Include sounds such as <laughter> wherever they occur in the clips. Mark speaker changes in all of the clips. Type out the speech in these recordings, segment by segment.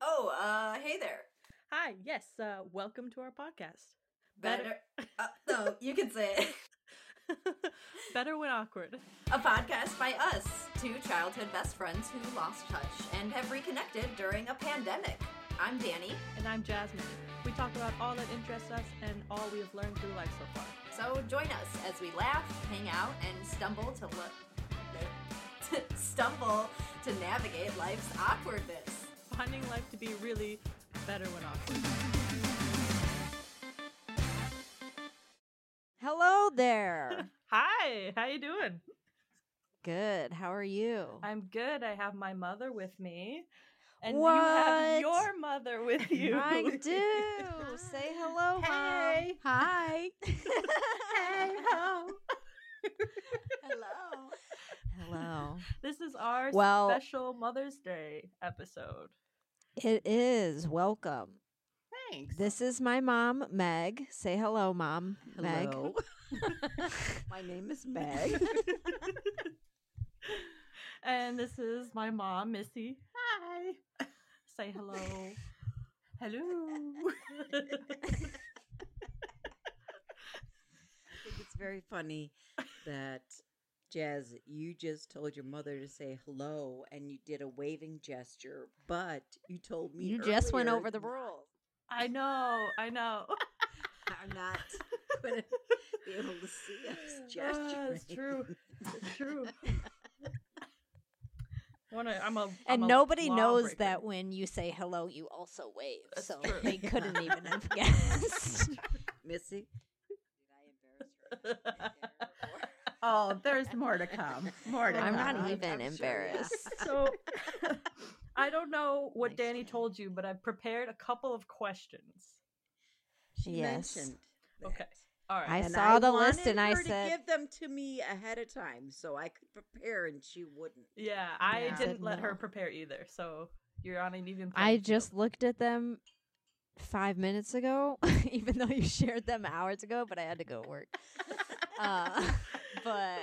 Speaker 1: Oh, uh, hey there.
Speaker 2: Hi, yes, uh, welcome to our podcast. <laughs>
Speaker 1: Better. uh, no, you can say it.
Speaker 2: Better when awkward.
Speaker 1: A podcast by us, two childhood best friends who lost touch and have reconnected during a pandemic. I'm Danny,
Speaker 2: And I'm Jasmine. We talk about all that interests us and all we have learned through life so far.
Speaker 1: so join us as we laugh, hang out, and stumble to look. to <laughs> stumble to navigate life's awkwardness.
Speaker 2: Finding life to be really better when awkward.
Speaker 3: Hello
Speaker 1: <laughs>
Speaker 3: there.
Speaker 2: Hi, how you doing?
Speaker 3: Good. How are you?
Speaker 2: I'm good. I have my mother with me. And you
Speaker 3: What?
Speaker 2: have your mother
Speaker 3: <laughs>
Speaker 2: with you. <laughs>
Speaker 3: I do. Say hello,
Speaker 2: Hey.
Speaker 3: mom. <laughs> Hi.
Speaker 2: Hey, ho.
Speaker 1: Hello.
Speaker 3: Hello.
Speaker 2: This is our
Speaker 3: Well-
Speaker 2: special Mother's Day episode.
Speaker 3: It is. Welcome.
Speaker 2: Thanks.
Speaker 3: This is my mom, Meg. Say hello, mom. <laughs>
Speaker 4: Hello. <laughs> My name is Meg. <laughs>
Speaker 2: and this is my mom, Missy. Hi. Say hello. hello.
Speaker 4: I think it's very funny that Jazz, you just told your mother to say hello and you did a waving gesture, but you told me
Speaker 3: Meg. You just went
Speaker 4: earlier
Speaker 3: over the
Speaker 4: not-
Speaker 3: rules.
Speaker 2: <laughs> I know. I know.
Speaker 4: I'm not going to be able to
Speaker 3: <laughs>
Speaker 4: see us
Speaker 2: Ah,
Speaker 4: gesturing.
Speaker 2: it's true. It's true. Wanna, I'm a, I'm
Speaker 3: And
Speaker 2: a
Speaker 3: nobody knows
Speaker 2: lawbreaker.
Speaker 3: that when you say hello, you also wave.
Speaker 2: That's
Speaker 3: so
Speaker 2: true.
Speaker 3: they couldn't
Speaker 2: <laughs>
Speaker 3: even have <laughs> guessed.
Speaker 4: <laughs> Missy, did I embarrass <laughs> her? Or-
Speaker 5: Oh, there's more to come. More to
Speaker 3: I'm
Speaker 5: come.
Speaker 3: not even
Speaker 4: I'm sure, yeah.
Speaker 3: embarrassed.
Speaker 2: So <laughs> I don't know what
Speaker 3: Nice
Speaker 2: Danny
Speaker 3: try.
Speaker 2: told you, but I've prepared a couple of questions.
Speaker 4: She
Speaker 3: Yes.
Speaker 4: mentioned. that.
Speaker 2: Okay. All right.
Speaker 3: I
Speaker 4: And
Speaker 3: saw the list
Speaker 4: wanted
Speaker 3: and I
Speaker 4: her to
Speaker 3: said,
Speaker 4: give them to me ahead of time so I could prepare, and she
Speaker 3: <laughs>
Speaker 4: wouldn't.
Speaker 2: Yeah, I
Speaker 3: Yeah.
Speaker 2: didn't
Speaker 3: Said
Speaker 2: let her
Speaker 3: no.
Speaker 2: prepare either, so you're on an even.
Speaker 3: I
Speaker 2: playing
Speaker 3: just
Speaker 2: field.
Speaker 3: looked at them five minutes ago, <laughs> even though you shared them hours ago, but I had to go
Speaker 4: <laughs>
Speaker 3: work. uh, <laughs> but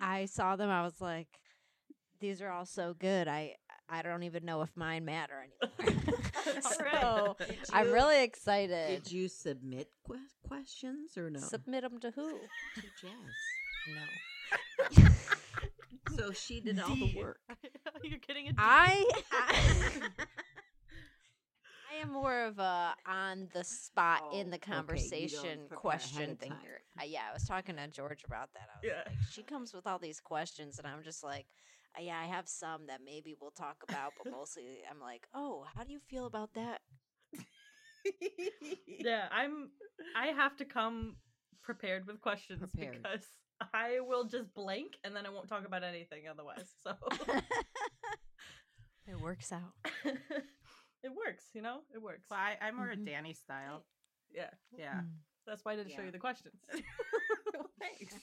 Speaker 3: I saw them. I was like, these are all so good. I I don't even know if mine matter
Speaker 4: <laughs>
Speaker 3: anymore.
Speaker 2: <laughs>
Speaker 3: <laughs>
Speaker 2: All right.
Speaker 3: so
Speaker 4: Did
Speaker 3: I'm
Speaker 4: you-
Speaker 3: really excited.
Speaker 4: Did you submit que- questions or
Speaker 2: <laughs>
Speaker 4: no?
Speaker 3: Submit them to who?
Speaker 4: to Jess.
Speaker 3: No.
Speaker 4: So she did all the
Speaker 2: D. <laughs>
Speaker 4: work.
Speaker 2: <laughs>
Speaker 4: <laughs>
Speaker 2: you're getting a D.
Speaker 3: I, I I am more of a on the spot
Speaker 4: Oh, okay,
Speaker 3: in
Speaker 4: you
Speaker 3: the
Speaker 4: don't prepare
Speaker 3: conversation
Speaker 4: ahead
Speaker 3: question
Speaker 4: of time.
Speaker 3: thinker. Uh, yeah, I was talking to George about that.
Speaker 2: <laughs>
Speaker 3: I was
Speaker 2: Yeah.
Speaker 3: like, she comes with all these questions, and I'm just like, "Uh, yeah, I have some that maybe we'll talk about, <laughs> but mostly I'm like, oh, how do you feel about that?
Speaker 2: Yeah, I'm. I have to come prepared with questions
Speaker 4: Prepared.
Speaker 2: because I will just blank and then I won't talk about anything otherwise.
Speaker 4: <laughs>
Speaker 2: So
Speaker 3: It works out.
Speaker 2: it works, you know. It works.
Speaker 5: Well, I, I'm more a
Speaker 3: Mhm.
Speaker 5: Danny style.
Speaker 2: Yeah,
Speaker 5: Yeah.
Speaker 2: that's why I didn't show
Speaker 4: Yeah.
Speaker 2: you the
Speaker 4: <laughs>
Speaker 2: questions.
Speaker 5: Thanks.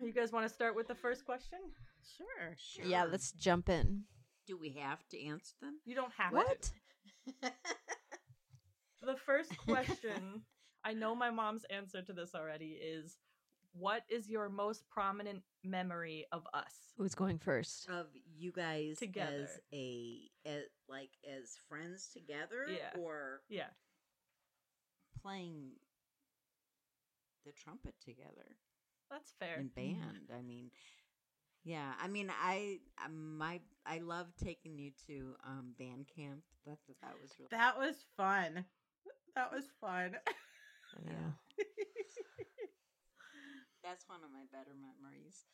Speaker 2: you guys want to start with the first question?
Speaker 5: Sure.
Speaker 4: Sure.
Speaker 3: Yeah, let's jump in.
Speaker 4: Do we have to answer them?
Speaker 2: You don't have to.
Speaker 3: What?
Speaker 2: The
Speaker 4: <laughs>
Speaker 2: first question, I know my mom's answer to this already is what is your most prominent memory of us?
Speaker 3: Who's going first?
Speaker 4: Of you guys
Speaker 2: Together.
Speaker 4: as a as, like as friends together,
Speaker 2: Yeah.
Speaker 4: or
Speaker 2: Yeah.
Speaker 4: playing the trumpet together
Speaker 2: That's fair.
Speaker 4: in band. I mean, yeah. I mean, I I- my I love taking you to um, band camp. That that was really
Speaker 5: That was fun. That was fun.
Speaker 3: I <laughs> know.
Speaker 4: that's one of my better memories.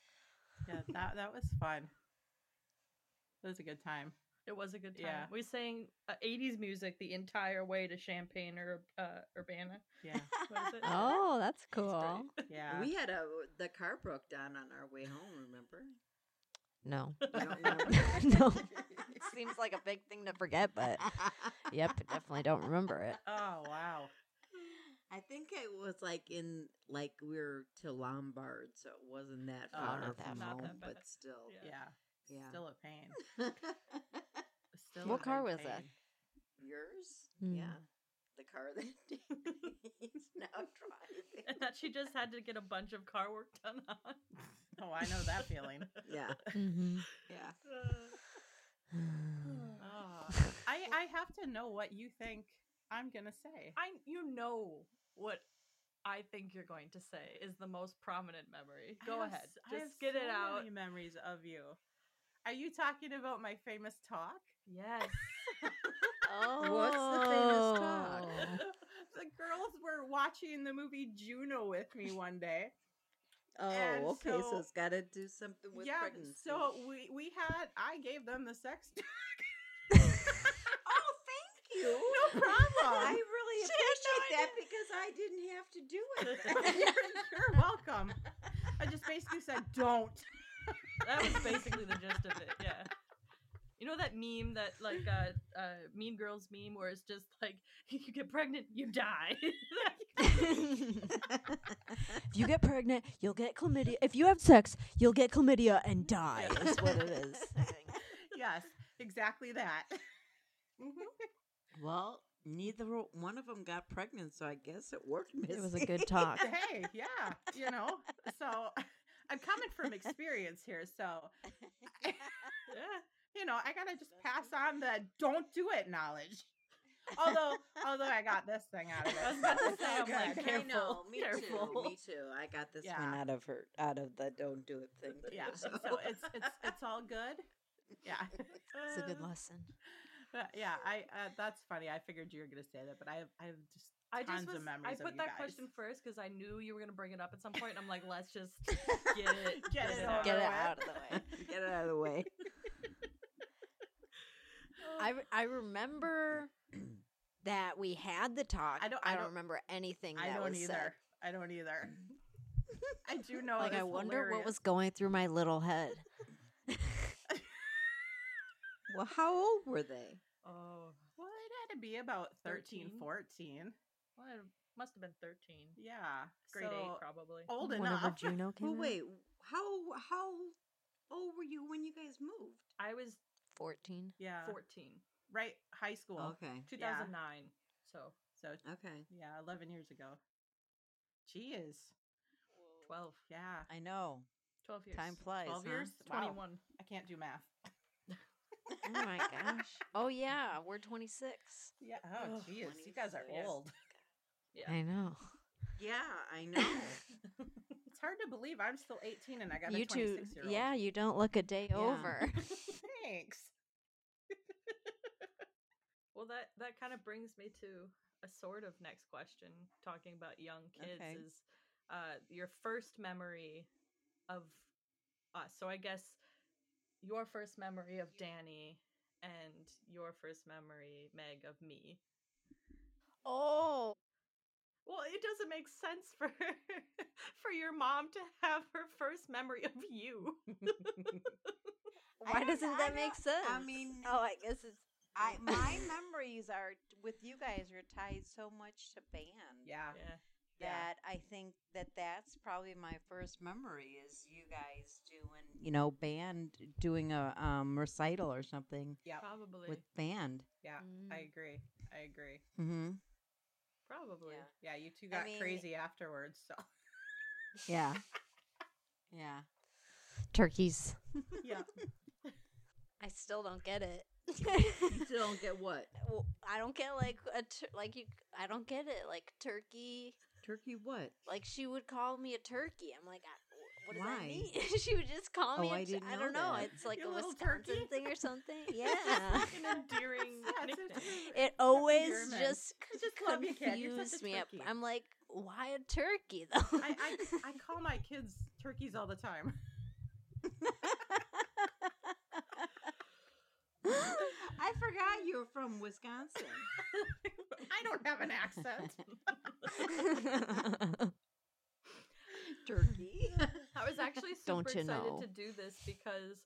Speaker 5: Yeah, that that was fun. That was a good time.
Speaker 2: It was a good time.
Speaker 5: Yeah.
Speaker 2: We sang uh, 80s music the entire way to Champaign or uh, Urbana.
Speaker 5: Yeah.
Speaker 2: <laughs> What is it?
Speaker 3: Oh, that's
Speaker 2: It's great.
Speaker 3: cool.
Speaker 5: Yeah.
Speaker 4: We had a the car broke down on our way home. Remember?
Speaker 3: No. <laughs>
Speaker 4: You <laughs> don't remember?
Speaker 3: no. Seems like a big thing to forget, but <laughs> yep, definitely don't remember it.
Speaker 5: oh wow.
Speaker 4: <laughs> I think it was like in like we were to Lombard, so it wasn't that
Speaker 5: Oh,
Speaker 4: far
Speaker 3: not that
Speaker 2: bad.
Speaker 4: from
Speaker 2: Not that
Speaker 4: home,
Speaker 2: bad.
Speaker 4: but still.
Speaker 2: Yeah.
Speaker 5: Yeah.
Speaker 4: Yeah.
Speaker 5: Still a pain. Still a
Speaker 3: What car
Speaker 5: big
Speaker 3: was that?
Speaker 5: pain.
Speaker 4: <laughs> Yours?
Speaker 3: Hmm.
Speaker 4: Yeah. The car that <laughs> he's now
Speaker 2: And
Speaker 4: driving.
Speaker 2: that she just had to get a bunch of car work done <laughs> on.
Speaker 5: Oh,
Speaker 3: Mm-hmm.
Speaker 5: I know that feeling.
Speaker 4: <laughs> Yeah.
Speaker 3: Mhm.
Speaker 4: Yeah.
Speaker 2: Uh,
Speaker 5: Oh have to know what you think I'm gonna say.
Speaker 2: I you know what I think you're going to say is the most prominent memory.
Speaker 5: I
Speaker 2: Go
Speaker 5: have
Speaker 2: ahead.
Speaker 5: s- I have
Speaker 2: Just get it
Speaker 5: so
Speaker 2: out. <laughs>
Speaker 5: many memories of you. Are you talking about my famous talk?
Speaker 2: Yes.
Speaker 3: Oh.
Speaker 4: What's
Speaker 5: <laughs>
Speaker 2: Oh.
Speaker 5: the girls were watching the movie Juno with me one
Speaker 2: <laughs>
Speaker 5: day.
Speaker 4: Oh,
Speaker 5: And
Speaker 4: okay. So,
Speaker 5: so-
Speaker 4: it's got to do something with
Speaker 5: yeah,
Speaker 4: pregnancy.
Speaker 5: so we we had I gave them the
Speaker 2: <laughs>
Speaker 5: sex <laughs> talk.
Speaker 4: oh, thank you.
Speaker 5: No problem.
Speaker 4: I really
Speaker 5: She had no
Speaker 4: appreciate that
Speaker 5: idea.
Speaker 4: because I didn't have to do
Speaker 5: you're,
Speaker 4: it.
Speaker 5: you're welcome. I just basically said don't.
Speaker 2: That was basically the gist of it. Yeah. You know that meme that like uh, uh Mean Girls meme where it's just like <laughs> you get pregnant, you die.
Speaker 3: <sighs>
Speaker 2: <laughs>
Speaker 3: if you get pregnant, you'll get chlamydia. If you have sex, you'll get chlamydia and die.
Speaker 5: Yeah.
Speaker 3: Is what it is.
Speaker 5: Yes, exactly that.
Speaker 2: Mm-hmm.
Speaker 4: well, neither o- one of them got pregnant, so I guess it worked. Missy.
Speaker 3: <laughs> It was
Speaker 4: <laughs>
Speaker 3: a good talk.
Speaker 5: <laughs> Hey, yeah, you know. So I'm coming from experience here, so <laughs>
Speaker 2: Yeah.
Speaker 5: you know, I gotta just pass on the don't do it knowledge. Although, although I got this thing out of it.
Speaker 2: <laughs> I was about to
Speaker 5: so
Speaker 2: say, I'm
Speaker 5: good.
Speaker 2: like,
Speaker 4: I
Speaker 2: careful,
Speaker 4: know. Me
Speaker 2: careful.
Speaker 4: too. Me too. I got this
Speaker 5: Yeah.
Speaker 4: one out of her, out of the don't do it thing. too,
Speaker 3: <laughs>
Speaker 5: yeah. So it's it's it's all good. Yeah,
Speaker 3: It's a good
Speaker 2: Uh,
Speaker 3: lesson.
Speaker 5: But yeah. I uh, that's funny. I figured you were gonna say that, but I have I have just
Speaker 3: <laughs>
Speaker 2: I just
Speaker 5: tons
Speaker 2: was,
Speaker 5: of memories
Speaker 2: I
Speaker 5: of
Speaker 2: put
Speaker 5: you
Speaker 2: that
Speaker 5: guys.
Speaker 2: question first because I knew you were gonna bring it up at some point. And I'm like, let's
Speaker 5: <laughs>
Speaker 2: just get it,
Speaker 5: Get it
Speaker 2: out.
Speaker 3: Get it
Speaker 5: Alright.
Speaker 3: out of the way.
Speaker 4: <laughs> Get it out of the way.
Speaker 3: I, re- I remember that we had the talk.
Speaker 5: I don't- I
Speaker 3: I don't
Speaker 5: don't-
Speaker 3: remember anything
Speaker 5: I
Speaker 3: that
Speaker 5: don't
Speaker 3: was
Speaker 5: either.
Speaker 3: said.
Speaker 5: I don't
Speaker 3: <laughs>
Speaker 5: either. I do know.
Speaker 3: like
Speaker 5: it
Speaker 3: I
Speaker 5: was
Speaker 3: wonder what
Speaker 5: hilarious.
Speaker 3: was going through my little head.
Speaker 4: <laughs> Well, how old were they?
Speaker 2: Oh,
Speaker 5: Well, it had to be about 13,
Speaker 2: 13.
Speaker 5: 14.
Speaker 2: well, it must have been 13,
Speaker 5: Yeah.
Speaker 2: grade
Speaker 5: so
Speaker 2: eight probably.
Speaker 5: Old
Speaker 3: Whenever
Speaker 5: enough.
Speaker 3: Juno came
Speaker 4: Well,
Speaker 3: out?
Speaker 4: wait. How how old were you when you guys moved?
Speaker 2: I was
Speaker 5: <laughs>
Speaker 3: fourteen.
Speaker 5: <laughs> Uh, Yeah.
Speaker 2: 14,
Speaker 5: Right. High school.
Speaker 3: Oh.
Speaker 4: Okay.
Speaker 5: Yeah.
Speaker 2: 2009. So
Speaker 5: So,
Speaker 4: Okay.
Speaker 5: yeah, 11 years ago. Jeez.
Speaker 2: 12,
Speaker 5: Yeah.
Speaker 3: I know.
Speaker 2: 12 years.
Speaker 3: Time flies.
Speaker 5: 12
Speaker 3: huh?
Speaker 5: years?
Speaker 4: <laughs>
Speaker 5: Wow.
Speaker 2: 21.
Speaker 5: I can't do math.
Speaker 3: Oh my gosh. Oh yeah, we're twenty six.
Speaker 5: Yeah. Oh,
Speaker 2: Ugh.
Speaker 5: jeez. You guys are
Speaker 4: 26.
Speaker 5: old.
Speaker 2: Yeah.
Speaker 3: I know.
Speaker 4: Yeah, I know.
Speaker 5: It's hard to believe I'm still 18 and I got
Speaker 3: you
Speaker 5: a
Speaker 3: two,
Speaker 5: 26 year old.
Speaker 3: yeah, you don't look a day <laughs>
Speaker 4: Yeah.
Speaker 3: over.
Speaker 5: Thanks.
Speaker 2: Well, that that kind of brings me to a sort of next question. Talking about young kids
Speaker 4: Okay.
Speaker 2: is uh, your first memory of us. So I guess your first memory of Danny and your first memory, Meg, of me.
Speaker 3: oh,
Speaker 2: Well, it doesn't make sense for <laughs> for your mom to have her first memory of you.
Speaker 4: I
Speaker 3: why
Speaker 4: don't-
Speaker 3: doesn't
Speaker 4: I
Speaker 3: that make
Speaker 4: don't-
Speaker 3: sense?
Speaker 4: I mean,
Speaker 3: oh, I guess it's
Speaker 4: I <laughs> my memories are with you guys are tied so much to band.
Speaker 5: Yeah.
Speaker 2: Yeah.
Speaker 5: Yeah.
Speaker 4: that I think that that's probably my first memory is you guys doing, you know, band doing a um, recital or something
Speaker 5: Yeah.
Speaker 2: Probably.
Speaker 4: with band.
Speaker 5: Yeah. I agree. I agree.
Speaker 4: Mm-hmm.
Speaker 2: Probably.
Speaker 4: Yeah.
Speaker 5: Yeah. You two got
Speaker 4: mean-
Speaker 5: crazy afterwards. So,
Speaker 4: Yeah. <laughs> yeah.
Speaker 3: turkeys.
Speaker 5: yeah.
Speaker 3: Mm. <laughs> I still don't get it.
Speaker 5: <laughs>
Speaker 3: <laughs>
Speaker 4: still don't get what?
Speaker 3: Well, I don't get like a tur- like you. I don't get it like turkey.
Speaker 4: Turkey what?
Speaker 3: Like she would call me a turkey. I'm like, I, wh- what does
Speaker 4: Why?
Speaker 3: that mean? <laughs> she would just call me.
Speaker 4: Oh,
Speaker 3: a
Speaker 4: I
Speaker 3: tu-
Speaker 4: didn't
Speaker 3: I
Speaker 4: know
Speaker 3: don't know.
Speaker 4: that.
Speaker 3: It's like
Speaker 5: You
Speaker 3: a
Speaker 5: little
Speaker 3: Wisconsin
Speaker 5: turkey?
Speaker 3: thing or <laughs> something.
Speaker 2: It's
Speaker 3: Yeah.
Speaker 2: like an
Speaker 4: <laughs>
Speaker 2: endearing
Speaker 5: Yeah, it's- it's-
Speaker 2: nickname.
Speaker 3: <laughs> It always
Speaker 5: German.
Speaker 3: just, just
Speaker 5: It's just called me a kid. You're such
Speaker 3: confused
Speaker 5: a
Speaker 3: me. up.
Speaker 5: turkey.
Speaker 3: I'm like, why a turkey <laughs> though?
Speaker 5: I, I, I call my kids turkeys all the time.
Speaker 4: <laughs>
Speaker 5: <laughs>
Speaker 4: I forgot you were from Wisconsin.
Speaker 5: I don't have an accent.
Speaker 4: <laughs> Turkey.
Speaker 2: I was actually super
Speaker 3: <laughs> Don't you
Speaker 2: excited
Speaker 3: know?
Speaker 2: to do this because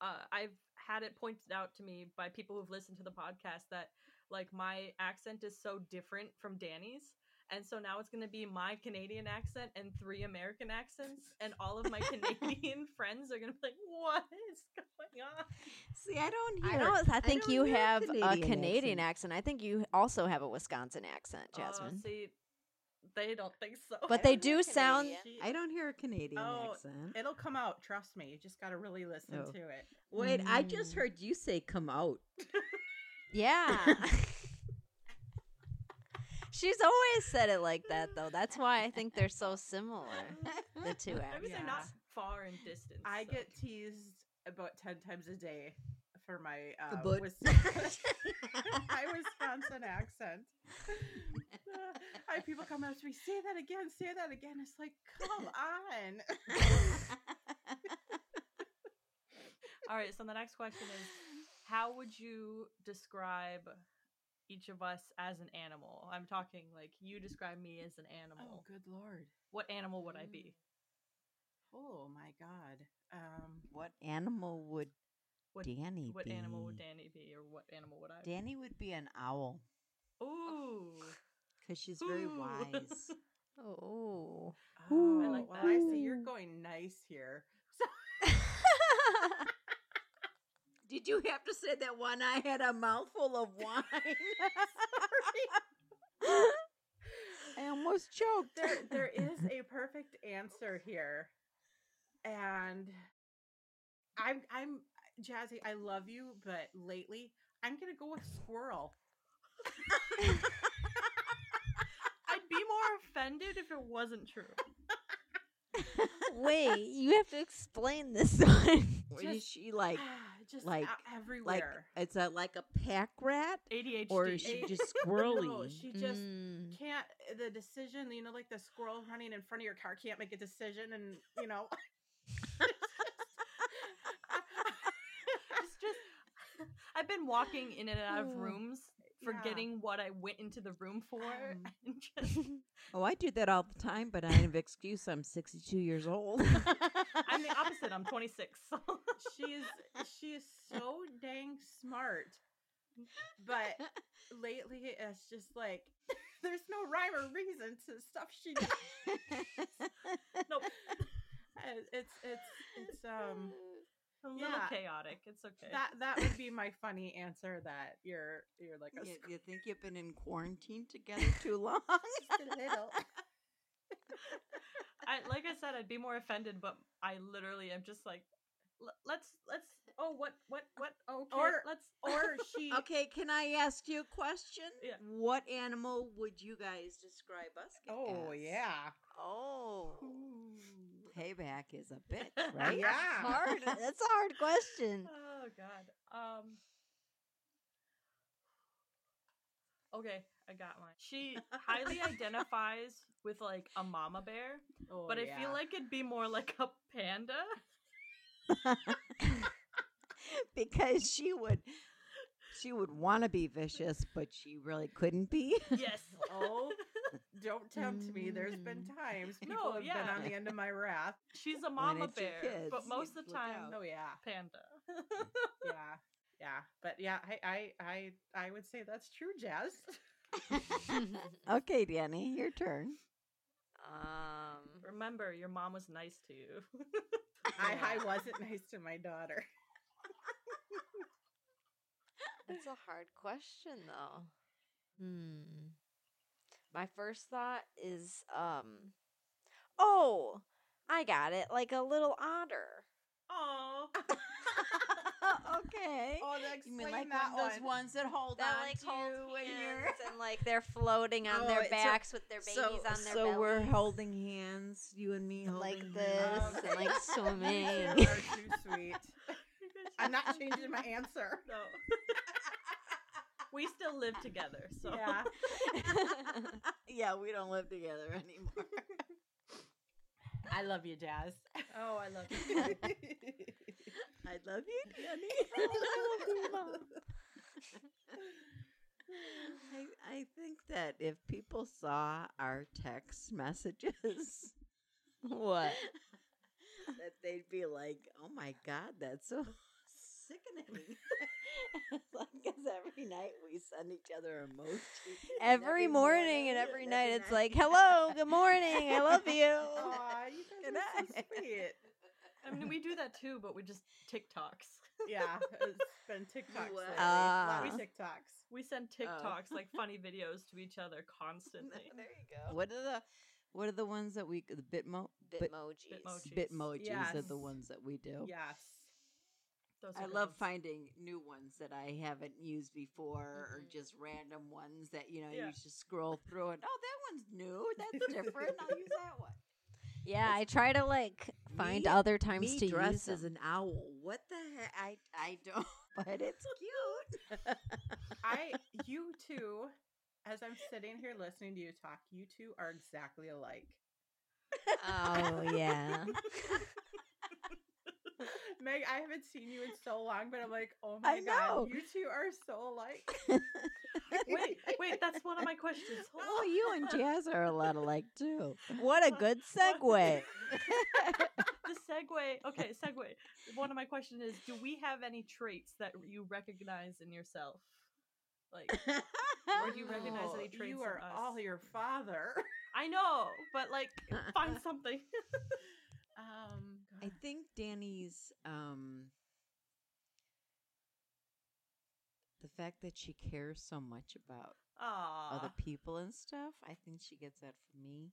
Speaker 2: uh, I've had it pointed out to me by people who've listened to the podcast that like my accent is so different from Danny's. And so now it's going to be my Canadian accent and three American accents, and all of
Speaker 3: <laughs>
Speaker 2: my Canadian friends are going to be like, "What is going on?"
Speaker 4: See, I don't
Speaker 3: I
Speaker 4: hear.
Speaker 3: don't. I think
Speaker 4: don't
Speaker 3: you
Speaker 4: hear a
Speaker 3: have a
Speaker 4: Canadian
Speaker 3: Canadian accent. I think you also have a Wisconsin accent,
Speaker 2: Oh,
Speaker 3: Jasmine.
Speaker 2: see, they don't think so.
Speaker 3: But
Speaker 4: I
Speaker 3: they
Speaker 4: don't hear
Speaker 3: do sound-
Speaker 4: Canadian.
Speaker 5: She-
Speaker 4: I don't hear a Canadian
Speaker 5: Oh,
Speaker 4: accent.
Speaker 5: It'll come out, trust me. You just got to really listen
Speaker 4: Oh.
Speaker 5: to it.
Speaker 4: Wait, I
Speaker 3: Mm.
Speaker 4: just heard you say "come out."
Speaker 3: Yeah. She's always said it like that, though. That's why I think they're so similar, the <laughs> two
Speaker 2: I would say not
Speaker 5: Yeah.
Speaker 2: far in distance.
Speaker 5: I
Speaker 2: so.
Speaker 5: get teased about ten times a day for my uh,
Speaker 4: but-
Speaker 3: <laughs>
Speaker 5: <laughs> Wis- <laughs> my Wisconsin accent.
Speaker 4: <laughs>
Speaker 5: I have people come up to me, say that again, say that again. It's like, come on.
Speaker 4: <laughs>
Speaker 2: All right, so the next question is how would you describe each of us as an animal? I'm talking like you describe me as an animal.
Speaker 5: Oh, good lord.
Speaker 2: what animal would I be?
Speaker 5: Oh my god. Um,
Speaker 4: What animal would
Speaker 2: What
Speaker 4: Danny
Speaker 2: what
Speaker 4: be?
Speaker 2: animal would Danny be or what animal would I be?
Speaker 4: Danny would be an owl
Speaker 2: Ooh.
Speaker 4: because she's very
Speaker 2: Ooh. <laughs>
Speaker 4: wise.
Speaker 3: oh.
Speaker 5: oh,
Speaker 2: I like
Speaker 5: well, I see you're
Speaker 3: that.
Speaker 5: going nice
Speaker 4: <laughs>
Speaker 5: here. <laughs>
Speaker 4: Did you have to say that one? I had a mouthful of wine. <laughs> I almost choked.
Speaker 5: there there
Speaker 4: <laughs>
Speaker 5: is a perfect answer here. And I'm I'm Jazzy, I love you, but lately I'm gonna go with squirrel.
Speaker 2: I'd be more offended if it wasn't true.
Speaker 3: <laughs> Wait, you have to explain this <laughs> one.
Speaker 4: Or
Speaker 5: Just-
Speaker 4: Is she like
Speaker 5: <sighs> just
Speaker 4: like-
Speaker 5: out
Speaker 4: like
Speaker 5: everywhere.
Speaker 4: it's a like a pack rat,
Speaker 2: ADHD.
Speaker 4: or is she
Speaker 5: A-
Speaker 4: just
Speaker 5: no,
Speaker 4: squirrely?
Speaker 5: she just
Speaker 3: Mm.
Speaker 5: can't eh, the decision, you know, like the squirrel running in front of your car can't make a decision and you know <laughs>
Speaker 2: It's just I've been walking in and out of
Speaker 4: Oh,
Speaker 2: rooms
Speaker 5: yeah.
Speaker 2: forgetting what I went into the room for
Speaker 3: Um.
Speaker 2: <laughs> and just
Speaker 4: Oh, I do that all the time, but I have excuse. I'm 62 years <laughs> old.
Speaker 2: I'm the opposite. I'm 26. So. <laughs>
Speaker 5: she is she is so dang smart. But lately it's just like <laughs> there's no rhyme or reason to stuff she does.
Speaker 2: Nope.
Speaker 5: Uh, It's it's it's um
Speaker 2: A little
Speaker 5: Yeah.
Speaker 2: chaotic. It's okay.
Speaker 5: that that would be my funny answer that you're you're like a
Speaker 4: you,
Speaker 5: squirrel.
Speaker 4: you think you've been in quarantine together too long?
Speaker 5: a little.
Speaker 2: I, like I said, I'd be more offended, but I literally am just like, "L- let's let's. Oh, what what what? Okay,
Speaker 5: Or-
Speaker 2: let's. oh,
Speaker 5: Or she
Speaker 4: <laughs> <laughs> okay, can I ask you a question?
Speaker 2: Yeah.
Speaker 4: What animal would you guys describe us
Speaker 5: Oh
Speaker 4: as?
Speaker 5: yeah.
Speaker 4: Oh. Payback is a <laughs> bitch, right?
Speaker 5: Yeah.
Speaker 3: Hard.
Speaker 4: <laughs>
Speaker 5: <laughs>
Speaker 3: That's a hard question.
Speaker 2: Oh God. Um. Okay, I got mine. She highly identifies with like a mama bear,
Speaker 5: Oh,
Speaker 2: but I
Speaker 5: yeah.
Speaker 2: feel like it'd be more like a panda.
Speaker 4: because she would she would want to be vicious, but she really couldn't <laughs> be.
Speaker 2: Yes.
Speaker 5: Oh, <laughs> don't tempt me. There's been
Speaker 3: Mm.
Speaker 5: times people
Speaker 2: No,
Speaker 5: have
Speaker 2: yeah.
Speaker 5: been on the end of my wrath.
Speaker 2: <laughs> She's a mama
Speaker 4: it's your
Speaker 2: bear,
Speaker 4: kids,
Speaker 2: but most of the
Speaker 4: look
Speaker 2: time,
Speaker 4: out.
Speaker 5: <laughs> Oh yeah.
Speaker 2: panda.
Speaker 5: Yeah. Yeah. But yeah, I I I, I would say that's true, Jazz. <laughs>
Speaker 4: Okay, Danny, your
Speaker 3: <laughs>
Speaker 4: turn.
Speaker 3: um.
Speaker 2: Remember, your mom was nice to you.
Speaker 5: I, I wasn't nice to my daughter.
Speaker 3: That's a hard question, though. Hmm. My first thought is, um, oh, I got it, like a little otter.
Speaker 2: Oh,
Speaker 3: <laughs>
Speaker 4: okay.
Speaker 5: <laughs> Oh, that
Speaker 4: You mean
Speaker 5: explained
Speaker 4: like
Speaker 5: that
Speaker 4: one of those
Speaker 5: one.
Speaker 4: ones that hold
Speaker 3: That
Speaker 4: on
Speaker 3: like
Speaker 4: to
Speaker 3: holds
Speaker 4: you when you're
Speaker 3: hands and
Speaker 4: <laughs>
Speaker 3: like they're floating on
Speaker 4: Oh,
Speaker 3: their
Speaker 4: it's a-
Speaker 3: backs with their babies
Speaker 4: <laughs> so,
Speaker 3: on their
Speaker 4: so we're
Speaker 3: bellies. <laughs>
Speaker 4: holding <laughs> hands, you and me,
Speaker 3: And like
Speaker 4: holding
Speaker 3: this
Speaker 4: hands.
Speaker 3: and like
Speaker 5: You are
Speaker 3: swimming.
Speaker 4: <laughs>
Speaker 3: <laughs>
Speaker 5: <laughs> too sweet. I'm not changing my answer. <laughs>
Speaker 2: no. <laughs> we still live together, so
Speaker 5: Yeah.
Speaker 4: yeah, we don't live together anymore.
Speaker 5: I love you, Jazz.
Speaker 2: Oh, I love you.
Speaker 4: <laughs> I love you,
Speaker 3: <laughs>
Speaker 4: Danny. I, I think that if people saw our text messages,
Speaker 3: what?
Speaker 4: <laughs> that they'd be like, "Oh my god, that's so sickening." <laughs> It's like, because every night we send each other emojis. and
Speaker 3: Every morning and every night, it's like, hello, good morning, I
Speaker 4: <laughs>
Speaker 3: love <laughs> you.
Speaker 5: Aw, you guys
Speaker 4: Good
Speaker 5: are so
Speaker 4: night.
Speaker 5: sweet.
Speaker 2: I mean, we do that too, but we just TikToks.
Speaker 5: Yeah, it's <laughs> been TikToks.
Speaker 4: Wow.
Speaker 5: lately. A lot of
Speaker 3: Ah.
Speaker 5: TikToks.
Speaker 2: We send
Speaker 4: Oh.
Speaker 2: TikToks like funny videos to each other
Speaker 3: <laughs>
Speaker 4: <laughs>
Speaker 2: constantly.
Speaker 3: you
Speaker 4: What are the what are the ones that we the Bitmo
Speaker 3: Bitmojis. <laughs>
Speaker 2: Bitmojis.
Speaker 4: Bitmojis are
Speaker 5: Yes.
Speaker 4: the ones that we do.
Speaker 5: Yes.
Speaker 2: Those
Speaker 4: I
Speaker 2: are good
Speaker 4: love
Speaker 2: ones.
Speaker 4: finding new ones that I haven't used before, or
Speaker 1: Mhm.
Speaker 4: just random ones that you know
Speaker 2: Yeah.
Speaker 4: you just scroll through and oh, that one's new, that's different. I'll use that one.
Speaker 3: Yeah, I try to like find
Speaker 4: Me-
Speaker 3: other <laughs> times
Speaker 4: Me
Speaker 3: to use
Speaker 4: dressed
Speaker 3: them.
Speaker 4: as an owl. What the heck? I I don't, <laughs> but it's cute. <laughs>
Speaker 5: I you two, as I'm sitting here listening to you talk, you two are exactly alike. <laughs>
Speaker 3: oh yeah.
Speaker 5: Meg, I haven't seen you in so long, but I'm like, oh my
Speaker 4: I know.
Speaker 5: god, you two are so alike.
Speaker 2: <laughs> Wait,
Speaker 4: <laughs>
Speaker 2: wait, that's one of my questions. Hold
Speaker 4: Oh,
Speaker 2: on.
Speaker 4: you
Speaker 2: <laughs>
Speaker 4: and Jazz are a lot alike too.
Speaker 3: What a good segue.
Speaker 2: the segue. Okay,
Speaker 4: <laughs>
Speaker 2: segue. One of my questions is: Do we have any traits that you recognize in yourself? Like, <laughs> or do you recognize
Speaker 5: Oh,
Speaker 2: any traits?
Speaker 5: you
Speaker 2: in
Speaker 5: are
Speaker 2: us?
Speaker 5: all your father. <laughs>
Speaker 2: I know, but like,
Speaker 4: <laughs>
Speaker 2: find something. <laughs>
Speaker 5: Um,
Speaker 4: I
Speaker 5: God.
Speaker 4: think Danny's um the fact that she cares so much about
Speaker 2: Aw.
Speaker 4: other people and stuff, I think she gets that from me.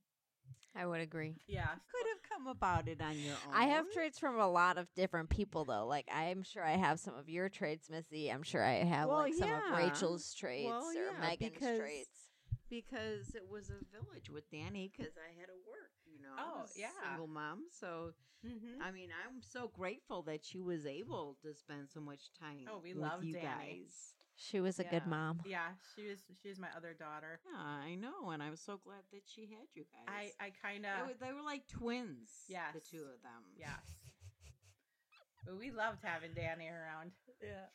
Speaker 3: I would agree.
Speaker 5: yeah,
Speaker 4: Could have come about it on your own.
Speaker 3: I have traits from a lot of different people though. Like I'm sure I have some of your traits, Missy. I'm sure I have
Speaker 4: Well,
Speaker 3: like some
Speaker 4: yeah.
Speaker 3: of Rachel's traits
Speaker 4: Well,
Speaker 3: or
Speaker 4: yeah,
Speaker 3: Megan's
Speaker 4: because-
Speaker 3: traits.
Speaker 4: because it was a village with Danny because I had to work, you know. I
Speaker 5: Oh,
Speaker 4: was a
Speaker 5: yeah.
Speaker 4: Single mom. So
Speaker 5: Mhm.
Speaker 4: I mean, I'm so grateful that she was able to spend so much time
Speaker 5: Oh, we
Speaker 4: with
Speaker 5: love
Speaker 4: you
Speaker 5: Danny.
Speaker 4: guys.
Speaker 3: She was a
Speaker 5: Yeah.
Speaker 3: good mom.
Speaker 5: yeah. She was she was my other daughter.
Speaker 4: Yeah, I know, and I'm so glad that she had you guys.
Speaker 5: I I kind
Speaker 4: They
Speaker 5: of
Speaker 4: were, they were like twins. the
Speaker 5: Yes.
Speaker 4: two of them.
Speaker 5: <laughs> yes. But we loved having Danny <laughs> around.
Speaker 2: yeah.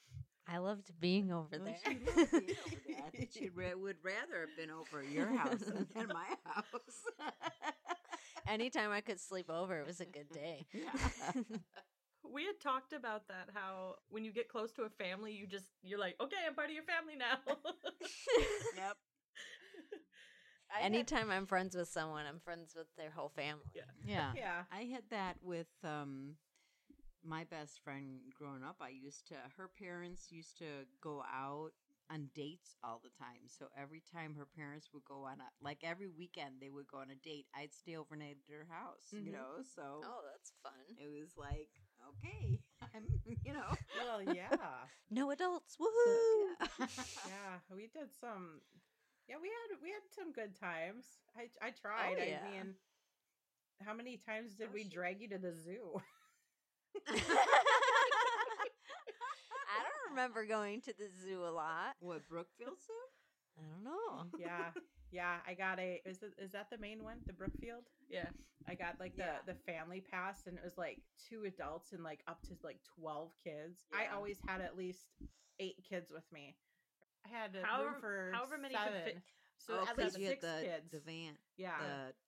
Speaker 3: I loved being over
Speaker 4: Well,
Speaker 3: there.
Speaker 4: she loved being over
Speaker 5: <laughs>
Speaker 4: there. I <laughs> think she ra- would rather have been over at your house than at my
Speaker 5: <laughs>
Speaker 4: house.
Speaker 3: <laughs> Anytime I could sleep over, it was a good
Speaker 4: <laughs>
Speaker 3: day.
Speaker 4: <laughs> Yeah.
Speaker 2: We had talked about that. How when you get close to a family, you just you're like, okay, I'm part of your family now. <laughs>
Speaker 3: <laughs>
Speaker 4: yep.
Speaker 5: <laughs> I had-
Speaker 3: Anytime I'm friends with someone, I'm friends with their whole family.
Speaker 2: Yeah.
Speaker 4: <laughs> Yeah.
Speaker 5: yeah.
Speaker 4: <laughs> I had that with um my best friend growing up. I used to her parents used to go out on dates all the time. So every time her parents would go on a like every weekend they would go on a date, I'd stay overnight at her house,
Speaker 5: Mhm.
Speaker 4: you know. So
Speaker 3: Oh, that's fun.
Speaker 4: it was like, okay, <laughs> I'm
Speaker 3: <laughs>
Speaker 4: you know.
Speaker 5: Well, yeah.
Speaker 3: No adults.
Speaker 4: so,
Speaker 3: Woohoo.
Speaker 4: <laughs>
Speaker 3: <laughs>
Speaker 4: yeah.
Speaker 5: yeah we did some yeah we had we had some good times i i tried
Speaker 3: yeah.
Speaker 5: i mean how many times did
Speaker 4: Oh,
Speaker 5: we
Speaker 4: shit.
Speaker 5: drag you to the zoo
Speaker 3: I don't remember going to the zoo a
Speaker 4: <laughs>
Speaker 3: lot.
Speaker 4: What Brookfield Zoo?
Speaker 3: I don't know.
Speaker 5: yeah <laughs> yeah i got a is, it, is that the main one the brookfield
Speaker 2: yeah.
Speaker 5: i got like the
Speaker 4: Yeah.
Speaker 5: the family pass and it was like two adults and like up to like 12 kids
Speaker 4: Yeah.
Speaker 5: i always had at least eight kids with me i had a room
Speaker 2: However-
Speaker 5: for
Speaker 2: however many could
Speaker 5: seven.
Speaker 2: fit-
Speaker 5: so at
Speaker 4: 'cause
Speaker 5: least
Speaker 4: Oh, you had
Speaker 5: six
Speaker 4: the,
Speaker 5: kids Mm-hmm.
Speaker 4: the van,
Speaker 5: yeah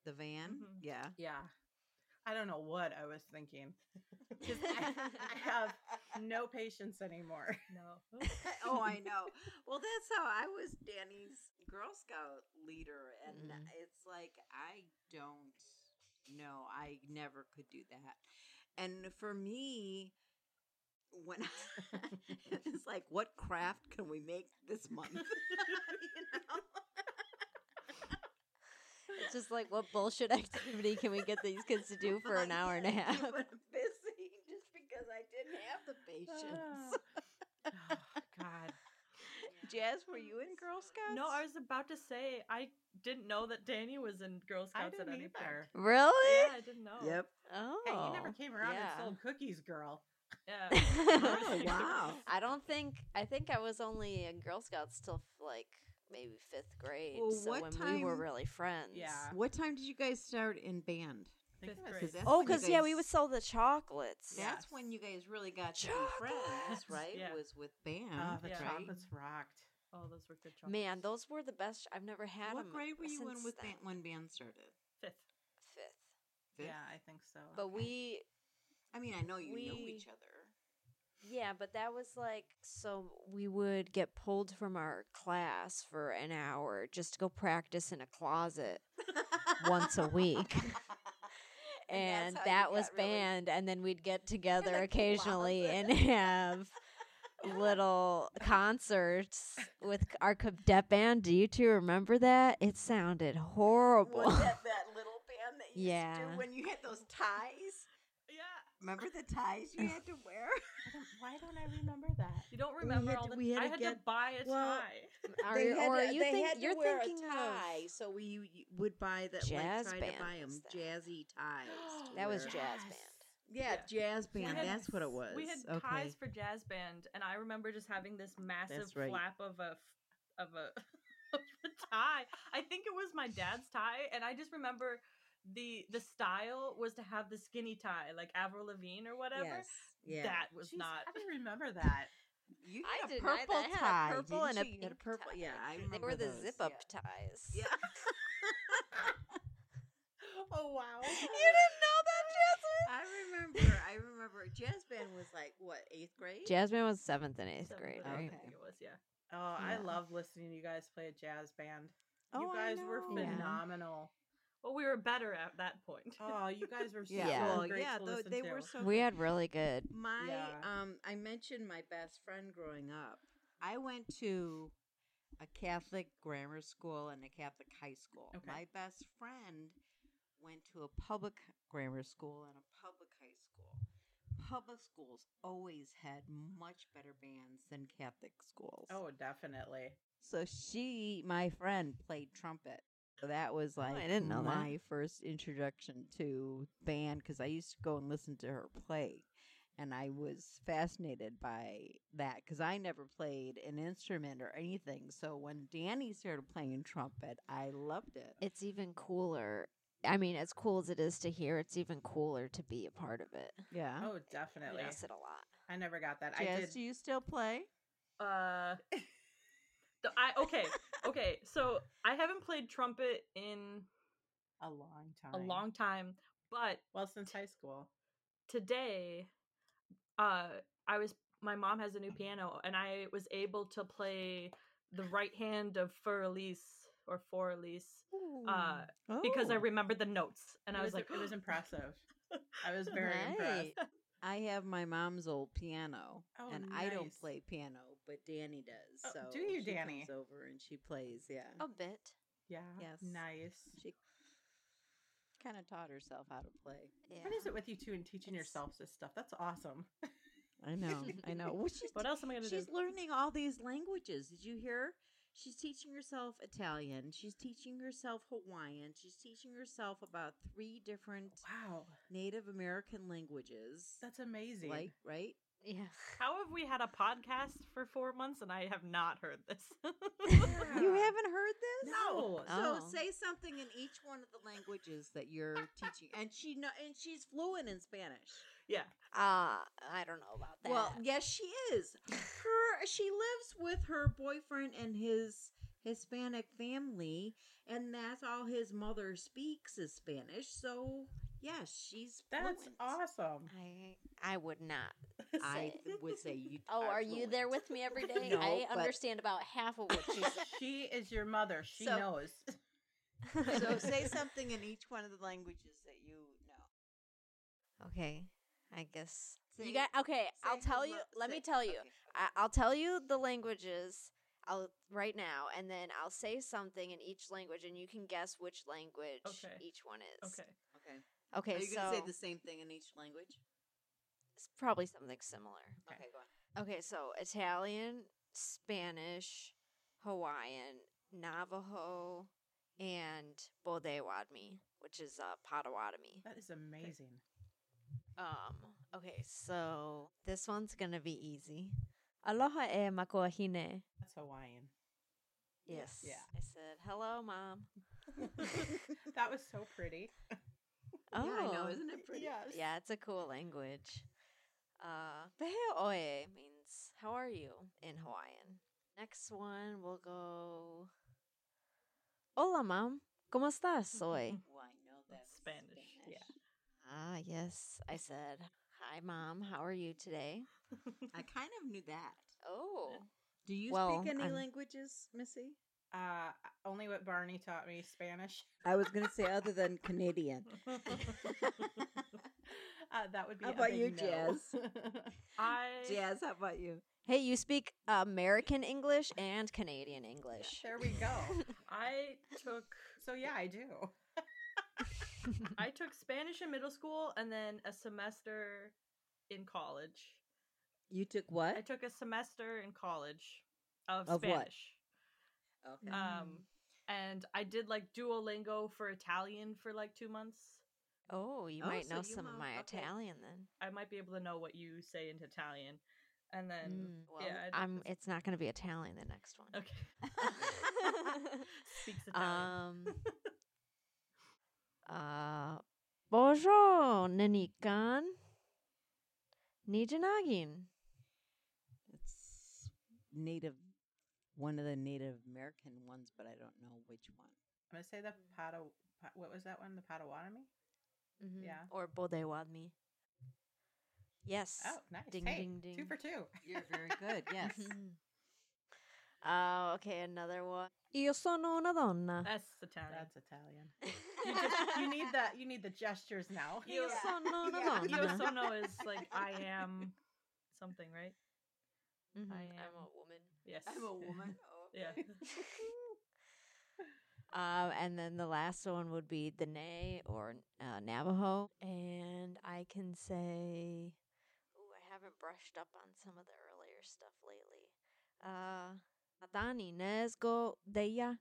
Speaker 4: the the van.
Speaker 2: Mhm.
Speaker 5: <laughs>
Speaker 4: Yeah.
Speaker 5: yeah i don't know what i was thinking 'Cause I- I have no patience anymore.
Speaker 2: No.
Speaker 4: oh, I know. Well, that's how I was Danny's Girl Scout leader, and
Speaker 3: Mhm.
Speaker 4: it's like I don't know. I never could do that. And for me, when <laughs> it's like, what craft can we make this month? you know?
Speaker 3: It's just like, what bullshit <laughs> activity can we get these kids to
Speaker 4: <laughs>
Speaker 3: do for <laughs> an
Speaker 4: I
Speaker 3: hour and a
Speaker 4: gotta
Speaker 3: half?
Speaker 4: keep it busy just because I didn't have the
Speaker 3: <laughs>
Speaker 4: patience.
Speaker 5: Ah. Oh, God.
Speaker 4: Jazz, were you in Girl Scouts?
Speaker 2: No, I was about to say I didn't know that Danny was in Girl
Speaker 5: I
Speaker 2: Scouts
Speaker 5: didn't
Speaker 2: at any point.
Speaker 5: either.
Speaker 3: Really?
Speaker 2: Yeah, I didn't know.
Speaker 4: Yep.
Speaker 3: Oh.
Speaker 5: <laughs> Hey, you never came around
Speaker 3: yeah.
Speaker 5: and sold cookies, girl.
Speaker 2: Yeah.
Speaker 4: <laughs>
Speaker 3: <laughs>
Speaker 4: Oh, wow.
Speaker 3: I don't think I think I was only in Girl Scouts till like maybe fifth grade.
Speaker 4: Well,
Speaker 3: so
Speaker 4: what
Speaker 3: when we were
Speaker 4: time-
Speaker 3: really friends.
Speaker 5: Yeah.
Speaker 4: What time did you guys start in band?
Speaker 5: I think
Speaker 2: Fifth
Speaker 5: it was
Speaker 2: grade.
Speaker 5: sixth
Speaker 3: Oh,
Speaker 4: when you
Speaker 3: because yeah, we
Speaker 4: guys-
Speaker 3: would sell the chocolates.
Speaker 4: That's
Speaker 5: Yes.
Speaker 4: when you guys really got to be friends,
Speaker 3: Chocolates!
Speaker 4: right?
Speaker 2: Yeah.
Speaker 4: Was with band,
Speaker 3: Mm-hmm.
Speaker 5: Oh, the
Speaker 2: Yeah.
Speaker 4: right?
Speaker 5: chocolates rocked.
Speaker 2: Oh, those were good chocolates.
Speaker 3: Man, those were the best. I've never had
Speaker 4: What
Speaker 3: them.
Speaker 4: grade were you in
Speaker 3: since
Speaker 4: with
Speaker 3: then.
Speaker 4: band, when band started?
Speaker 2: fifth.
Speaker 3: Fifth.
Speaker 4: Fifth?
Speaker 5: Yeah, I think so. <gasps>
Speaker 3: But we,
Speaker 4: I mean, I know you knew
Speaker 3: we-
Speaker 4: each <laughs> other.
Speaker 3: yeah, but that was like so we would get pulled from our class for an hour just to go practice in a closet once a
Speaker 4: <laughs>
Speaker 3: week.
Speaker 4: And
Speaker 3: and
Speaker 4: that's how you
Speaker 3: that
Speaker 4: got
Speaker 3: was
Speaker 4: really-
Speaker 3: banned and then we'd get together
Speaker 4: the
Speaker 3: occasionally
Speaker 4: closet.
Speaker 3: and have
Speaker 4: <laughs>
Speaker 3: little concerts with c- our co- dep band do you two remember that it sounded horrible
Speaker 4: <laughs> Was that that little band that you used to
Speaker 3: Yeah.
Speaker 4: do when you had those ties?
Speaker 2: Yeah.
Speaker 4: Remember the ties you
Speaker 3: <laughs>
Speaker 4: had to wear?
Speaker 5: I don't- Why don't I remember that?
Speaker 2: You don't remember
Speaker 6: had
Speaker 2: all
Speaker 6: to-
Speaker 2: the.
Speaker 6: we had
Speaker 2: I
Speaker 6: to
Speaker 2: had to
Speaker 6: get-
Speaker 2: buy a
Speaker 6: well,
Speaker 3: <laughs>
Speaker 2: tie.
Speaker 3: Are
Speaker 6: they
Speaker 3: you-
Speaker 6: had
Speaker 3: or
Speaker 6: to,
Speaker 3: you
Speaker 6: they
Speaker 3: think
Speaker 6: had to
Speaker 3: you're
Speaker 6: wear
Speaker 3: thinking
Speaker 6: a
Speaker 3: of-
Speaker 6: tie, so we you, you would buy that
Speaker 3: Jazz
Speaker 6: like, try to buy
Speaker 3: bands
Speaker 6: them
Speaker 3: then.
Speaker 6: jazzy
Speaker 3: <gasps>
Speaker 6: ties. to
Speaker 3: That was
Speaker 6: wear.
Speaker 3: jazz band.
Speaker 6: yeah, jazz
Speaker 2: We
Speaker 6: band.
Speaker 2: had-
Speaker 6: that's what it was.
Speaker 2: We had
Speaker 6: okay.
Speaker 2: ties for jazz band, and I remember just having this massive
Speaker 6: right.
Speaker 2: flap of a f- of a <laughs> of a tie. I think it was my dad's tie, and I just remember the the style was to have the skinny tie, like Avril Lavigne or whatever.
Speaker 6: Yes. Yeah.
Speaker 2: That was
Speaker 5: Jeez,
Speaker 2: not.
Speaker 5: How do you remember that?
Speaker 4: You
Speaker 3: I
Speaker 4: had a
Speaker 3: didn't
Speaker 4: purple
Speaker 3: either. I
Speaker 4: tie.
Speaker 3: had a purple and
Speaker 4: didn't
Speaker 3: a
Speaker 4: you? You
Speaker 3: pink
Speaker 6: purple-
Speaker 3: tie.
Speaker 6: yeah, I
Speaker 3: they
Speaker 6: remember
Speaker 3: were the
Speaker 6: those,
Speaker 3: zip
Speaker 6: yeah.
Speaker 3: <laughs> up ties.
Speaker 6: Yeah.
Speaker 5: Oh wow.
Speaker 3: you didn't know that, Jasmine?
Speaker 6: I remember. I remember. Jazz band was like what eighth grade.
Speaker 3: Jasmine was seventh and eighth
Speaker 2: seventh
Speaker 3: grade,
Speaker 2: grade,
Speaker 3: right?
Speaker 2: I think it was. Yeah.
Speaker 5: <gasps> Oh, I
Speaker 3: Yeah.
Speaker 5: love listening to you guys play a jazz band. you
Speaker 4: Oh, I
Speaker 5: guys were
Speaker 4: know. Yeah.
Speaker 5: phenomenal.
Speaker 2: Well, we were better at that point.
Speaker 5: Oh, you
Speaker 3: <laughs>
Speaker 5: guys were so
Speaker 4: Yeah.
Speaker 3: Yeah.
Speaker 5: great
Speaker 6: yeah.
Speaker 5: to
Speaker 6: tho-
Speaker 5: listen
Speaker 6: they
Speaker 5: to.
Speaker 6: were so.
Speaker 3: We
Speaker 6: good.
Speaker 3: had really good.
Speaker 6: my
Speaker 5: Yeah.
Speaker 6: um. I mentioned my best friend growing up.
Speaker 4: I went to a Catholic grammar school and a Catholic high school.
Speaker 5: Okay.
Speaker 4: My best friend went to a public grammar school and a public high school. Public schools always had much better bands than Catholic schools.
Speaker 5: oh, definitely.
Speaker 4: So she, my friend, played trumpet. So that was like
Speaker 3: I didn't know that.
Speaker 4: my first introduction to band because I used to go and listen to her play, and I was fascinated by that because I never played an instrument or anything. So when Danny started playing trumpet, I loved it.
Speaker 3: It's even cooler. I mean, as cool as it is to hear, it's even cooler to be a part of it.
Speaker 4: yeah.
Speaker 5: Oh, definitely.
Speaker 3: I miss it a lot.
Speaker 5: I never got that. I
Speaker 4: Jazz,
Speaker 5: did.
Speaker 4: do you still play?
Speaker 2: <laughs> Uh,
Speaker 6: <laughs>
Speaker 2: the- I okay, okay. So I haven't played trumpet in
Speaker 5: a long time.
Speaker 2: a long time, but
Speaker 5: Well, since high school.
Speaker 2: today uh i was my mom has a new piano and i was able to play the right hand of fur elise or for elise uh because i
Speaker 4: Oh.
Speaker 2: remembered the notes and
Speaker 5: it
Speaker 2: i was like "Oh,
Speaker 5: it was impressive. I
Speaker 4: <laughs>
Speaker 5: was very impressed. <laughs>
Speaker 4: Right. I have my mom's old piano,
Speaker 5: Oh,
Speaker 4: and I don't
Speaker 5: nice.
Speaker 4: play piano, but Danny does.
Speaker 5: Oh,
Speaker 4: so
Speaker 5: do you,
Speaker 4: she
Speaker 5: Danny? Oh.
Speaker 4: Comes over and she plays. Yeah,
Speaker 3: <laughs> A bit.
Speaker 5: Yeah.
Speaker 4: Yes.
Speaker 5: Nice.
Speaker 4: she kind of taught herself how to play.
Speaker 3: Yeah.
Speaker 5: What is it with you two and teaching
Speaker 3: It's-
Speaker 5: yourselves this stuff? That's awesome.
Speaker 4: I know,
Speaker 5: <laughs>
Speaker 4: I know. Well, she's
Speaker 2: what else am i gonna
Speaker 4: she's
Speaker 2: do
Speaker 4: learning all these languages. Did you hear? She's teaching herself Italian. She's teaching herself Hawaiian. She's teaching herself about three different
Speaker 5: Wow.
Speaker 4: Native American languages.
Speaker 5: That's amazing.
Speaker 4: like right.
Speaker 3: Yeah.
Speaker 2: how have we had a podcast for four months and i have not heard this
Speaker 3: <laughs>
Speaker 2: <laughs>
Speaker 4: You
Speaker 5: Yeah.
Speaker 4: haven't heard this?
Speaker 5: No.
Speaker 4: So
Speaker 3: Oh.
Speaker 4: say something in each one of the languages that you're teaching, and she know, and she's fluent in Spanish.
Speaker 2: yeah
Speaker 3: Uh, I don't know about that.
Speaker 4: Well, yes, she is. Her she lives with her boyfriend and his Hispanic family, and that's all his mother speaks is Spanish. So yes, she's
Speaker 5: That's
Speaker 4: fluent. <laughs>
Speaker 5: awesome.
Speaker 3: I I would not.
Speaker 4: I
Speaker 3: say.
Speaker 4: would say <laughs> you.
Speaker 3: Oh, are you there with me <laughs> every day?
Speaker 4: No,
Speaker 3: I
Speaker 4: but-
Speaker 3: understand about half of what <laughs> she's
Speaker 5: she is your mother. She
Speaker 4: So-
Speaker 5: knows.
Speaker 4: <laughs> fluent. so say something in each one of the languages that you know.
Speaker 3: <laughs> Okay, I guess
Speaker 4: Say-
Speaker 3: you got. Okay, I'll
Speaker 4: Say
Speaker 3: tell
Speaker 4: hello-
Speaker 3: you. Let me
Speaker 4: say-
Speaker 3: tell you.
Speaker 4: okay.
Speaker 3: I, I'll tell you the languages. I'll right now, and then I'll say something in each language, and you can guess which language
Speaker 2: Okay.
Speaker 3: each one is.
Speaker 2: okay
Speaker 4: Okay.
Speaker 3: Okay.
Speaker 4: Are you
Speaker 3: so
Speaker 4: going to say the same thing in each language?
Speaker 3: it's probably something similar.
Speaker 2: Okay.
Speaker 4: go on.
Speaker 3: Okay, so Italian, Spanish, Hawaiian, Navajo, and Bodewadmi, which is uh, Potawatomi.
Speaker 5: That is amazing.
Speaker 3: Um, okay, so this one's gonna be easy. Aloha e makuahine.
Speaker 5: That's Hawaiian.
Speaker 3: Yes.
Speaker 5: Yeah.
Speaker 3: I said, hello, mom.
Speaker 5: that was so pretty.
Speaker 3: Oh,
Speaker 4: Yeah, I know. Isn't it <laughs> pretty?
Speaker 5: Yes.
Speaker 3: yeah, it's a cool language. Uh, Beheo oe means how are you in Hawaiian. Next one, we'll go. Hola, mom. ¿Cómo
Speaker 6: <laughs>
Speaker 3: estás hoy?
Speaker 4: Well, Oh, I know that's
Speaker 2: Spanish, yeah.
Speaker 3: ah, yes. I said, hi, mom. How are you today?
Speaker 4: I kind of knew that.
Speaker 3: Oh,
Speaker 4: Do you
Speaker 3: Well,
Speaker 4: speak any
Speaker 3: I'm-
Speaker 4: languages, Missy?
Speaker 5: Uh, only what Barney taught me Spanish. <laughs>
Speaker 4: I was going to say other than Canadian. <laughs>
Speaker 5: uh, that would be.
Speaker 4: How
Speaker 5: a
Speaker 4: about
Speaker 5: big
Speaker 4: you,
Speaker 5: no.
Speaker 4: Jazz? <laughs>
Speaker 2: i
Speaker 4: Jazz, how about you?
Speaker 3: hey, you speak American English and Canadian English.
Speaker 5: there we go.
Speaker 2: i took
Speaker 5: So yeah, I do.
Speaker 2: I took Spanish in middle school and then a semester in college.
Speaker 6: You took what?
Speaker 2: I took a semester in college
Speaker 6: Of
Speaker 2: of,
Speaker 6: what?
Speaker 2: Spanish.
Speaker 6: okay.
Speaker 4: Uh,
Speaker 2: Um and I did like Duolingo for Italian for like 2 months.
Speaker 3: <laughs> oh, you
Speaker 6: Oh,
Speaker 3: might
Speaker 6: so
Speaker 3: know
Speaker 6: you
Speaker 3: some
Speaker 6: mo-
Speaker 3: of my
Speaker 6: okay.
Speaker 3: Italian then.
Speaker 2: I might be able to know what you say in Italian. And then
Speaker 3: Mm.
Speaker 6: well,
Speaker 2: yeah, I-
Speaker 3: I'm. It's not going to be Italian. The next one.
Speaker 2: <laughs> okay. Speaks Italian.
Speaker 3: <laughs> um. uh, bonjour, nenikan, nijanagin.
Speaker 4: It's Native, one of the Native American ones, but I don't know which one.
Speaker 5: I'm gonna say the
Speaker 4: Mm.
Speaker 5: Pata. Pa- What was that one? The Potawatomi.
Speaker 3: Mhm.
Speaker 5: Yeah.
Speaker 3: Or bodewadmi. Yes.
Speaker 5: Oh, nice.
Speaker 3: Ding,
Speaker 5: hey,
Speaker 3: ding,
Speaker 5: Two
Speaker 3: ding.
Speaker 5: for two.
Speaker 4: You're very good. <laughs> Yes.
Speaker 3: Mhm. Oh, okay, another one. Io sono una donna.
Speaker 2: That's Italian.
Speaker 5: That's Italian. You, just,
Speaker 3: <laughs>
Speaker 5: you need the you need the gestures now.
Speaker 2: You-
Speaker 3: Io
Speaker 6: Yeah.
Speaker 3: sono una
Speaker 6: Yeah.
Speaker 2: Io
Speaker 3: donna.
Speaker 2: sono is like I am something, right?
Speaker 3: Mhm,
Speaker 2: I
Speaker 3: I'm
Speaker 2: am.
Speaker 3: a woman.
Speaker 2: Yes.
Speaker 6: I'm a woman.
Speaker 4: <laughs>
Speaker 5: <laughs>
Speaker 6: Oh,
Speaker 2: Yeah.
Speaker 6: okay.
Speaker 3: Um, and then the last one would be Dene or uh, Navajo. And I can say, ooh, I haven't brushed up on some of the earlier stuff lately. Uh, Adani Nezgo Deya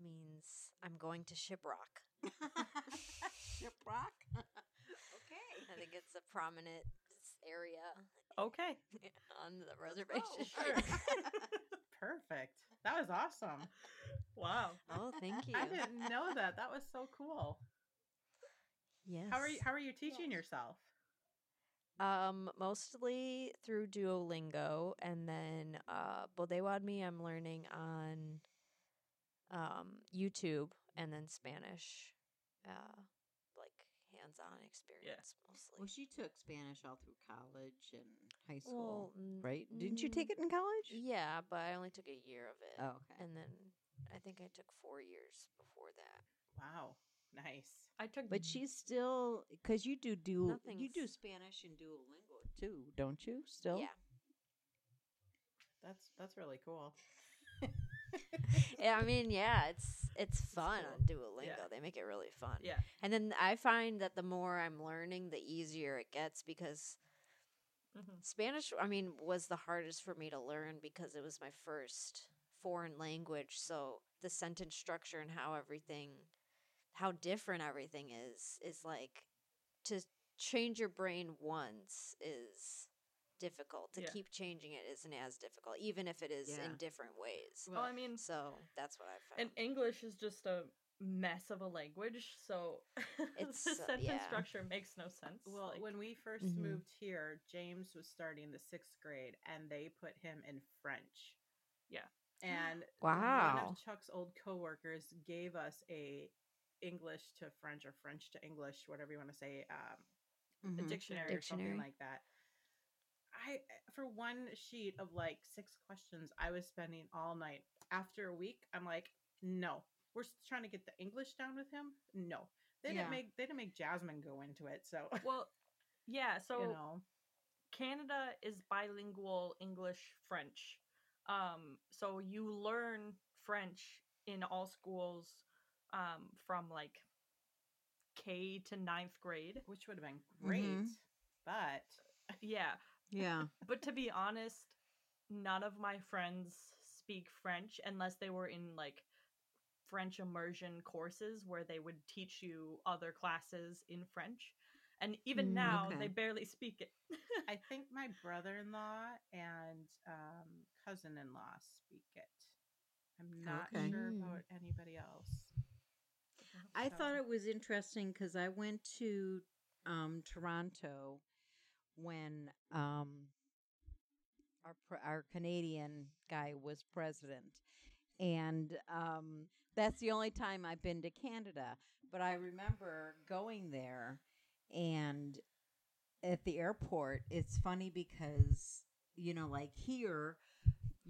Speaker 3: means I'm going to shiprock.
Speaker 4: Shiprock.
Speaker 3: <laughs> I think it's a prominent s- area <laughs>
Speaker 2: Okay.
Speaker 3: on the reservation.
Speaker 5: Oh, <laughs> Perfect. That was awesome.
Speaker 2: Wow.
Speaker 3: oh, thank you.
Speaker 5: I didn't know that. That was so cool.
Speaker 3: Yes.
Speaker 5: How are you? How are you teaching yourself?
Speaker 3: Um, mostly through Duolingo, and then uh, Bodewadmi I'm learning on um, YouTube, and then Spanish, uh, like hands-on experience
Speaker 4: Well,
Speaker 3: mostly.
Speaker 4: she took Spanish all through college and high
Speaker 3: Well,
Speaker 4: school,
Speaker 3: n-
Speaker 4: right? Didn't you
Speaker 3: mm,
Speaker 4: take it in college?
Speaker 3: Yeah, but I only took a year of it,
Speaker 4: Oh, okay.
Speaker 3: and then I think I took four years before that.
Speaker 5: Wow. Nice.
Speaker 2: I took
Speaker 4: But she's still because you do do you do
Speaker 3: Nothing's-
Speaker 4: Spanish and Duolingo too, don't you? Still,
Speaker 3: Yeah.
Speaker 5: That's that's really cool.
Speaker 3: Yeah, Eh, I mean, yeah, it's it's fun
Speaker 2: cool.
Speaker 3: on Duolingo.
Speaker 2: Yeah.
Speaker 3: They make it really fun.
Speaker 2: Yeah.
Speaker 3: And then I find that the more I'm learning, the easier it gets because
Speaker 2: Mhm.
Speaker 3: Spanish, I mean, was the hardest for me to learn because it was my first foreign language. So the sentence structure and how everything, how different everything is, is like to change your brain once is difficult. To
Speaker 2: Yeah.
Speaker 3: keep changing it isn't as difficult, even if it is in
Speaker 4: Yeah.
Speaker 3: different ways.
Speaker 2: Well, I mean,
Speaker 3: So that's what I found.
Speaker 2: Mm-hmm. and English is just a mess of a language, so <laughs>
Speaker 3: It's
Speaker 2: the
Speaker 3: so-
Speaker 2: sentence
Speaker 3: yeah.
Speaker 2: structure makes no sense.
Speaker 5: Well,
Speaker 2: like, Mm-hmm.
Speaker 5: when we 1st
Speaker 3: Mhm.
Speaker 5: moved here, James was starting the sixth grade, and they put him in French.
Speaker 2: Yeah.
Speaker 3: <gasps>
Speaker 5: And one
Speaker 3: Wow.
Speaker 5: of Chuck's old coworkers gave us a English to French or French to English, whatever you want to say, um, a
Speaker 4: Mhm.
Speaker 5: dictionary, or
Speaker 3: Mm-hmm. Dictionary.
Speaker 5: something like that. I eh, for one sheet of like six questions, I was spending all night. After a week, I'm like, no, we're s- trying to get the English down with him. No, they
Speaker 4: Yeah.
Speaker 5: didn't make they didn't make Jasmine go into it, so <laughs>
Speaker 2: well, yeah. So
Speaker 5: you <laughs> know,
Speaker 2: Canada is bilingual English French, um, so you learn French in all schools um, from like K to ninth
Speaker 5: <laughs>
Speaker 2: grade.
Speaker 5: which would have been great,
Speaker 4: Mhm. <laughs>
Speaker 5: but
Speaker 2: Yeah,
Speaker 4: yeah.
Speaker 2: but to be honest, none of my friends speak French unless they were in like French immersion courses where they would teach you other classes in French. And even
Speaker 3: Mm,
Speaker 2: now,
Speaker 4: okay.
Speaker 2: they barely speak it.
Speaker 5: I think my brother-in-law and um, cousin-in-law speak it. I'm not
Speaker 4: Okay. Hmm.
Speaker 5: sure
Speaker 3: Mm.
Speaker 5: about anybody else.
Speaker 4: I
Speaker 5: So-
Speaker 4: thought it was interesting because I went to um, Toronto when um, our pre- our Canadian guy was president, and um, that's the only time I've been to Canada. But I remember going there, and at the airport, it's funny because you know, like here.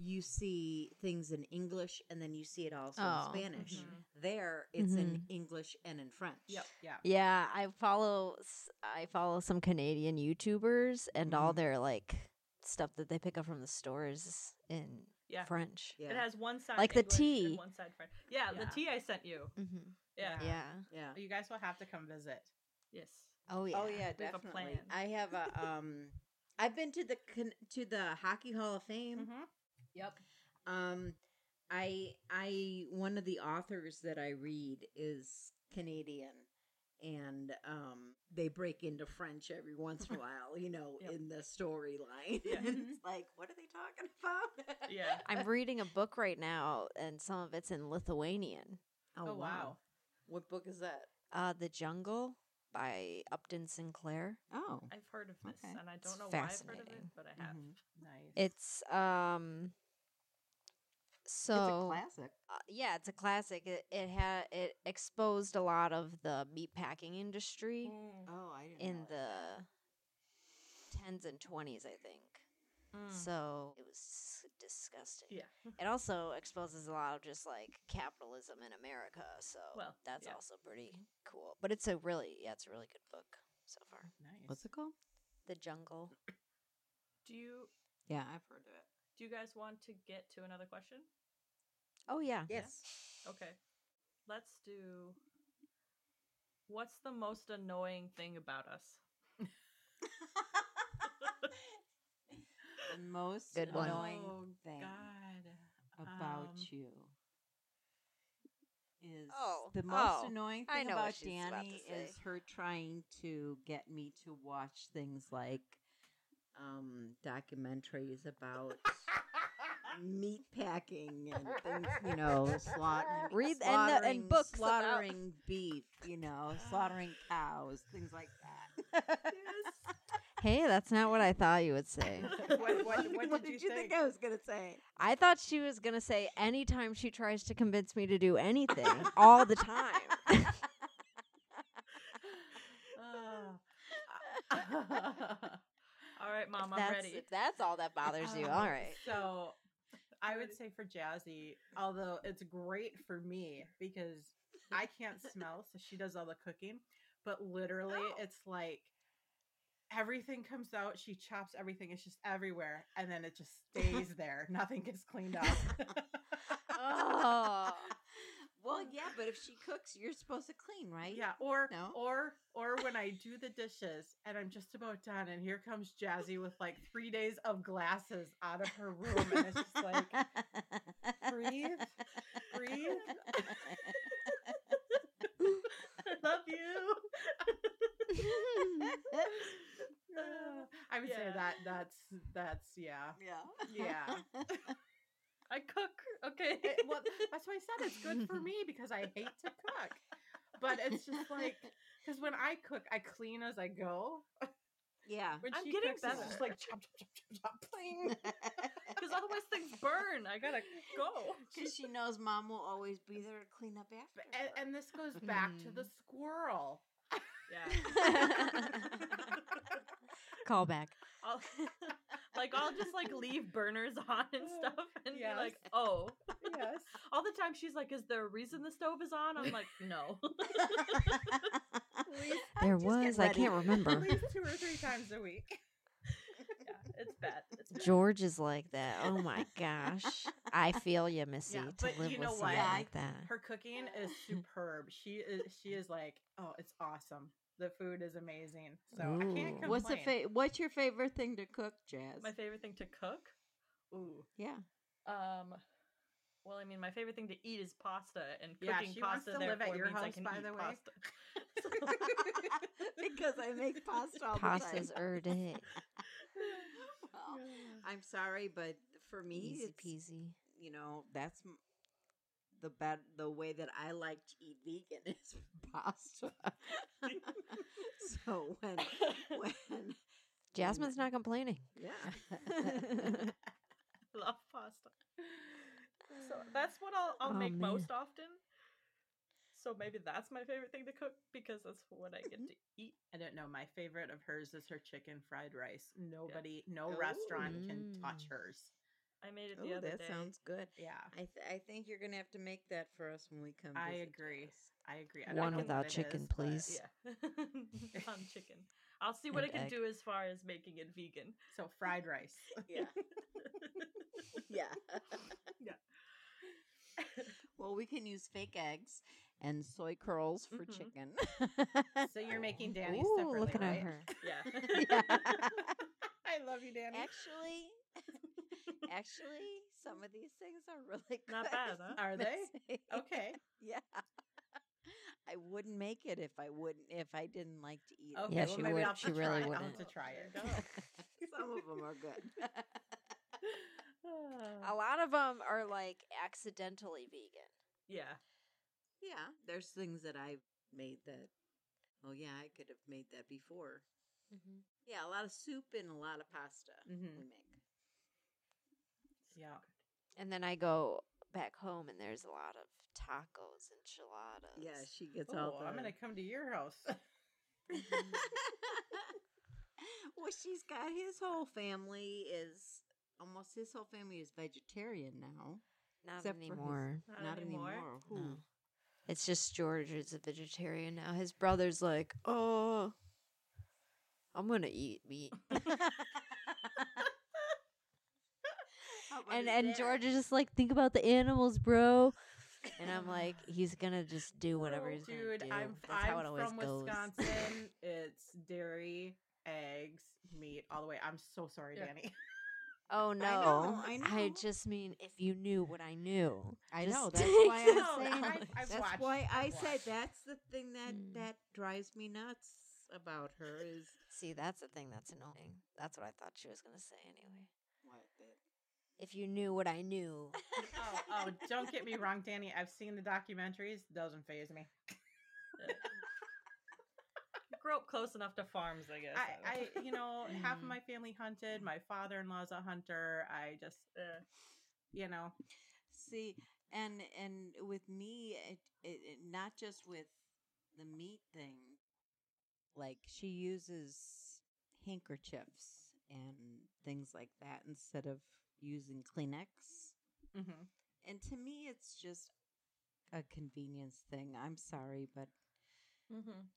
Speaker 4: You see things in English, and then you see it also
Speaker 3: Oh,
Speaker 4: in Spanish
Speaker 2: mhm.
Speaker 4: there it's in english and in french
Speaker 2: Yep.
Speaker 5: Yeah.
Speaker 3: Yeah, I follow s- I follow some Canadian YouTubers and all
Speaker 4: Mhm.
Speaker 3: their like stuff that they pick up from the stores is in
Speaker 2: Yeah.
Speaker 3: French.
Speaker 4: yeah
Speaker 2: It has one side
Speaker 3: Like the
Speaker 2: English and
Speaker 3: tea.
Speaker 2: one side French. Yeah,
Speaker 5: Yeah.
Speaker 2: the tea I sent you.
Speaker 3: Mm-hmm.
Speaker 2: Yeah.
Speaker 5: Yeah.
Speaker 3: Yeah.
Speaker 4: Yeah.
Speaker 5: You guys will have to come visit.
Speaker 2: Yes.
Speaker 3: Oh yeah.
Speaker 4: Oh yeah,
Speaker 2: We have a
Speaker 4: definitely.
Speaker 2: plan.
Speaker 6: I have a um. I've been to the con- to the Hockey Hall of Fame.
Speaker 5: Mhm.
Speaker 2: Yep. Mm-hmm.
Speaker 6: Um, I I one of the authors that I read is Canadian, and um, they break into French every once
Speaker 2: <laughs>
Speaker 6: in a while, you know,
Speaker 2: Yep.
Speaker 6: in the storyline.
Speaker 2: Yeah.
Speaker 6: and <laughs> it's like, what are they talking about? <laughs>
Speaker 2: Yeah.
Speaker 3: I'm
Speaker 4: <laughs>
Speaker 3: reading a book right now, and some of it's in Lithuanian.
Speaker 6: Oh,
Speaker 5: Oh, wow.
Speaker 4: What book is that?
Speaker 3: Uh, The Jungle by Upton Sinclair.
Speaker 4: Oh,
Speaker 2: I've heard of this,
Speaker 4: Okay.
Speaker 2: and I
Speaker 3: It's
Speaker 2: don't know why I've heard of it,
Speaker 3: fascinating.
Speaker 2: but I have.
Speaker 4: Mhm.
Speaker 5: Nice.
Speaker 3: It's um. So
Speaker 4: it's a classic.
Speaker 3: uh, yeah, it's a classic. It, it had it exposed a lot of the meatpacking industry
Speaker 2: Mm.
Speaker 4: Oh, I didn't.
Speaker 3: in
Speaker 4: realize
Speaker 3: the
Speaker 4: that.
Speaker 3: tens and twenties, I think.
Speaker 2: Mm.
Speaker 3: So it was disgusting.
Speaker 2: Yeah.
Speaker 3: It also exposes a lot of just like capitalism in America. So
Speaker 2: Well,
Speaker 3: that's
Speaker 2: yeah.
Speaker 3: also pretty cool. But it's a really yeah, it's a really good book so far.
Speaker 5: nice.
Speaker 4: What's it called?
Speaker 3: The Jungle.
Speaker 2: Do you
Speaker 4: Yeah, I've heard of it.
Speaker 2: do you guys want to get to another question?
Speaker 3: Oh yeah.
Speaker 6: Yes.
Speaker 2: Okay. Let's do What's the most annoying thing about us?
Speaker 4: The most
Speaker 3: Good one.
Speaker 4: annoying
Speaker 5: Oh,
Speaker 4: thing
Speaker 5: God.
Speaker 4: about
Speaker 5: um,
Speaker 4: you is
Speaker 3: Oh,
Speaker 4: the most
Speaker 3: oh,
Speaker 4: annoying
Speaker 3: I
Speaker 4: thing
Speaker 3: know what
Speaker 4: about
Speaker 3: she's about to
Speaker 4: Danny is
Speaker 3: say.
Speaker 4: her trying to get me to watch things like um documentaries about
Speaker 3: <laughs>
Speaker 6: Meat packing and things, you know, slaughtering,
Speaker 3: Read uh, and the- and
Speaker 6: slaughtering,
Speaker 3: books about-
Speaker 6: slaughtering beef, you know,
Speaker 5: <sighs>
Speaker 6: slaughtering cows, things like that.
Speaker 3: <laughs>
Speaker 4: <laughs>
Speaker 3: Hey, that's not what I thought you would say.
Speaker 5: <laughs> What, what, what did you, think?
Speaker 6: I was gonna say?
Speaker 3: I thought she was gonna say anytime she tries to convince me to do anything, all the
Speaker 2: <laughs>
Speaker 3: time.
Speaker 4: <laughs>
Speaker 5: <laughs> Oh.
Speaker 2: All right, mom, I'm
Speaker 3: that's,
Speaker 2: ready.
Speaker 3: If that's all that bothers you, all
Speaker 5: Um,
Speaker 3: right.
Speaker 5: So I would say for Jazzy, although it's great for me because I can't smell, so she does all the cooking. But literally,
Speaker 3: Oh.
Speaker 5: it's like everything comes out. She chops everything. It's just everywhere, and then it just
Speaker 3: <laughs>
Speaker 5: stays there. Nothing gets cleaned up.
Speaker 3: <laughs> Oh.
Speaker 4: well, yeah, but if she cooks, you're supposed to clean, right?
Speaker 5: yeah, or
Speaker 4: No.
Speaker 5: or or when I do the dishes and I'm just about done, and here comes Jazzy with like three days of glasses out of her room, and it's just like
Speaker 4: <laughs>
Speaker 5: breathe, breathe. <laughs> I love you.
Speaker 2: <laughs>
Speaker 5: Uh, I would say
Speaker 2: Yeah.
Speaker 5: that that's that's yeah. Yeah.
Speaker 2: I cook. Okay.
Speaker 3: <laughs>
Speaker 2: <laughs>
Speaker 5: It- <laughs> well, that's why I said it's good for me because I hate to cook. But it's just <laughs> like because when I cook, I clean as I go.
Speaker 4: Yeah.
Speaker 5: When
Speaker 2: I'm
Speaker 5: she
Speaker 2: getting
Speaker 5: cooks, it's
Speaker 2: better.
Speaker 5: just like chop, chop, chop, chop, chop,
Speaker 4: <laughs>
Speaker 5: pling.
Speaker 2: Because otherwise things burn. I gotta go.
Speaker 4: Because she knows mom will always be there to clean up after.
Speaker 5: And,
Speaker 4: <laughs>
Speaker 5: and <laughs> this goes back to the squirrel. <laughs>
Speaker 2: Yeah.
Speaker 3: Oh. <laughs>
Speaker 2: <laughs>
Speaker 3: Call back.
Speaker 2: I'll, <laughs> like I'll just like leave burners <laughs> on and stuff and
Speaker 5: Yes.
Speaker 2: be like, oh.
Speaker 5: Yes.
Speaker 2: All the time she's like, is there a reason the stove is on? I'm like,
Speaker 5: <laughs>
Speaker 2: no.
Speaker 3: There
Speaker 4: just get
Speaker 3: was, I
Speaker 4: ready.
Speaker 3: can't
Speaker 5: <laughs> At
Speaker 3: remember.
Speaker 5: least two or three times a week.
Speaker 2: <laughs> yeah, it's bad. It's bad.
Speaker 3: George is like that. Oh my gosh. <laughs> I feel you, Missy,
Speaker 5: Yeah,
Speaker 3: to
Speaker 5: but
Speaker 3: live
Speaker 5: you
Speaker 3: with
Speaker 5: know
Speaker 3: someone
Speaker 5: what?
Speaker 3: like that.
Speaker 5: Her cooking is superb. She is she is like, oh, it's awesome. The food is amazing. So I can't
Speaker 3: Ooh.
Speaker 5: complain.
Speaker 4: What's the fa- What's your favorite thing to cook, Jazz?
Speaker 2: My favorite thing to cook? Ooh.
Speaker 5: <laughs>
Speaker 4: yeah. <laughs>
Speaker 2: Um well, I mean, my favorite thing to eat is pasta, and
Speaker 5: Yeah,
Speaker 2: cooking
Speaker 5: she wants
Speaker 2: pasta
Speaker 5: to live at
Speaker 2: therefore
Speaker 5: your
Speaker 2: means I
Speaker 5: house,
Speaker 2: can
Speaker 5: by
Speaker 2: eat
Speaker 5: the way.
Speaker 2: pasta.
Speaker 5: <laughs>
Speaker 2: <laughs>
Speaker 4: because I make pasta all the time.
Speaker 3: Pastas er <laughs> day.
Speaker 4: Well, I'm sorry, but for me,
Speaker 3: Easy
Speaker 4: it's,
Speaker 3: peasy.
Speaker 4: you know that's m- the bad the way that I like to eat vegan <laughs> is pasta. <laughs> so when when
Speaker 3: Jasmine's not complaining.
Speaker 4: <laughs> yeah.
Speaker 2: Love pasta. So
Speaker 5: <sighs>
Speaker 2: that's what I'll, I'll
Speaker 3: Oh,
Speaker 2: make
Speaker 3: man.
Speaker 2: most often. So maybe that's my favorite thing to cook because that's what I get
Speaker 5: Mm-hmm.
Speaker 2: to eat.
Speaker 5: <laughs> I don't know. My favorite of hers is her chicken fried rice. Nobody, no restaurant can touch
Speaker 3: Mm.
Speaker 5: hers.
Speaker 2: I made it the
Speaker 4: oh,
Speaker 2: other
Speaker 4: that
Speaker 2: day.
Speaker 4: sounds good.
Speaker 5: Yeah,
Speaker 4: I th- I think you're gonna have to make that for us when we come.
Speaker 5: I
Speaker 4: visit
Speaker 5: agree.
Speaker 4: Jazz.
Speaker 5: I agree. I don't
Speaker 3: One
Speaker 5: know what
Speaker 3: without
Speaker 5: it
Speaker 3: chicken,
Speaker 5: is, but-
Speaker 3: please.
Speaker 2: Yeah. <laughs> on chicken. I'll see what
Speaker 3: And
Speaker 2: I can
Speaker 3: egg.
Speaker 2: do as far as making it vegan.
Speaker 5: So fried <laughs> rice.
Speaker 4: Yeah. yeah.
Speaker 2: Yeah.
Speaker 4: <laughs> Well, we can use fake eggs and soy curls for
Speaker 2: Mhm.
Speaker 4: chicken. <laughs>
Speaker 5: So you're making Danny
Speaker 3: Ooh,
Speaker 5: separately,
Speaker 3: looking
Speaker 5: right?
Speaker 3: at
Speaker 5: <laughs>
Speaker 3: her. <laughs>
Speaker 2: Yeah.
Speaker 4: Yeah.
Speaker 5: I love you, Danny.
Speaker 4: actually, actually, <laughs> some of these things are really <laughs>
Speaker 2: Not
Speaker 4: good.
Speaker 2: bad, huh?
Speaker 5: Are they?
Speaker 4: Missy.
Speaker 5: Okay.
Speaker 4: <laughs> Yeah. I wouldn't make it if I wouldn't if I didn't like to eat.
Speaker 5: Okay.
Speaker 3: Yeah,
Speaker 5: well,
Speaker 3: she
Speaker 5: maybe
Speaker 3: would-
Speaker 5: I'll have
Speaker 3: she
Speaker 5: to
Speaker 3: really
Speaker 5: try it. I'll
Speaker 3: wouldn't.
Speaker 5: have to try it.
Speaker 4: <laughs>
Speaker 5: <laughs>
Speaker 4: Some of them are good.
Speaker 5: <sighs>
Speaker 3: A lot of them are like accidentally vegan.
Speaker 2: Yeah.
Speaker 4: yeah, there's things that I've made that. Oh yeah, I could have made that before.
Speaker 3: Mm-hmm.
Speaker 4: Yeah, a lot of soup and a lot of pasta we
Speaker 5: Mhm.
Speaker 4: make.
Speaker 5: Yeah.
Speaker 3: And then I go back home and there's a lot of tacos, enchiladas.
Speaker 4: Yeah, she gets all.
Speaker 5: Oh,
Speaker 4: The...
Speaker 5: I'm gonna come to your house.
Speaker 3: Mm-hmm.
Speaker 4: <laughs> well, she's got his whole family is almost his whole family is vegetarian now.
Speaker 3: not
Speaker 4: except for his-
Speaker 3: anymore.
Speaker 2: Not anymore.
Speaker 4: Who?
Speaker 3: No. It's just George is a vegetarian now. His brother's like, oh, I'm gonna eat meat,
Speaker 4: How about
Speaker 3: and
Speaker 4: his
Speaker 3: and
Speaker 4: dad?
Speaker 3: George is just like, think about the animals, bro. And I'm like, he's gonna just do whatever he's
Speaker 5: Oh, Dude,
Speaker 3: gonna do.
Speaker 5: I'm,
Speaker 3: That's how it
Speaker 5: I'm
Speaker 3: always
Speaker 5: from
Speaker 3: goes. <laughs>
Speaker 5: Wisconsin. it's dairy, eggs, meat, all the way. I'm so sorry,
Speaker 2: Yeah.
Speaker 5: Danny.
Speaker 3: Oh no,
Speaker 4: know,
Speaker 3: I,
Speaker 4: I know.
Speaker 3: just mean if you knew what I knew.
Speaker 4: I
Speaker 3: Just <laughs>
Speaker 4: know that's
Speaker 3: take
Speaker 4: why
Speaker 3: it
Speaker 4: I'm
Speaker 3: out.
Speaker 4: saying.
Speaker 3: I-
Speaker 5: I've
Speaker 4: that's
Speaker 5: watched-
Speaker 4: why I
Speaker 5: I've
Speaker 4: said
Speaker 5: watched.
Speaker 4: that's the thing that
Speaker 3: Mm.
Speaker 4: that drives me nuts about her is
Speaker 3: See, that's the thing that's annoying. That's what I thought she was gonna say anyway.
Speaker 4: what the-
Speaker 3: If you knew what I knew,
Speaker 5: oh, oh, don't get me wrong, Danny. I've seen the documentaries. Doesn't phase me.
Speaker 2: Grow up close enough to farms, I guess. I
Speaker 5: I,
Speaker 2: <laughs> don't
Speaker 5: I,
Speaker 2: know.
Speaker 5: you know, half of
Speaker 3: Mhm.
Speaker 5: my family hunted. My father-in-law's a hunter. I just, uh, you know,
Speaker 4: see and and with me it, it, it not just with the meat thing like she uses handkerchiefs and things like that instead of using Kleenex
Speaker 5: mhm.
Speaker 4: and to me it's just a convenience thing I'm sorry but <sighs>
Speaker 2: Mm-hmm.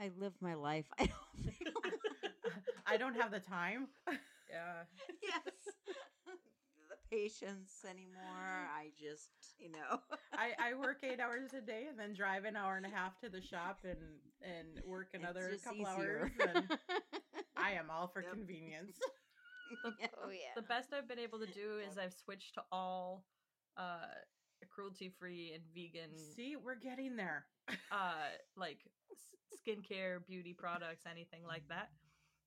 Speaker 4: I live my life <laughs> I don't
Speaker 5: <laughs>
Speaker 2: <laughs>
Speaker 5: I don't have the time.
Speaker 2: Yeah.
Speaker 4: yes the patience anymore i just you know
Speaker 5: I, I work eight hours a day and then drive an hour and a half to the shop and and work
Speaker 4: It's
Speaker 5: another
Speaker 4: just
Speaker 5: couple
Speaker 4: easier.
Speaker 5: hours.
Speaker 3: <laughs>
Speaker 5: And I am all for
Speaker 4: Yep.
Speaker 5: convenience.
Speaker 4: Yeah.
Speaker 3: oh yeah,
Speaker 2: The best I've been able to do is I've switched to all uh cruelty free and vegan
Speaker 5: See, we're getting there.
Speaker 2: uh like s- skincare, beauty products, anything like that.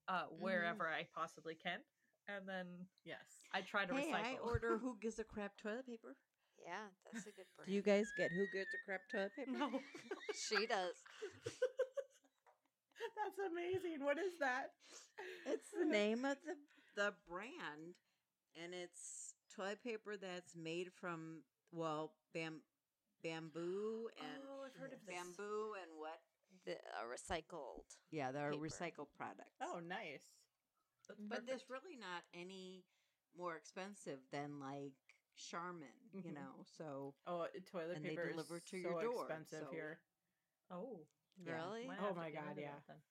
Speaker 2: Uh wherever I possibly can. And then
Speaker 5: Yes.
Speaker 2: I try to
Speaker 4: hey
Speaker 2: recycle.
Speaker 4: i
Speaker 2: <laughs>
Speaker 4: order who gives a crap toilet paper
Speaker 3: yeah, that's a good. Brand.
Speaker 4: do you guys get who gives a crap toilet <laughs> paper
Speaker 5: <laughs> No,
Speaker 3: <laughs> she does.
Speaker 5: that's amazing. What is that? <laughs>
Speaker 4: it's the name of the the brand and it's toilet paper that's made from well bam bamboo and
Speaker 2: Oh, I've heard of this.
Speaker 4: bamboo and what
Speaker 3: The, uh, recycled.
Speaker 4: yeah they're
Speaker 3: Paper.
Speaker 4: recycled products
Speaker 5: Oh, nice.
Speaker 2: That's
Speaker 4: But there's
Speaker 2: perfect.
Speaker 4: really not any more expensive than like Charmin, you
Speaker 5: Mhm.
Speaker 4: know. So
Speaker 5: Oh, toilet
Speaker 4: And they
Speaker 5: paper
Speaker 4: deliver
Speaker 5: is
Speaker 4: to
Speaker 5: so
Speaker 4: your door,
Speaker 5: expensive
Speaker 4: so-
Speaker 5: here.
Speaker 2: Oh,
Speaker 4: Yeah.
Speaker 3: Really?
Speaker 2: might
Speaker 5: Oh
Speaker 2: have to
Speaker 5: my
Speaker 2: get
Speaker 5: God,
Speaker 2: into
Speaker 5: yeah.
Speaker 2: that then.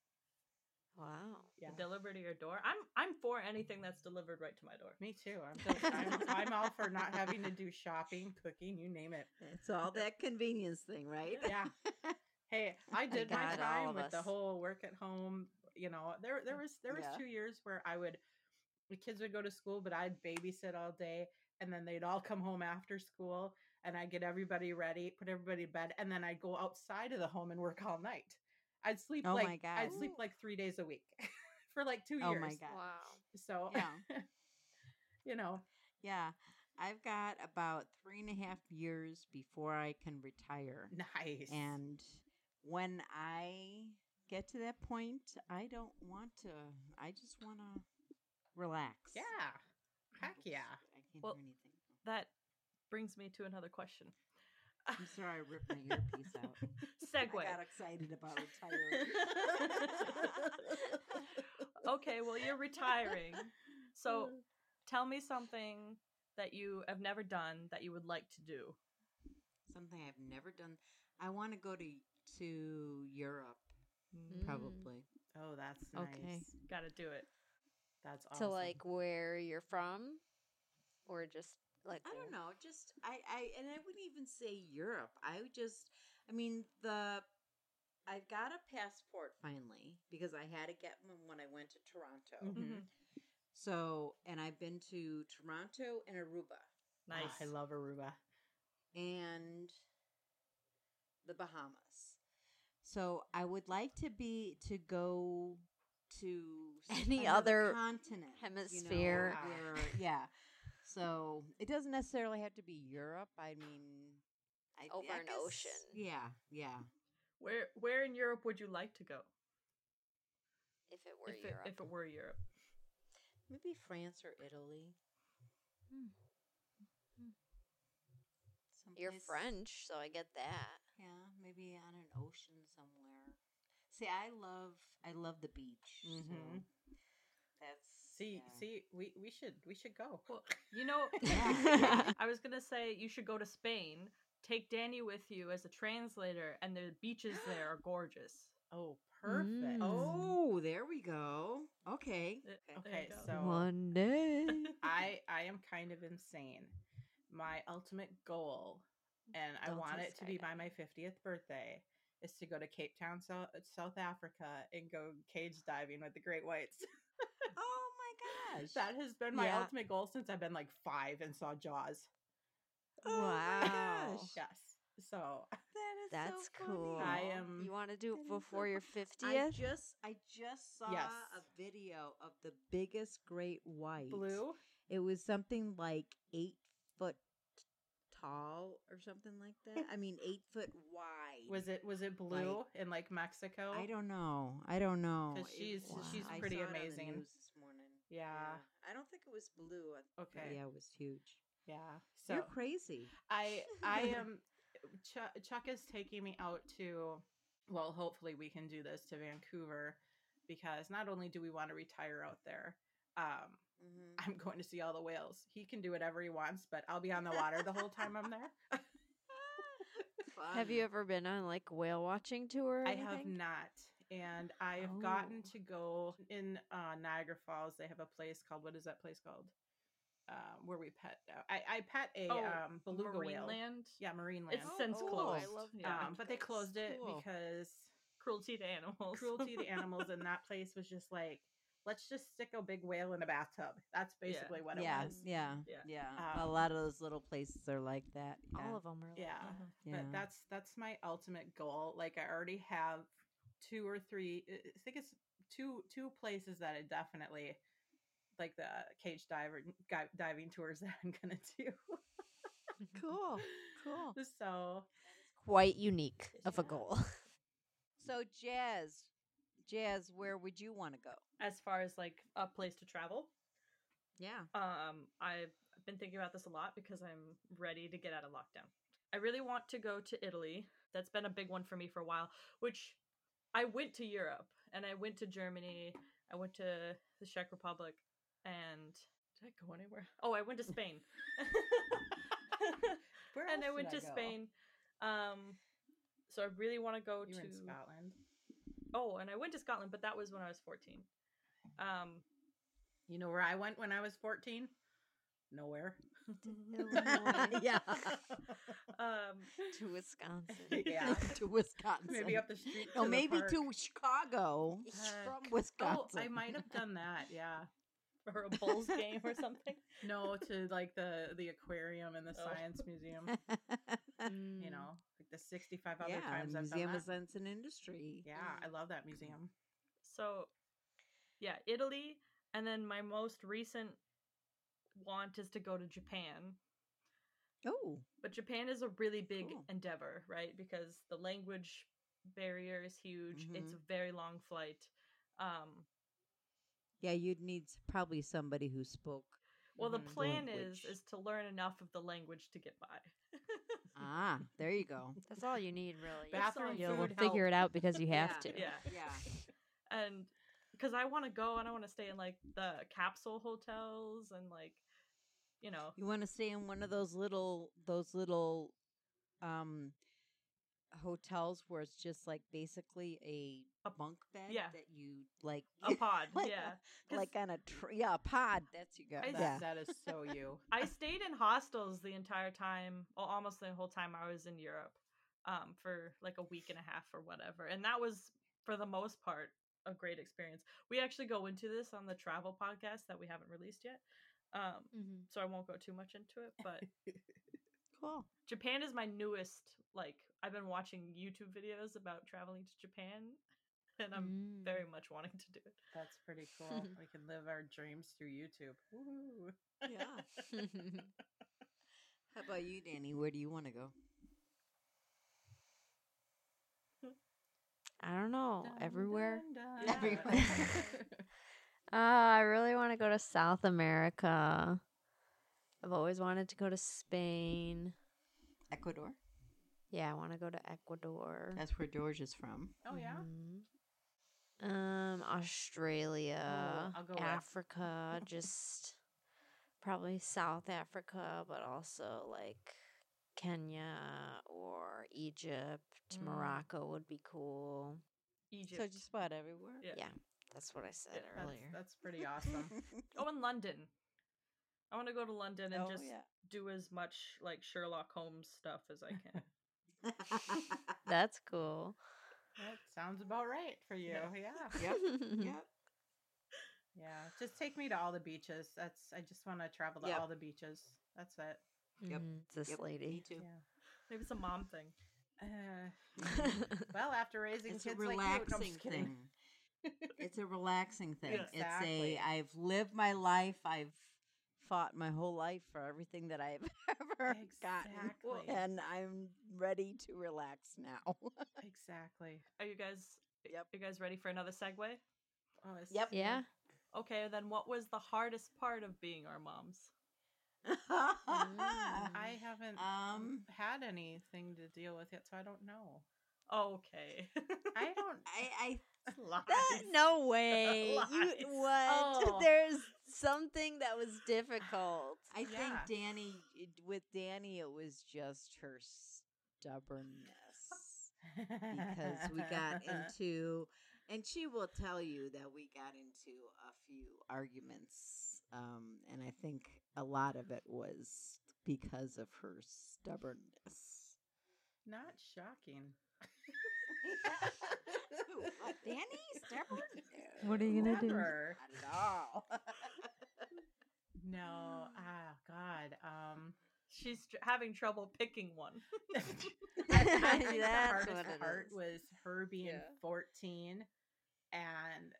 Speaker 3: Wow.
Speaker 5: Yeah.
Speaker 2: The deliver to your door. I'm I'm for anything that's delivered right to my door.
Speaker 5: Me too. I'm,
Speaker 4: <laughs>
Speaker 5: so, I'm, I'm all for not having to do shopping, cooking, you name it.
Speaker 4: it's all that convenience thing, right? <laughs>
Speaker 5: Yeah. Hey, I did my
Speaker 3: God, all
Speaker 5: time
Speaker 3: of
Speaker 5: with the
Speaker 3: us.
Speaker 5: whole work at home. You know, there there was there was
Speaker 4: Mm, Yeah.
Speaker 5: two years where I would the kids would go to school, but I'd babysit all day, and then they'd all come home after school, and I'd get everybody ready, put everybody to bed, and then I'd go outside of the home and work all night. I'd sleep
Speaker 4: Oh
Speaker 5: like
Speaker 4: my
Speaker 5: I'd
Speaker 4: God.
Speaker 5: sleep like three days a week <laughs> for like two
Speaker 4: Oh
Speaker 5: years.
Speaker 4: my God.
Speaker 3: Wow.
Speaker 5: So
Speaker 4: Yeah.
Speaker 5: <laughs> you know,
Speaker 4: Yeah. I've got about three and a half years before I can retire.
Speaker 5: nice
Speaker 4: And when I get to that point, I don't want to I just wanna relax.
Speaker 5: yeah, heck
Speaker 4: Oops,
Speaker 5: yeah.
Speaker 4: I can't
Speaker 2: Well-
Speaker 4: hear anything.
Speaker 2: That brings me to another question.
Speaker 4: I'm sorry I ripped my earpiece out.
Speaker 2: <laughs> Segue.
Speaker 4: I got excited about retiring.
Speaker 2: <laughs> okay, well, you're retiring.
Speaker 5: <laughs>
Speaker 2: So tell me something that you have never done that you would like to do.
Speaker 4: Something I've never done. I want to go to to Europe
Speaker 2: Mm-hmm.
Speaker 3: Mm.
Speaker 4: probably.
Speaker 5: Oh, that's nice.
Speaker 3: Okay.
Speaker 2: Got to do it.
Speaker 5: That's
Speaker 3: To
Speaker 5: awesome.
Speaker 3: like where you're from, or just Like
Speaker 4: I don't know. Just I, I and I wouldn't even say Europe. I would just I mean the I got a passport finally because I had to get one when I went to Toronto.
Speaker 2: Mm-hmm.
Speaker 5: Mhm.
Speaker 4: So and I've been to Toronto and Aruba
Speaker 5: Ah,
Speaker 2: Nice.
Speaker 5: I love Aruba.
Speaker 4: and the Bahamas. So I would like to be to go to
Speaker 3: <laughs> Any
Speaker 4: another
Speaker 3: other
Speaker 4: continent you know,
Speaker 3: hemisphere.
Speaker 4: where- <laughs> yeah. So it doesn't necessarily have to be Europe. I mean, I,
Speaker 3: Over
Speaker 4: I
Speaker 3: an
Speaker 4: guess-
Speaker 3: ocean.
Speaker 4: Yeah, yeah.
Speaker 2: Where where in Europe would you like to go?
Speaker 3: if it were
Speaker 2: if, it,
Speaker 3: Europe.
Speaker 2: if it were Europe.
Speaker 4: Maybe France or Italy.
Speaker 3: Hmm. Hmm. You're
Speaker 4: Someplace-
Speaker 3: French, so I get that.
Speaker 4: Yeah, maybe on an ocean somewhere. See, I love I love the beach. so
Speaker 5: Mhm.
Speaker 4: that's
Speaker 5: See,
Speaker 4: yeah.
Speaker 5: see, we, we should we should go.
Speaker 2: Well, you
Speaker 5: <laughs>
Speaker 2: know, <laughs>
Speaker 4: Yeah.
Speaker 2: I was gonna say you should go to Spain. Take Danny with you as a translator, and the beaches there are gorgeous.
Speaker 5: Oh, perfect.
Speaker 3: Mm.
Speaker 5: <laughs>
Speaker 4: Oh, there we go. Okay.
Speaker 2: Uh,
Speaker 4: Okay.
Speaker 2: there you
Speaker 5: Okay,
Speaker 2: go.
Speaker 5: so
Speaker 3: One day.
Speaker 5: I I am kind of insane. My ultimate goal, and I
Speaker 3: Don't
Speaker 5: want
Speaker 3: say
Speaker 5: it to be by
Speaker 3: skydiving.
Speaker 5: my fiftieth birthday, is to go to Cape Town, South, South Africa, and go cage diving with the great whites. <laughs>
Speaker 4: Oh my gosh.
Speaker 5: that has been my
Speaker 3: Yeah.
Speaker 5: ultimate goal since I've been like five and saw Jaws.
Speaker 4: Oh my
Speaker 3: Wow.
Speaker 4: gosh.
Speaker 5: Yes, so
Speaker 4: that is so
Speaker 3: That's
Speaker 4: funny.
Speaker 3: cool.
Speaker 5: I am-
Speaker 3: You want to do
Speaker 4: That is
Speaker 3: it
Speaker 4: so
Speaker 3: before your
Speaker 4: I
Speaker 3: 50th?
Speaker 4: just I just saw
Speaker 5: Yes.
Speaker 4: a video of the biggest great white.
Speaker 5: blue.
Speaker 4: It was something like eight foot tall or something like that. I mean, eight foot wide.
Speaker 5: Was it was it blue in like Mexico?
Speaker 4: I don't know. I don't know.
Speaker 5: 'Cause
Speaker 4: It-
Speaker 5: she's-
Speaker 3: she's
Speaker 4: I
Speaker 5: pretty
Speaker 4: saw it on the
Speaker 5: amazing.
Speaker 4: news this morning.
Speaker 5: Yeah.
Speaker 4: I don't think it was blue. I think that-
Speaker 5: Okay.
Speaker 4: Yeah, it was huge.
Speaker 5: Yeah. So
Speaker 4: You're crazy.
Speaker 5: I
Speaker 2: <laughs>
Speaker 5: I am Chuck, Chuck is taking me out to well hopefully we can do this to Vancouver because not only do we want to retire out there
Speaker 2: <laughs>
Speaker 5: um
Speaker 4: Mhm.
Speaker 5: <laughs> I'm going to see all the whales. He can do whatever he wants, but I'll be on the water the whole time I'm there.
Speaker 2: <laughs>
Speaker 3: Have you
Speaker 4: Fun.
Speaker 3: ever been on like whale watching tour? or
Speaker 5: I have
Speaker 3: anything?
Speaker 5: not. And I have gotten
Speaker 3: Oh.
Speaker 5: to go in uh, Niagara Falls. They have a place called what is that place called? Um, where we pet. I, I pet a
Speaker 2: Oh,
Speaker 5: um, beluga whale.
Speaker 2: Marineland.
Speaker 5: Yeah, marine land.
Speaker 2: It's
Speaker 3: Oh,
Speaker 2: since
Speaker 4: cool.
Speaker 2: closed.
Speaker 4: I love
Speaker 2: yeah.
Speaker 5: um, but they closed it
Speaker 4: Cool.
Speaker 5: because
Speaker 2: cruelty to animals.
Speaker 5: cruelty
Speaker 2: <laughs>
Speaker 5: to animals in that place was just like let's just stick a big whale in a bathtub that's
Speaker 2: Yeah.
Speaker 5: basically what it
Speaker 4: yeah,
Speaker 5: was
Speaker 4: yeah, yeah,
Speaker 2: Yeah.
Speaker 4: a
Speaker 5: Um,
Speaker 4: lot of those little places are like that. Yeah.
Speaker 3: All of them are. Like
Speaker 5: yeah,
Speaker 2: Mhm.
Speaker 4: yeah.
Speaker 5: but that's that's my ultimate goal like i already have two or three i I think it's two two places that i definitely like the cage diver guy, diving tours <laughs> that i'm gonna do
Speaker 4: <laughs> cool. Oh, Cool.
Speaker 5: <laughs> so
Speaker 3: Quite unique of a
Speaker 5: Yeah.
Speaker 3: goal.
Speaker 4: <laughs> So, Jazz, Jazz, where would you want to go?
Speaker 2: As far as like a place to travel,
Speaker 4: Yeah.
Speaker 2: um, I've been thinking about this a lot because I'm ready to get out of lockdown. I really want to go to Italy. That's been a big one for me for a while. Which I went to Europe and I went to Germany. I went to the Czech Republic, and did I go anywhere? Oh, I went to
Speaker 5: <laughs>
Speaker 2: Spain. <laughs>
Speaker 5: where
Speaker 2: and I
Speaker 5: else
Speaker 2: went to
Speaker 5: did go?
Speaker 2: Spain. Um, so I really want to go
Speaker 5: you were
Speaker 2: to
Speaker 5: in scotland
Speaker 2: Oh, and I went to Scotland, but that was when I was 14. Um,
Speaker 5: you know where i went when i was 14 nowhere
Speaker 4: <laughs>
Speaker 2: <laughs>
Speaker 4: yeah.
Speaker 2: um,
Speaker 3: <laughs> to Wisconsin. <laughs>
Speaker 5: yeah
Speaker 4: <laughs> to Wisconsin.
Speaker 5: <laughs> maybe
Speaker 4: <laughs>
Speaker 5: up the street
Speaker 4: Oh,
Speaker 5: the
Speaker 4: maybe
Speaker 5: park.
Speaker 4: to Chicago
Speaker 5: Heck.
Speaker 4: from
Speaker 5: Oh,
Speaker 4: Wisconsin.
Speaker 5: I might have done that. Yeah.
Speaker 2: or a Bulls game <laughs> or something.
Speaker 5: No, to like the the aquarium and the
Speaker 2: Oh.
Speaker 5: science
Speaker 4: <laughs>
Speaker 5: museum. <laughs> You know, like Mm. the sixty five other
Speaker 4: yeah,
Speaker 5: times I've
Speaker 4: Museum
Speaker 5: done
Speaker 4: of
Speaker 5: that.
Speaker 4: Sense and Industry.
Speaker 5: Yeah, I love that museum.
Speaker 2: So, yeah, Italy, and then my most recent want is to go to Japan.
Speaker 4: Oh,
Speaker 2: But Japan is a really big
Speaker 4: Cool.
Speaker 2: endeavor, right? Because the language barrier is huge. It's
Speaker 4: Mhm.
Speaker 2: a very long flight. Um,
Speaker 4: yeah. You'd need s- probably somebody who spoke.
Speaker 2: well, Mm-hmm, the
Speaker 5: Mhm.
Speaker 2: plan is
Speaker 4: Language.
Speaker 2: is to learn enough of the language to get by. <laughs>
Speaker 4: Ah, there you <laughs> go.
Speaker 3: That's all you need, really.
Speaker 5: Bathroom
Speaker 3: You'll
Speaker 5: food
Speaker 3: figure it out because you have
Speaker 4: Yeah.
Speaker 3: to.
Speaker 2: Yeah.
Speaker 4: Yeah.
Speaker 2: <laughs> and because I want to go and I want to stay in like the capsule hotels and like you know
Speaker 4: You want to stay in one of those little, those little, um, hotels where it's just like basically a
Speaker 2: A-
Speaker 4: bunk bed
Speaker 2: yeah.
Speaker 4: that you like <laughs>
Speaker 5: Oh, <laughs>
Speaker 2: a pod.
Speaker 4: like,
Speaker 2: yeah,
Speaker 4: uh,
Speaker 2: 'Cause
Speaker 4: like on a tr- yeah, a pod. That's you got.
Speaker 2: I-
Speaker 5: That,
Speaker 4: yeah.
Speaker 5: that is so you.
Speaker 2: I stayed in hostels the entire time, well, almost the whole time I was in Europe, um, for like a week and a half or whatever, and that was for the most part a great experience. We actually go into this on the travel podcast that we haven't released yet, um,
Speaker 3: Mm-hmm.
Speaker 2: so I won't go too much into it, but.
Speaker 5: <laughs>
Speaker 4: Cool.
Speaker 2: Japan is my newest like I've been watching YouTube videos about traveling to Japan and I'm
Speaker 5: Mm.
Speaker 2: very much wanting to do it.
Speaker 5: <laughs> That's pretty cool. <laughs> we can live our dreams through YouTube. Woo.
Speaker 4: Yeah. How about you, Danny? Where do you want to go?
Speaker 3: <laughs> I don't know.
Speaker 5: Dun,
Speaker 3: Everywhere.
Speaker 5: dun, dun.
Speaker 4: <laughs>
Speaker 5: <laughs>
Speaker 4: Everywhere.
Speaker 3: Uh, I really want to go to South America. I've always wanted to go to Spain.
Speaker 4: Ecuador.
Speaker 3: Yeah, I want to go to Ecuador.
Speaker 4: That's where George is from.
Speaker 5: oh yeah.
Speaker 3: Mm-hmm. Mhm. Um, Australia,
Speaker 5: I'll go with-
Speaker 3: Africa, just probably South Africa, but also like Kenya or Egypt,
Speaker 2: Mm.
Speaker 3: Morocco would be cool.
Speaker 2: Egypt.
Speaker 4: So just about everywhere.
Speaker 2: yeah.
Speaker 3: Yeah, that's what I said
Speaker 2: Yeah,
Speaker 5: That's,
Speaker 3: earlier.
Speaker 5: that's pretty awesome.
Speaker 3: <laughs>
Speaker 4: <laughs>
Speaker 2: Oh, and London. I want to go to London and
Speaker 4: oh
Speaker 2: just
Speaker 4: yeah.
Speaker 2: do as much like Sherlock Holmes stuff as
Speaker 4: <laughs>
Speaker 2: I can.
Speaker 5: <laughs>
Speaker 3: That's cool.
Speaker 5: that sounds about right for you.
Speaker 2: Yeah.
Speaker 5: Yeah.
Speaker 3: <laughs>
Speaker 4: yep. Yep.
Speaker 5: Yeah, just take me to all the beaches. That's I just want to travel to
Speaker 4: Yep.
Speaker 5: all the beaches. That's it.
Speaker 4: Yep.
Speaker 3: Mhm, it's This
Speaker 4: Yep, Me
Speaker 3: lady.
Speaker 4: too.
Speaker 5: Yeah.
Speaker 2: Maybe it's a mom thing.
Speaker 5: <laughs>
Speaker 3: <laughs>
Speaker 5: Uh, well, after raising
Speaker 4: <laughs> It's a
Speaker 5: kids like you, no, I'm just
Speaker 4: relaxing
Speaker 5: kidding.
Speaker 4: thing. it's a relaxing thing.
Speaker 5: Exactly.
Speaker 4: It's a I've lived my life. I've fought my whole life for everything that I've <laughs> ever
Speaker 5: Exactly.
Speaker 4: gotten, and I'm ready to relax
Speaker 5: <laughs>
Speaker 4: now.
Speaker 5: <laughs>
Speaker 4: <laughs>
Speaker 5: Exactly.
Speaker 2: Are you guys
Speaker 4: Yep.
Speaker 2: you guys ready for another segue?
Speaker 5: Oh, it's
Speaker 4: Yep.
Speaker 3: Yeah.
Speaker 2: Okay, then what was the hardest part of being our moms?
Speaker 5: Mm. I haven't um
Speaker 4: Um,
Speaker 5: had anything to deal with yet, so I don't know.
Speaker 2: Okay. <laughs>
Speaker 5: I don't.
Speaker 4: <laughs> I,
Speaker 5: <laughs>
Speaker 2: Lies.
Speaker 3: That, no way. You,
Speaker 2: Lies.
Speaker 3: what?
Speaker 4: <laughs>
Speaker 2: Oh.
Speaker 3: There's something that was difficult.
Speaker 4: I I think
Speaker 5: Yeah.
Speaker 4: Danny it- with Danny it was just her stubbornness because we <laughs>
Speaker 5: <laughs>
Speaker 4: got into and she will tell you that we got into a few arguments um, and I think a lot of it was because of her <laughs> stubbornness.
Speaker 5: not shocking.
Speaker 4: What, Danny stubborn?
Speaker 3: What are you gonna do?
Speaker 5: Never.
Speaker 4: Not at all. <laughs>
Speaker 5: No. Ah, God. Um.
Speaker 2: She's tr- having trouble picking one. <laughs>
Speaker 5: <laughs> I think the
Speaker 3: <laughs> That's
Speaker 5: hardest
Speaker 3: what it
Speaker 5: part
Speaker 3: is.
Speaker 5: was her being 14 and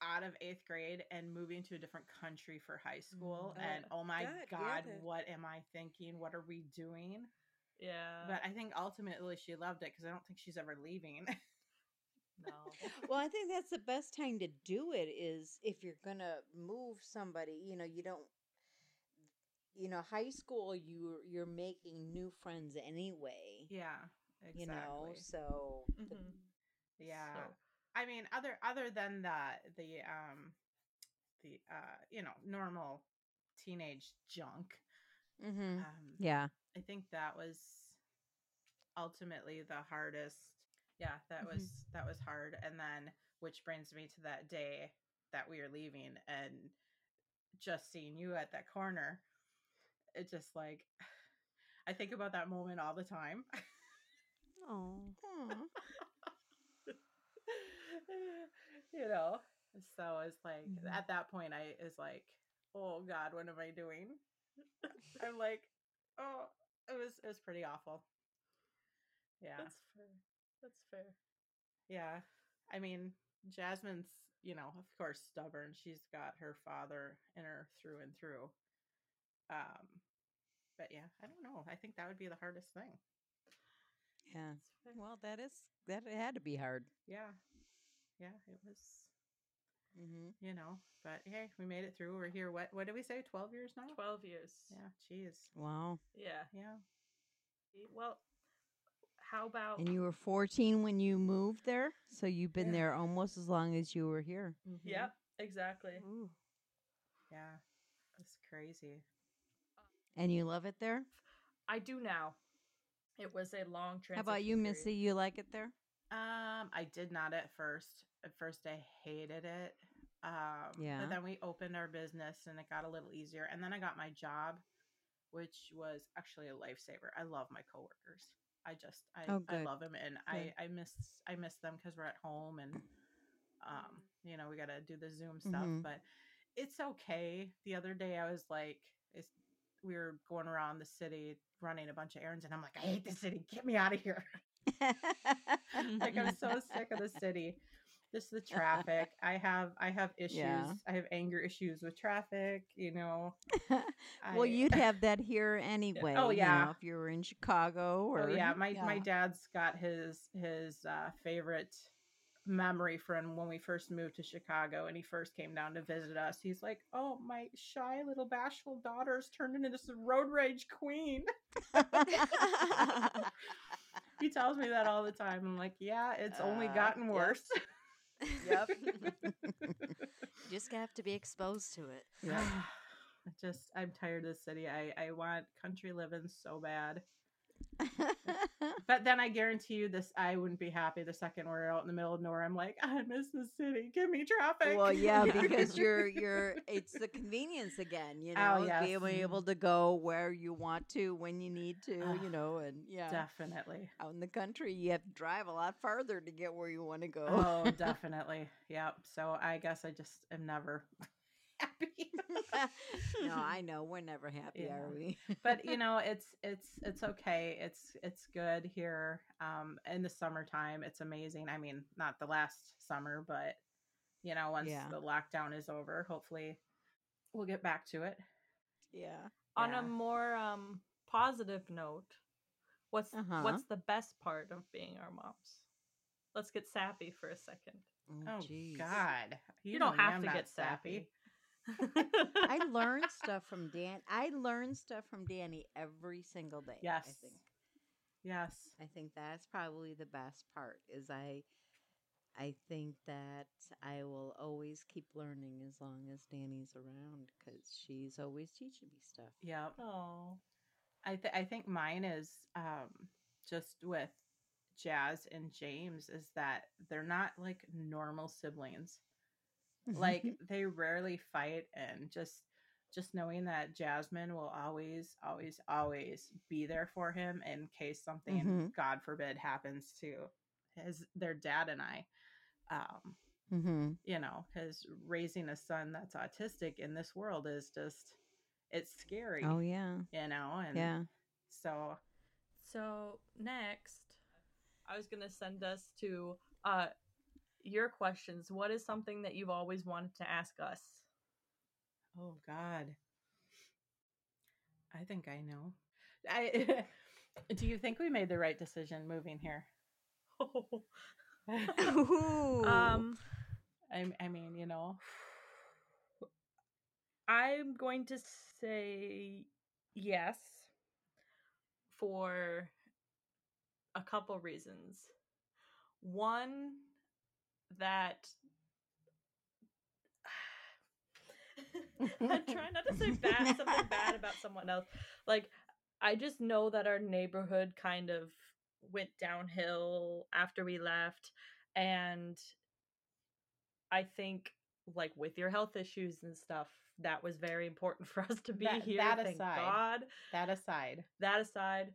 Speaker 5: out of eighth grade and moving to a different country for high school.
Speaker 3: Mm,
Speaker 2: Oh,
Speaker 5: and oh my
Speaker 4: God, yeah,
Speaker 5: God,
Speaker 4: the-
Speaker 5: what am I thinking? What are we doing?
Speaker 2: Yeah.
Speaker 5: but I think ultimately she loved it because I don't think she's ever leaving. <laughs>
Speaker 4: <laughs>
Speaker 2: no.
Speaker 4: well, I think that's the best time to do it is if you're gonna move somebody. You know, you don't. You know, high school, you you're making new friends anyway.
Speaker 5: yeah. Exactly.
Speaker 4: You know, so the-
Speaker 2: Mhm.
Speaker 5: yeah.
Speaker 2: So-
Speaker 5: I mean, other other than the the um the uh you know normal teenage junk.
Speaker 4: Mhm.
Speaker 5: Um,
Speaker 4: yeah,
Speaker 5: I think that was ultimately the hardest. Yeah, that
Speaker 3: Mhm.
Speaker 5: was that was hard. And then which brings me to that day that we are leaving and just seeing you at that corner. It just like <sighs> I think about that moment all the time. <laughs>
Speaker 3: Oh.
Speaker 5: you know. So it's like
Speaker 3: Mhm.
Speaker 5: at that point I is like, "Oh god, what am I doing?" <laughs> I'm like, "Oh, it was it was pretty awful." Yeah.
Speaker 2: That's fair. That's fair.
Speaker 5: Yeah. I mean, Jasmine's, you know, of course, stubborn. She's got her father in her through and through. Um, but yeah, I don't know. I think that would be the hardest thing.
Speaker 4: yeah.
Speaker 2: That's fair.
Speaker 4: Well, that is that it had to be hard.
Speaker 5: Yeah. Yeah, it was,
Speaker 4: Mm-hmm.
Speaker 5: you know, but hey, we made it through. We're here. What what did we say? 12 years now?
Speaker 2: 12 years.
Speaker 5: Yeah, geez.
Speaker 4: Wow.
Speaker 2: Yeah.
Speaker 5: Yeah.
Speaker 2: Well, how about
Speaker 4: And you were 14 when you moved there, so you've been
Speaker 5: Oh. Yeah.
Speaker 4: there almost as long as you were here.
Speaker 3: mm-hmm.
Speaker 5: Mhm.
Speaker 2: Yep, exactly.
Speaker 4: Ooh.
Speaker 5: Yeah. It's crazy.
Speaker 4: And you love it there?
Speaker 2: I do now. It was a long transition.
Speaker 4: How about you,
Speaker 2: period.
Speaker 4: Missy? You like it
Speaker 5: <laughs>
Speaker 4: there?
Speaker 5: Um, I did not at first. At first, I hated it. Um,
Speaker 4: Yeah.
Speaker 5: But then we opened our business, and it got a little easier. And then I got my job, which was actually a lifesaver. I love my coworkers. I just, I,
Speaker 4: Oh,
Speaker 5: I
Speaker 4: good.
Speaker 5: love them, and I, I miss, I miss them because we're at home, and um, you know, we got to do the Zoom stuff,
Speaker 4: Mhm.
Speaker 5: but it's okay. The other day, I was like, it's, we were going around the city running a bunch of errands, and I'm like, I hate the city. Get me out of here. <laughs> like
Speaker 4: <laughs>
Speaker 5: I'm so sick of the city. Just the traffic. I have I have issues.
Speaker 4: Yeah.
Speaker 5: I have anger issues with traffic, you know. I,
Speaker 4: <laughs> well, you'd have
Speaker 5: <laughs>
Speaker 4: that here anyway.
Speaker 5: Oh,
Speaker 4: you
Speaker 5: yeah.
Speaker 4: know, if you were in Chicago or
Speaker 5: Oh yeah, my my
Speaker 4: yeah.
Speaker 5: dad's got his his uh, favorite memory from when we first moved to Chicago and he first came down to visit us. He's like, "Oh, my shy little bashful daughter's turned into this road rage queen." He tells me that all the time. I'm like, "Yeah, it's only
Speaker 4: Uh,
Speaker 5: gotten
Speaker 4: yeah.
Speaker 5: worse." <laughs>
Speaker 3: yep. Just gonna have to be exposed to it.
Speaker 4: yeah.
Speaker 5: <sighs> I just I'm tired of the city. I I want country living so bad. <laughs>
Speaker 4: <laughs>
Speaker 5: But then I guarantee you this I wouldn't be happy the second we're out in the middle of nowhere. I'm like, I miss the city. Give me traffic.
Speaker 4: well,
Speaker 5: <laughs>
Speaker 4: yeah, because you're you're it's the convenience again, you know,
Speaker 5: Oh,
Speaker 4: being able-
Speaker 5: yes.
Speaker 4: able to go where you want to when you need to,
Speaker 5: Ah,
Speaker 4: you know, and yeah,
Speaker 5: definitely.
Speaker 4: out in the country you have to drive a lot farther to get where you want to go. <laughs>
Speaker 5: Oh, definitely. Yep. So I guess I just am never <laughs> happy. <laughs>
Speaker 4: no, I know we're never happy,
Speaker 5: Yeah.
Speaker 4: are we? <laughs>
Speaker 2: <laughs>
Speaker 5: but you know, it's it's it's okay. It's it's good here. Um in the summertime, it's amazing. I mean, not the last summer, but you know, once
Speaker 4: Yeah.
Speaker 5: the lockdown is over, hopefully we'll get back to it.
Speaker 4: Yeah.
Speaker 2: On
Speaker 5: Yeah.
Speaker 2: a more um positive note, what's
Speaker 4: Uh-huh.
Speaker 2: what's the best part of being our moms? Let's get sappy for a second.
Speaker 5: Oh
Speaker 4: jeez.
Speaker 5: God!
Speaker 2: You,
Speaker 5: know
Speaker 2: don't
Speaker 5: me,
Speaker 2: have
Speaker 5: I'm
Speaker 2: to
Speaker 5: not
Speaker 2: get sappy.
Speaker 4: I learn stuff from Dan. I learn stuff from Danny every single day. I
Speaker 5: Yes.
Speaker 4: think.
Speaker 5: Yes.
Speaker 4: I think that's probably the best part is I I think that I will always keep learning as long as Danny's around cuz she's always teaching me stuff. <laughs>
Speaker 5: Yep.
Speaker 2: Oh,
Speaker 5: I th- I think mine is um just with Jazz and James is that they're not like normal siblings.
Speaker 4: <laughs>
Speaker 5: Like they rarely fight and just just knowing that Jasmine will always always always be there for him in case something
Speaker 4: Mhm.
Speaker 5: god forbid happens to his their dad and I. Um
Speaker 4: Mhm.
Speaker 5: you know, because raising a son that's autistic in this world is just, it's scary,
Speaker 4: Oh yeah.
Speaker 5: you know? And
Speaker 4: Yeah.
Speaker 5: so,
Speaker 2: so next, I was gonna send us to uh your questions. What is something that you've always wanted to ask us? <laughs>
Speaker 5: oh God, I think I know. I, <laughs> do you think we made the right decision moving here? <laughs>
Speaker 3: <laughs>
Speaker 2: um,
Speaker 5: I, I mean, you know,
Speaker 2: I'm going to say yes for a couple reasons. One, that I'm trying not to say bad something bad about someone else. Like I just know that our neighborhood kind of went downhill after we left and I think like with your health issues and stuff that was very important <laughs> for us to be
Speaker 5: That-
Speaker 2: here
Speaker 5: that
Speaker 2: thank
Speaker 5: aside.
Speaker 2: god
Speaker 5: that aside,
Speaker 2: that aside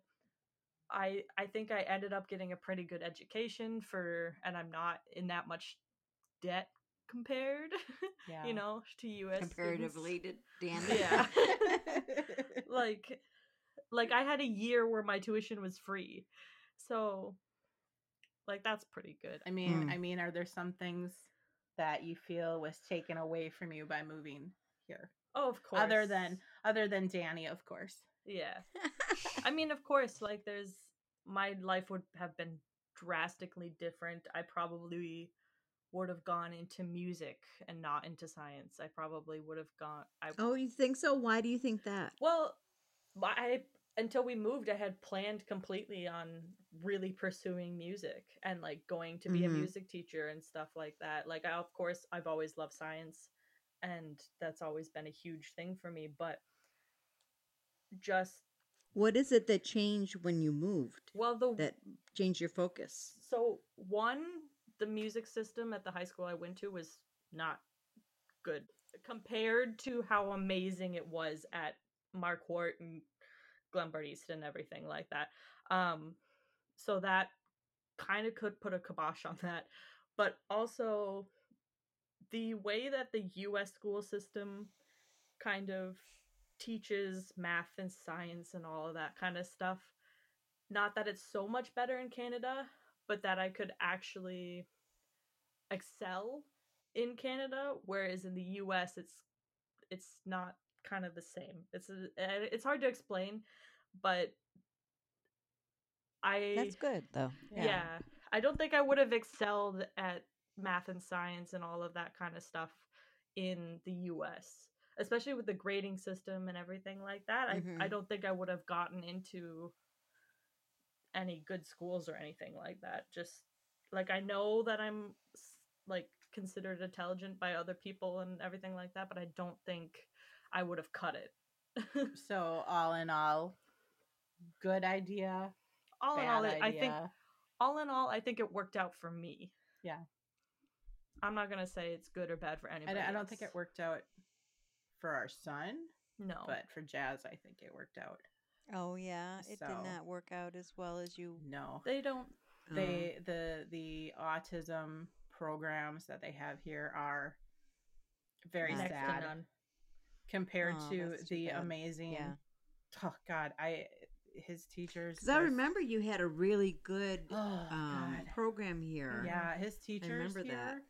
Speaker 2: i i think i ended up getting a pretty good education for and i'm not in that much debt compared <laughs>
Speaker 5: yeah.
Speaker 2: you know to us students.
Speaker 6: comparatively to Danny. <laughs>
Speaker 2: yeah like like i had a year where my tuition was free so like that's pretty good
Speaker 5: I mean,
Speaker 4: Mm.
Speaker 5: I mean, are there some things that you feel was taken away from you by moving here?
Speaker 2: oh of course
Speaker 5: Other than, other than Danny, of course.
Speaker 2: yeah i mean of course like there's my life would have been drastically different i probably would have gone into music and not into science i probably would have gone i
Speaker 6: Oh, you think so? Why do you think that?
Speaker 2: Well, my- I until we moved, I had planned completely on really pursuing music and like going to be a
Speaker 5: Mm-hmm.
Speaker 4: Mhm.
Speaker 2: music teacher and stuff like that. Like, I, of course, I've always loved science, and that's always been a huge thing for me. But just
Speaker 7: What is it that changed when you moved?
Speaker 2: Well, the
Speaker 7: That changed your focus?
Speaker 2: so one the music system at the high school I went to was not good compared to how amazing it was at Marquardt and Glenbard East and everything like that. Um, so that kind of could put a kibosh on that, but also the way that the U.S. school system kind of teaches math and science and all of that kind of stuff. Not that it's so much better in Canada, but that I could actually excel in Canada, whereas in the U.S. it's it's not kind of the same. It's a, eh, it's hard to explain, but I
Speaker 4: That's good though.
Speaker 2: yeah. I don't think I would have excelled at math and science and all of that kind of stuff in the US, especially with the grading system and everything like that. I, I
Speaker 5: Mm-hmm.
Speaker 7: Mhm.
Speaker 2: don't think I would have gotten into any good schools or anything like that. Just like I know that I'm s- like considered intelligent by other people and everything like that, but I don't think I would have cut it.
Speaker 5: So all in all, good idea.
Speaker 2: all in
Speaker 5: bad
Speaker 2: all,
Speaker 5: idea.
Speaker 2: I think all in all, I think it worked out for me.
Speaker 5: Yeah.
Speaker 2: I'm not gonna say it's good or bad for
Speaker 5: I
Speaker 2: anybody.
Speaker 5: don't, I don't think it
Speaker 2: else.
Speaker 5: worked out for our son,
Speaker 2: No,
Speaker 5: but for Jazz, I think it worked out.
Speaker 4: Oh yeah, it
Speaker 5: So-
Speaker 4: did not work out as well as you. uh,
Speaker 5: No,
Speaker 2: they don't.
Speaker 4: Mm.
Speaker 5: they the the autism programs that they have here are very
Speaker 4: Nice.
Speaker 2: Next to
Speaker 5: sad
Speaker 2: none.
Speaker 5: compared
Speaker 4: Oh,
Speaker 5: to
Speaker 4: that's too
Speaker 5: the
Speaker 4: bad.
Speaker 5: amazing.
Speaker 4: Yeah.
Speaker 5: Oh God, I his teachers.
Speaker 7: Because I
Speaker 5: just-
Speaker 7: remember you had a really good
Speaker 5: Oh
Speaker 7: um,
Speaker 5: God.
Speaker 7: program here.
Speaker 5: Yeah, his teachers
Speaker 7: remember
Speaker 5: here.
Speaker 7: that.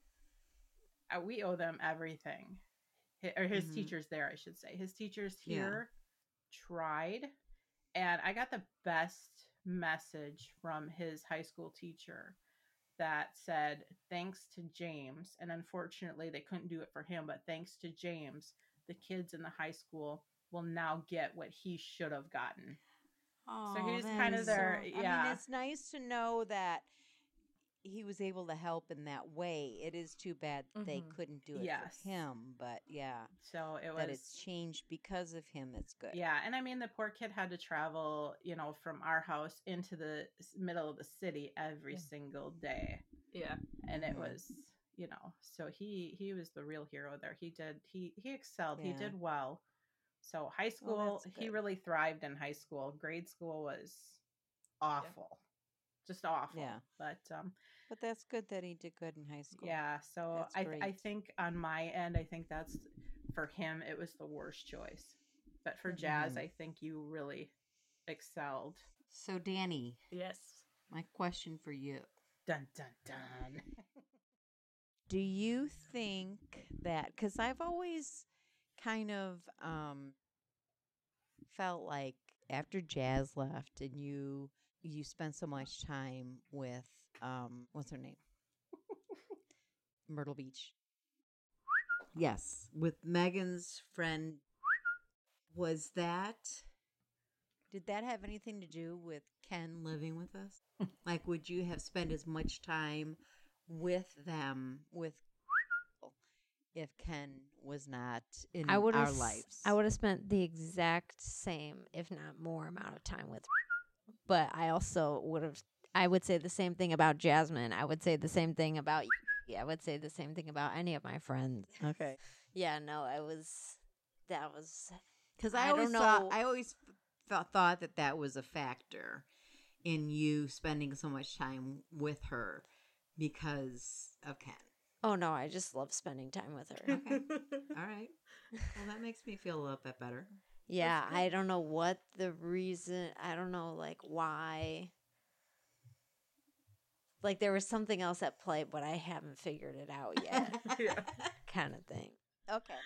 Speaker 5: uh, we owe them everything. Hi- Or his
Speaker 7: Mhm.
Speaker 5: teachers there, I should say. His teachers
Speaker 7: Yeah.
Speaker 5: here tried, and I got the best message from his high school teacher that said, "Thanks to James." And unfortunately, they couldn't do it for him, but thanks to James, the kids in the high school will now get what he should have gotten.
Speaker 4: Oh,
Speaker 5: he's kinda there,
Speaker 4: I
Speaker 5: yeah.
Speaker 4: mean, it's nice to know that he was able to help in that way. It is too bad that they
Speaker 2: Mhm.
Speaker 4: couldn't do it
Speaker 5: Mm-hmm. Yes.
Speaker 4: for him, but yeah,
Speaker 5: So it was
Speaker 4: that it's changed because of him. It's good.
Speaker 5: Yeah, and I mean the poor kid had to travel, you know, from our house into the s- middle of the city every
Speaker 2: Yeah.
Speaker 5: single day,
Speaker 2: Yeah,
Speaker 5: and
Speaker 4: Mhm.
Speaker 5: it was, you know, so he he was the real hero there. He did he he excelled. He
Speaker 4: Yeah. Oh,
Speaker 5: did well. So high school,
Speaker 4: that's
Speaker 5: he
Speaker 4: good.
Speaker 5: really thrived in high school. Grade school was awful, just awful.
Speaker 4: Yeah.
Speaker 5: but um,
Speaker 4: But that's good that he did good in high school.
Speaker 5: yeah. So
Speaker 4: That's
Speaker 5: I th- I
Speaker 4: great.
Speaker 5: think on my end, I think that's for him. It was the worst choice, but for Jazz,
Speaker 7: Mhm.
Speaker 5: I think you really excelled.
Speaker 8: So, Danny,
Speaker 2: yes.
Speaker 8: my question for you.
Speaker 5: Dun dun dun. <laughs>
Speaker 4: Do you think that cuz I've always kind of um felt like after Jazz left and you you spent so much time with um what's her name? Myrtle Beach.
Speaker 7: Yes, with Megan's friend. Was that
Speaker 4: Did that have anything to do with
Speaker 7: Ken living with us? <laughs> like, would you have spent as much time with them?
Speaker 4: with if Ken was not in
Speaker 3: I would
Speaker 4: our
Speaker 3: have s-
Speaker 4: lives?
Speaker 3: I would have spent the exact same, if not more, amount of time with. <laughs> But I also would have. I would say the same thing about Jasmine. I would say the same thing about. <laughs> you. I would say the same thing about any of my friends.
Speaker 4: Okay.
Speaker 3: Yeah, no, I was. That was.
Speaker 7: Because
Speaker 3: I
Speaker 7: I,
Speaker 3: don't
Speaker 7: always thought
Speaker 3: know.
Speaker 7: I always th- thought that that was a factor in you spending so much time with her because of Ken.
Speaker 3: Oh no, I just love spending time with
Speaker 4: <laughs>
Speaker 3: her.
Speaker 7: Okay, all right. Well, that makes me feel a little bit better.
Speaker 3: Yeah,
Speaker 7: good.
Speaker 3: I don't know what the reason. I don't know like why. Like there was something else at play, but I haven't figured it out yet, <laughs>
Speaker 2: Yeah.
Speaker 3: kind of thing.
Speaker 4: Okay.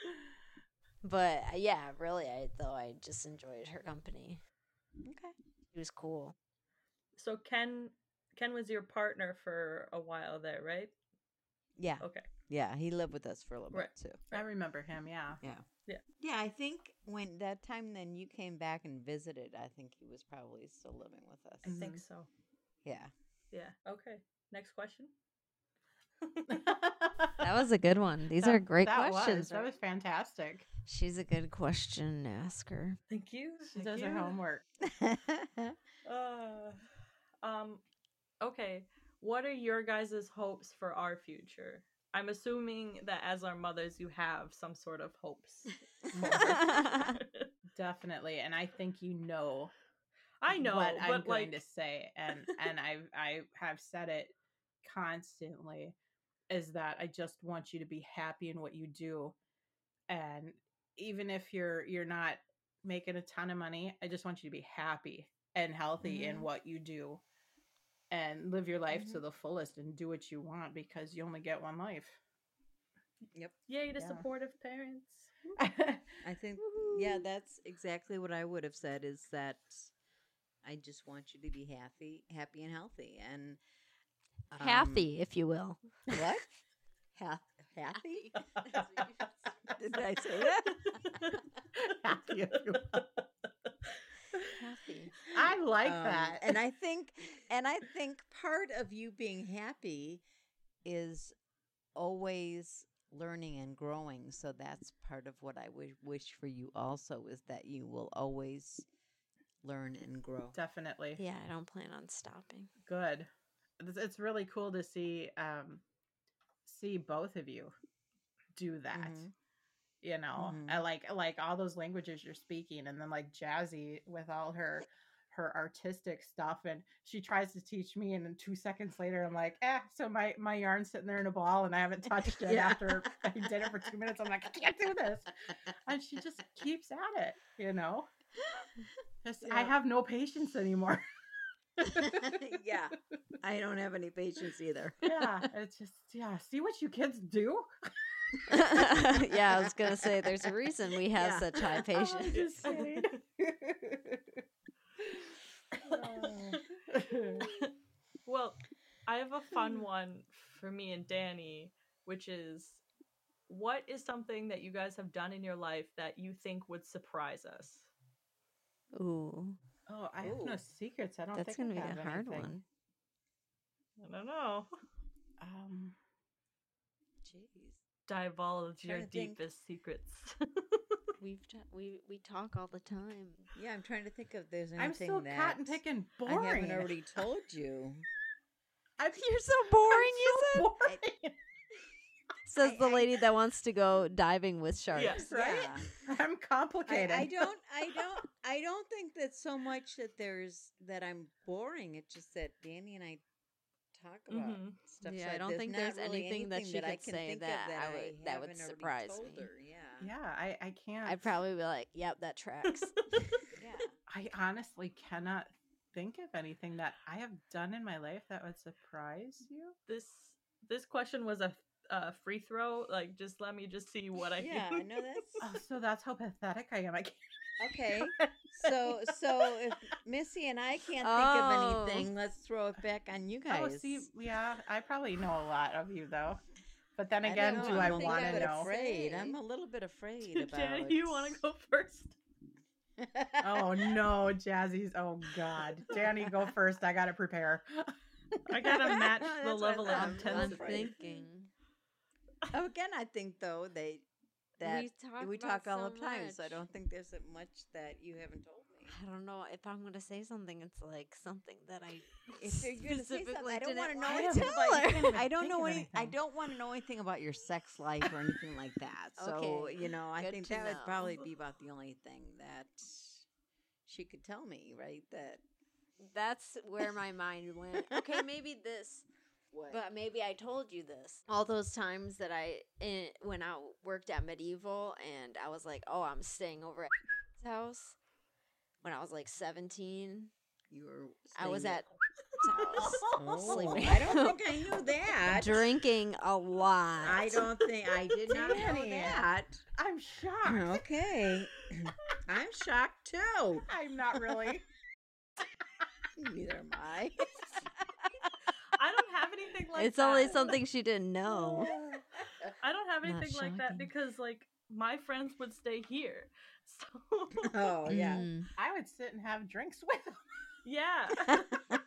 Speaker 3: But uh, yeah, really, I though I just enjoyed her company.
Speaker 4: Okay.
Speaker 3: She was cool.
Speaker 2: So Ken, Ken was your partner for a while there, right?
Speaker 4: Yeah.
Speaker 2: Okay.
Speaker 4: Yeah, he lived with us for a little
Speaker 2: Right.
Speaker 4: bit too.
Speaker 5: <laughs> I remember him, yeah.
Speaker 7: Yeah, I think
Speaker 4: When that time then you came back and visited, I think he was probably still
Speaker 5: Mm-hmm.
Speaker 4: living with us.
Speaker 2: I think so.
Speaker 4: Yeah.
Speaker 2: Yeah. Okay. Next question.
Speaker 5: <laughs>
Speaker 3: That was a good one. These
Speaker 5: That-
Speaker 3: are great
Speaker 5: that
Speaker 3: questions.
Speaker 5: Was, that was fantastic.
Speaker 3: She's a good question <laughs> asker.
Speaker 2: Thank you.
Speaker 5: She
Speaker 2: Thank
Speaker 5: does
Speaker 2: you.
Speaker 5: her homework.
Speaker 2: Uh, um, okay. What are your guys' hopes for our future? I'm assuming that as our mothers, you have some sort of
Speaker 5: <laughs>
Speaker 2: hopes. <laughs> for us.
Speaker 5: Definitely. And I think you know
Speaker 2: I know,
Speaker 5: what
Speaker 2: but
Speaker 5: I'm
Speaker 2: like,
Speaker 5: going to say, and and I I have said it constantly, is that I just want you to be happy in what you do, and even if you're you're not making a ton of money, I just want you to be happy and healthy in Mm-hmm. what you do, and live your life to the fullest and do what you want because you only get one life.
Speaker 2: yay to
Speaker 5: Yeah.
Speaker 2: supportive parents.
Speaker 4: I think yeah, that's exactly what I would have said is that I just want you to be happy, happy and healthy and um,
Speaker 3: Happy, if you will.
Speaker 5: <laughs>
Speaker 4: What? Ha- happy? Did I say that?
Speaker 5: <laughs> Happy if you
Speaker 3: Happy.
Speaker 5: I like
Speaker 4: Um,
Speaker 5: that.
Speaker 4: And
Speaker 5: <laughs>
Speaker 4: I think and I think part of you being happy is always learning and growing. So that's part of what I would wish for you also is that you will always learn and grow.
Speaker 5: definitely
Speaker 3: Yeah, I don't plan on stopping.
Speaker 5: good it's, it's really cool to see um see both of you do that
Speaker 4: Mhm.
Speaker 5: you know
Speaker 4: Mhm.
Speaker 5: I like like all those languages you're speaking and then like jazzy with all her her artistic stuff and she tries to teach me and then two seconds later i'm like eh so my my yarn's sitting there in a ball and i haven't touched it
Speaker 4: <laughs> Yeah.
Speaker 5: after i did it for two minutes i'm like i can't do this <laughs> and she just keeps at it you know just i
Speaker 4: Yeah.
Speaker 5: have no patience anymore <laughs>
Speaker 4: <laughs> yeah. I don't have any patience either.
Speaker 5: yeah, it's just yeah. See what you kids do.
Speaker 3: yeah, I was gonna say there's a reason we have
Speaker 4: Yeah.
Speaker 3: such high <laughs>
Speaker 5: I'm
Speaker 3: patience.
Speaker 5: just saying.
Speaker 4: Oh.
Speaker 2: Well, I have a fun one for me and Danny, which is what is something that you guys have done in your life that you think would surprise us?
Speaker 3: Ooh,
Speaker 5: <laughs> oh, I have no
Speaker 4: Ooh.
Speaker 5: secrets. I don't
Speaker 3: that's gonna
Speaker 5: think
Speaker 3: be
Speaker 5: I
Speaker 3: a
Speaker 5: have
Speaker 3: hard
Speaker 5: anything.
Speaker 3: one.
Speaker 2: I don't know. <laughs>
Speaker 5: Um,
Speaker 4: Jeez.
Speaker 2: Divulge your
Speaker 4: Trying to think.
Speaker 2: deepest secrets. <laughs>
Speaker 3: We've t- we we talk all the time.
Speaker 4: Yeah, I'm trying to think of there's anything
Speaker 5: I'm still
Speaker 4: that
Speaker 5: cotton picking
Speaker 4: I
Speaker 5: boring.
Speaker 4: haven't already told you.
Speaker 5: <laughs> I'm,
Speaker 3: <laughs> You're so boring,
Speaker 5: I'm
Speaker 3: you
Speaker 5: so
Speaker 3: said.
Speaker 5: boring.
Speaker 3: Says the lady that wants to go diving with sharks.
Speaker 2: yes.
Speaker 5: <laughs> Right? <laughs>
Speaker 4: Yeah.
Speaker 5: I'm
Speaker 4: I,
Speaker 5: complicated.
Speaker 4: I don't I don't I don't think that so much that there's that I'm boring. It's just that Danny and I talk about
Speaker 5: Mm-hmm.
Speaker 2: Mhm.
Speaker 4: stuff.
Speaker 3: Yeah,
Speaker 4: so
Speaker 3: I don't think
Speaker 4: not
Speaker 3: there's
Speaker 4: really
Speaker 3: anything that she
Speaker 4: I
Speaker 3: could
Speaker 4: can
Speaker 3: say
Speaker 4: think of
Speaker 3: that I
Speaker 4: I
Speaker 3: would- that would
Speaker 4: haven't already
Speaker 3: surprise
Speaker 4: told
Speaker 3: me.
Speaker 4: her, Yeah.
Speaker 5: <laughs> Yeah, I I can't.
Speaker 3: I'd probably be like, "Yep, that tracks."
Speaker 5: <laughs> I honestly cannot think of anything that I have done in my life that would surprise you.
Speaker 2: This this question was a, a free throw. Like, just let me just see what I <laughs>
Speaker 4: Yeah,
Speaker 2: can.
Speaker 4: I know
Speaker 5: Oh,
Speaker 4: that's
Speaker 5: so that's how pathetic I am. I can't
Speaker 4: okay. So, so if Missy and I can't
Speaker 3: Oh.
Speaker 4: think of anything, let's throw it back on you guys.
Speaker 5: Oh, see, yeah, I probably know a lot of you though. But then again,
Speaker 4: don't
Speaker 5: do
Speaker 4: know,
Speaker 5: I
Speaker 4: I'm a
Speaker 5: want
Speaker 4: little
Speaker 5: to
Speaker 4: bit
Speaker 5: know?
Speaker 4: Afraid, I'm a little bit afraid about.
Speaker 2: Danny, you want to go first?
Speaker 5: Oh no, Jazzy's. Oh God, Danny, go first. I gotta prepare.
Speaker 2: I gotta
Speaker 4: <laughs>
Speaker 2: match the
Speaker 4: That's what I
Speaker 2: level of
Speaker 4: thought.
Speaker 3: I'm, I'm
Speaker 2: intensity.
Speaker 4: That's right.
Speaker 3: thinking
Speaker 4: Oh, <laughs> again, I think though they that
Speaker 3: we talk.
Speaker 4: we, talk
Speaker 3: about
Speaker 4: all
Speaker 3: so
Speaker 4: the time, so I
Speaker 3: much.
Speaker 4: don't think there's that much that you haven't told me.
Speaker 3: I don't know if I'm gonna say something. It's like something that I
Speaker 4: If you're gonna say something,
Speaker 3: specifically
Speaker 4: I don't
Speaker 3: didn't
Speaker 4: want to know
Speaker 3: want
Speaker 4: anything
Speaker 3: to
Speaker 4: about.
Speaker 3: tell
Speaker 4: you.
Speaker 5: her.
Speaker 4: I don't
Speaker 5: Think
Speaker 4: know
Speaker 5: of
Speaker 4: any. I
Speaker 5: anything.
Speaker 4: don't want to know anything about your sex life or anything like that. So
Speaker 3: Okay,
Speaker 4: you know, I
Speaker 3: good
Speaker 4: think
Speaker 3: to
Speaker 4: that
Speaker 3: know.
Speaker 4: would probably be about the only thing that she could tell me, right? That
Speaker 3: That's where my mind went. Okay, maybe this,
Speaker 4: what?
Speaker 3: but maybe I told you this. All those times that I in, when I worked at Medieval and I was like, "Oh, I'm staying over at <laughs> house." When I was like 17,
Speaker 4: you were.
Speaker 3: I was
Speaker 4: saying
Speaker 3: at <laughs> house
Speaker 4: that- Oh,
Speaker 3: sleeping.
Speaker 4: I
Speaker 3: <laughs>
Speaker 4: don't think I knew that.
Speaker 3: drinking a lot.
Speaker 4: I
Speaker 3: <laughs>
Speaker 4: don't think I did not know
Speaker 5: Danny.
Speaker 4: that.
Speaker 5: I'm
Speaker 4: <laughs>
Speaker 5: shocked.
Speaker 4: Okay. I'm shocked too.
Speaker 5: I'm not really.
Speaker 4: Neither am
Speaker 3: <laughs>
Speaker 4: I.
Speaker 2: I don't have anything like
Speaker 3: it's
Speaker 2: that.
Speaker 3: only something she didn't know.
Speaker 2: I don't have
Speaker 3: Not
Speaker 2: anything like that
Speaker 3: shocking.
Speaker 2: because like my friends would stay here. <laughs>
Speaker 3: <laughs>
Speaker 2: So
Speaker 4: <laughs> Oh yeah.
Speaker 3: Mm. <laughs>
Speaker 5: I would sit and have drinks with. 'em.
Speaker 2: yeah.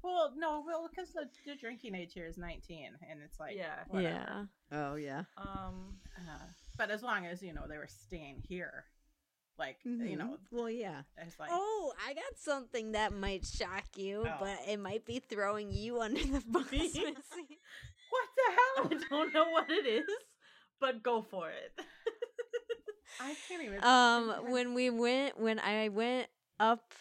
Speaker 5: Well, no, well, because the, the drinking age here is 19, and it's like,
Speaker 2: Yeah.
Speaker 5: whatever.
Speaker 9: Yeah.
Speaker 4: Oh yeah.
Speaker 2: Um. <laughs>
Speaker 5: Uh, but as long as you know they were staying here, like you
Speaker 4: Mhm.
Speaker 5: know,
Speaker 4: Well, yeah.
Speaker 5: it's like
Speaker 3: Mm-hmm. Oh, I got something that might shock you,
Speaker 5: Oh.
Speaker 3: but it might be throwing you under the <laughs>
Speaker 4: <laughs>
Speaker 3: bus. Missy.
Speaker 2: What the hell? I
Speaker 3: <laughs> Oh.
Speaker 2: don't know what it is, but go for it.
Speaker 5: I can't even.
Speaker 3: um,
Speaker 4: <laughs>
Speaker 3: when we went, when I went up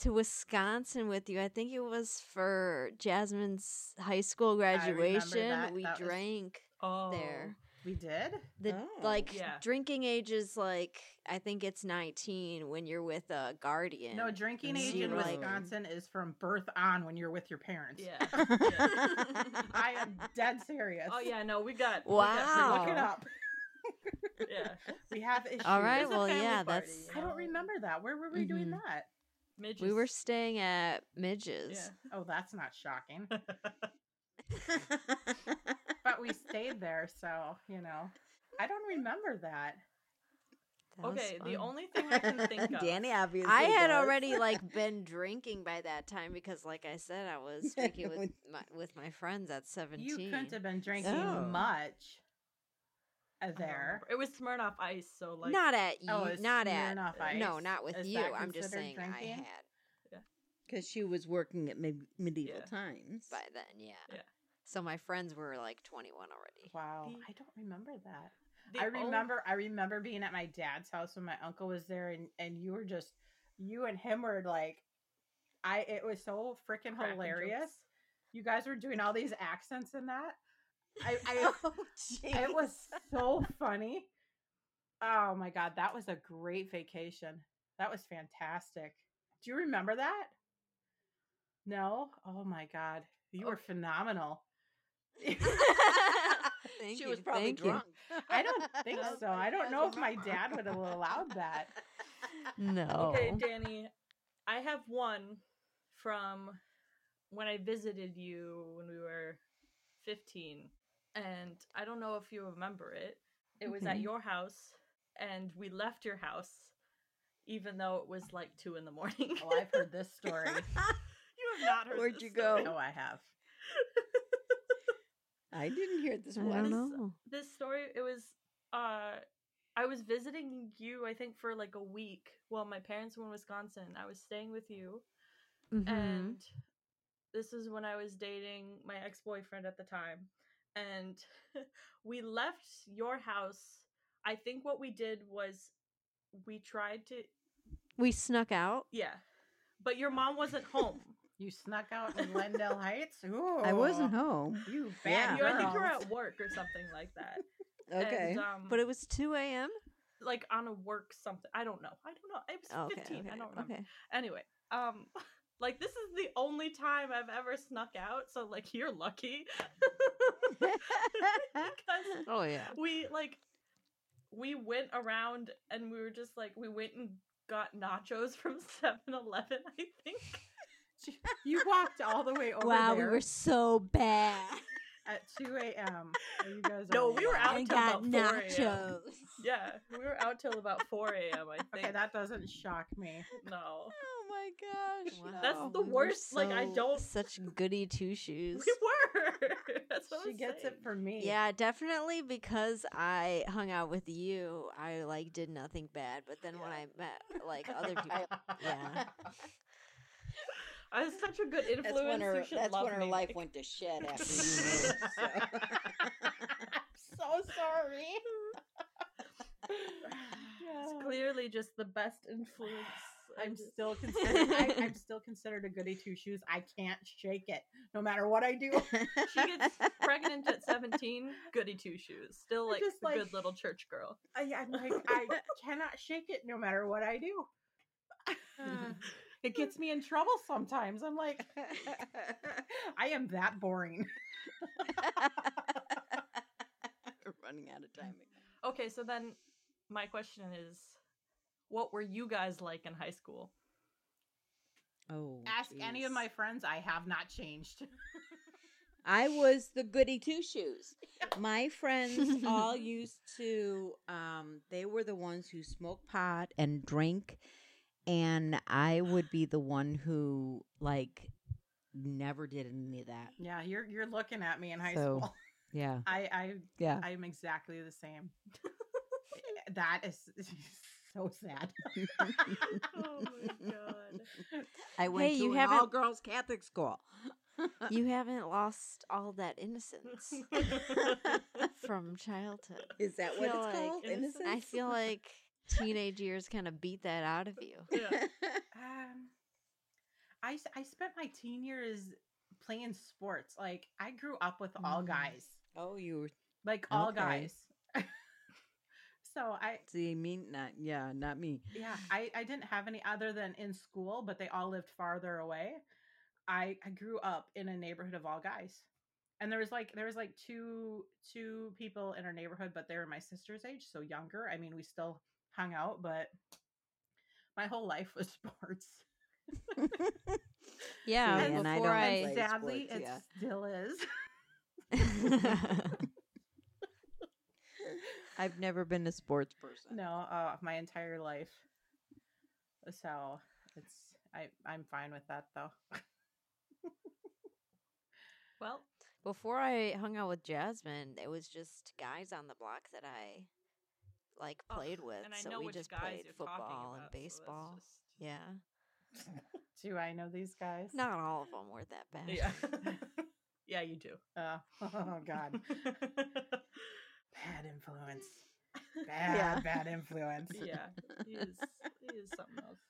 Speaker 3: to Wisconsin with you, I think it was for Jasmine's high school
Speaker 5: remember
Speaker 3: graduation.
Speaker 5: that.
Speaker 3: We
Speaker 5: That was-
Speaker 3: drank
Speaker 2: Oh.
Speaker 3: there.
Speaker 5: we did,
Speaker 3: The
Speaker 4: Oh.
Speaker 3: like
Speaker 2: Yeah.
Speaker 3: drinking age is like I think it's nineteen when you're with a guardian.
Speaker 5: no drinking age in
Speaker 3: Zero.
Speaker 5: Wisconsin is from birth on when you're with your parents. <laughs>
Speaker 2: Yeah.
Speaker 3: <laughs>
Speaker 5: I am dead serious.
Speaker 2: Oh yeah, no, we got.
Speaker 5: <laughs> Look
Speaker 3: Wow.
Speaker 2: We
Speaker 5: it <laughs> up.
Speaker 2: got yeah,
Speaker 5: We have issues.
Speaker 3: All right.
Speaker 2: It's a
Speaker 3: Well,
Speaker 2: family
Speaker 3: yeah,
Speaker 2: party,
Speaker 3: that's
Speaker 2: you
Speaker 5: I
Speaker 2: know?
Speaker 5: don't remember that. Where were we doing
Speaker 3: Mhm.
Speaker 5: that?
Speaker 2: Midges.
Speaker 3: we were staying at Midge's.
Speaker 2: Yeah.
Speaker 5: Oh, that's not
Speaker 2: <laughs>
Speaker 5: shocking. But we stayed there, so you know, I don't remember that.
Speaker 3: That was
Speaker 2: Okay, the
Speaker 3: fun.
Speaker 2: only thing I can
Speaker 3: <laughs>
Speaker 2: think of.
Speaker 4: Danny obviously.
Speaker 3: I had
Speaker 4: does.
Speaker 3: already
Speaker 4: <laughs>
Speaker 5: <laughs>
Speaker 3: like been drinking by that time because, like I said, I was drinking with my, with my friends at seventeen.
Speaker 5: You couldn't have been drinking
Speaker 4: Oh.
Speaker 5: much uh,
Speaker 2: I don't
Speaker 5: there.
Speaker 2: remember. It was Smirnoff Ice, so like.
Speaker 3: not at you.
Speaker 5: Oh, it's
Speaker 3: not at uh,
Speaker 5: Smirnoff
Speaker 3: no,
Speaker 5: Ice.
Speaker 3: not with
Speaker 5: Is
Speaker 3: you.
Speaker 5: that
Speaker 3: I'm just saying
Speaker 5: considered
Speaker 3: I
Speaker 5: drinking?
Speaker 3: had
Speaker 4: because she was working at med- medieval
Speaker 2: Yeah.
Speaker 4: times.
Speaker 3: by then. Yeah.
Speaker 2: Yeah.
Speaker 3: So my friends were like 21 already.
Speaker 5: Wow,
Speaker 2: The-
Speaker 5: I don't remember that.
Speaker 2: the
Speaker 5: I
Speaker 2: only-
Speaker 5: remember I remember being at my dad's house when my uncle was there and and you were just you and him were like I it was so freaking
Speaker 2: Cracking
Speaker 5: hilarious.
Speaker 2: jokes.
Speaker 5: You guys were doing all these accents and that.
Speaker 3: <laughs>
Speaker 5: I,
Speaker 2: <laughs> Oh,
Speaker 5: I
Speaker 3: Oh,
Speaker 5: it was so funny. Oh my god, that was a great vacation. That was fantastic. Do you remember that? No? Oh my god. You
Speaker 3: Oh.
Speaker 5: were phenomenal.
Speaker 4: <laughs>
Speaker 3: <laughs> Thank
Speaker 4: she
Speaker 3: you,
Speaker 4: was probably
Speaker 3: thank you. <laughs>
Speaker 4: drunk.
Speaker 5: I don't think so. I don't know if my
Speaker 4: remember.
Speaker 5: dad would have allowed that.
Speaker 3: No.
Speaker 2: Okay, Danny, I have one from when I visited you when we were 15, and I don't know if you remember it. It was
Speaker 3: Mm-hmm.
Speaker 2: at
Speaker 4: Mhm.
Speaker 2: your house, and we left your house, even though it was like two in the morning.
Speaker 5: Oh, I've heard this
Speaker 3: <laughs>
Speaker 5: story.
Speaker 2: <laughs> you have not heard.
Speaker 3: Where'd
Speaker 2: this
Speaker 3: you
Speaker 2: story.
Speaker 5: Oh, I have.
Speaker 4: I didn't hear this
Speaker 3: I
Speaker 4: one.
Speaker 3: don't
Speaker 2: is-
Speaker 3: know.
Speaker 2: this story it was uh i was visiting you i think for like a week while my parents were in wisconsin i was staying with you
Speaker 3: Mhm.
Speaker 2: and this is when i was dating my ex-boyfriend at the time and <laughs> we left your house i think what we did was we tried to
Speaker 3: we snuck out.
Speaker 2: yeah but your mom wasn't home
Speaker 5: You snuck out in Glendale Heights. Ooh,
Speaker 4: I wasn't home.
Speaker 5: You
Speaker 4: Yeah.
Speaker 5: bad
Speaker 2: you, i think you were
Speaker 5: girl. <laughs>
Speaker 2: at work or something like that
Speaker 4: Okay.
Speaker 2: and, um,
Speaker 3: But it was 2 a.m.
Speaker 2: like on a work something i don't know i don't know it was
Speaker 3: Okay,
Speaker 2: 15
Speaker 3: okay,
Speaker 2: i don't remember
Speaker 3: okay.
Speaker 2: anyway um <laughs> like this is the only time i've ever snuck out so like
Speaker 3: <laughs>
Speaker 2: you're lucky <laughs> because
Speaker 9: Oh yeah.
Speaker 2: we like we went around and we were just like we went and got nachos <laughs> from 7-eleven i think
Speaker 5: You walked all the way over
Speaker 3: Wow,
Speaker 5: there
Speaker 3: we were so bad.
Speaker 5: at 2 a.m. Oh, You guys
Speaker 2: No,
Speaker 5: are
Speaker 2: we were out
Speaker 5: wild.
Speaker 3: and
Speaker 2: till
Speaker 3: got
Speaker 2: about 4 a.m..
Speaker 3: nachos.
Speaker 2: <laughs> yeah we were out till about 4 a.m i think
Speaker 5: Okay, that doesn't shock me.
Speaker 2: no
Speaker 4: Oh my gosh.
Speaker 2: That's
Speaker 3: Wow,
Speaker 2: the
Speaker 3: we were
Speaker 2: worst, like, I don't-
Speaker 3: such goody two shoes.
Speaker 2: we were <laughs> <laughs> that's what I
Speaker 5: She
Speaker 2: was
Speaker 5: gets it
Speaker 2: saying.
Speaker 5: from me.
Speaker 3: Yeah, definitely because I hung out with you, I like did nothing bad. But then when I met like <laughs> other people,
Speaker 5: <laughs>
Speaker 3: yeah,
Speaker 2: i was such a good
Speaker 4: That's
Speaker 2: influence
Speaker 4: when her.
Speaker 2: you should
Speaker 4: That's
Speaker 2: love
Speaker 4: when her
Speaker 2: me, <laughs>
Speaker 4: life
Speaker 2: Nick.
Speaker 4: went to shit after you moved. So.
Speaker 5: I'm so sorry.
Speaker 4: <laughs>
Speaker 2: it's clearly just the best influence I
Speaker 5: <laughs> I'm
Speaker 2: just-
Speaker 5: still considered. I, <laughs> I'm still considered a goody two shoes. I can't shake it, no matter what I <laughs> do.
Speaker 2: she gets pregnant at 17 goody two shoes still
Speaker 5: I
Speaker 2: like
Speaker 5: just
Speaker 2: a
Speaker 5: like-
Speaker 2: good little church girl
Speaker 5: I, am <laughs> like, I cannot shake it, no matter what I do.
Speaker 2: uh,
Speaker 5: it gets me in trouble sometimes. I'm like, I am that <laughs> boring.
Speaker 4: <laughs> Running out of time. again.
Speaker 2: okay so then my question is what were you guys like in high school
Speaker 4: Oh.
Speaker 5: Ask any of
Speaker 4: jeez.
Speaker 5: my friends. I have not changed. <laughs>
Speaker 4: I was the goody
Speaker 3: <laughs>
Speaker 4: two shoes. My friends all used to, um, they were the ones who smoked pot and drank. And I would be the one who, like, never did any of that.
Speaker 5: Yeah, you're you're looking at me in high
Speaker 10: So-
Speaker 5: school. <laughs>
Speaker 10: Yeah.
Speaker 5: I I
Speaker 10: Yeah.
Speaker 5: I am exactly the <laughs> same. that is <laughs> so <laughs> sad.
Speaker 2: Oh my <laughs> god.
Speaker 4: <laughs> I went
Speaker 3: Hey,
Speaker 4: to
Speaker 3: you
Speaker 4: an
Speaker 3: haven't-
Speaker 4: all girls Catholic school.
Speaker 3: you haven't lost all that
Speaker 2: <laughs>
Speaker 3: innocence <laughs> from childhood.
Speaker 4: Is that what it's
Speaker 3: feel like-
Speaker 4: called? Innocence?
Speaker 3: I feel
Speaker 4: <laughs>
Speaker 3: like teenage years kind of beat that out of you.
Speaker 2: Yeah.
Speaker 5: Um, I s- I spent my teen years playing sports. Like I grew up with all
Speaker 4: Mm.
Speaker 5: guys,
Speaker 4: oh, you were
Speaker 5: like all
Speaker 4: Okay.
Speaker 5: guys. <laughs> so I
Speaker 4: see me? Not yeah, not <laughs> me.
Speaker 5: yeah I I didn't have any other than in school, but they all lived farther away. I I grew up in a neighborhood of all guys. And there was like there was like two two people in our neighborhood, but they were my sister's age, so younger. I mean, we still hung out, but my whole life was <laughs> sports.
Speaker 3: Yeah,
Speaker 4: See, Oh, and I
Speaker 3: before
Speaker 4: don't
Speaker 3: I,
Speaker 4: play
Speaker 5: Sadly,
Speaker 4: sports,
Speaker 5: it
Speaker 4: yeah.
Speaker 5: still is.
Speaker 3: <laughs>
Speaker 5: <laughs>
Speaker 2: <laughs>
Speaker 10: I've never been a sports person.
Speaker 5: no, uh, my entire life. So it's I I'm fine with that though. <laughs>
Speaker 2: Well,
Speaker 3: before I hung out with Jasmine, it was just guys on the block that I like
Speaker 2: ugh,
Speaker 3: played with.
Speaker 2: uh, and I
Speaker 3: so
Speaker 2: know
Speaker 3: we
Speaker 2: which
Speaker 3: just
Speaker 2: guys
Speaker 3: played
Speaker 2: you're talking
Speaker 3: football
Speaker 2: about,
Speaker 3: and
Speaker 2: so it's
Speaker 3: baseball.
Speaker 2: just-
Speaker 3: yeah,
Speaker 2: <laughs>
Speaker 5: Do I know these guys?
Speaker 3: not all of them were that bad. <laughs>
Speaker 2: Yeah. <laughs> yeah, you do. <laughs>
Speaker 5: Uh, <laughs> oh God,
Speaker 4: <laughs>
Speaker 5: bad influence. Bad
Speaker 4: Yeah.
Speaker 5: bad influence.
Speaker 2: yeah. He is, he is something else.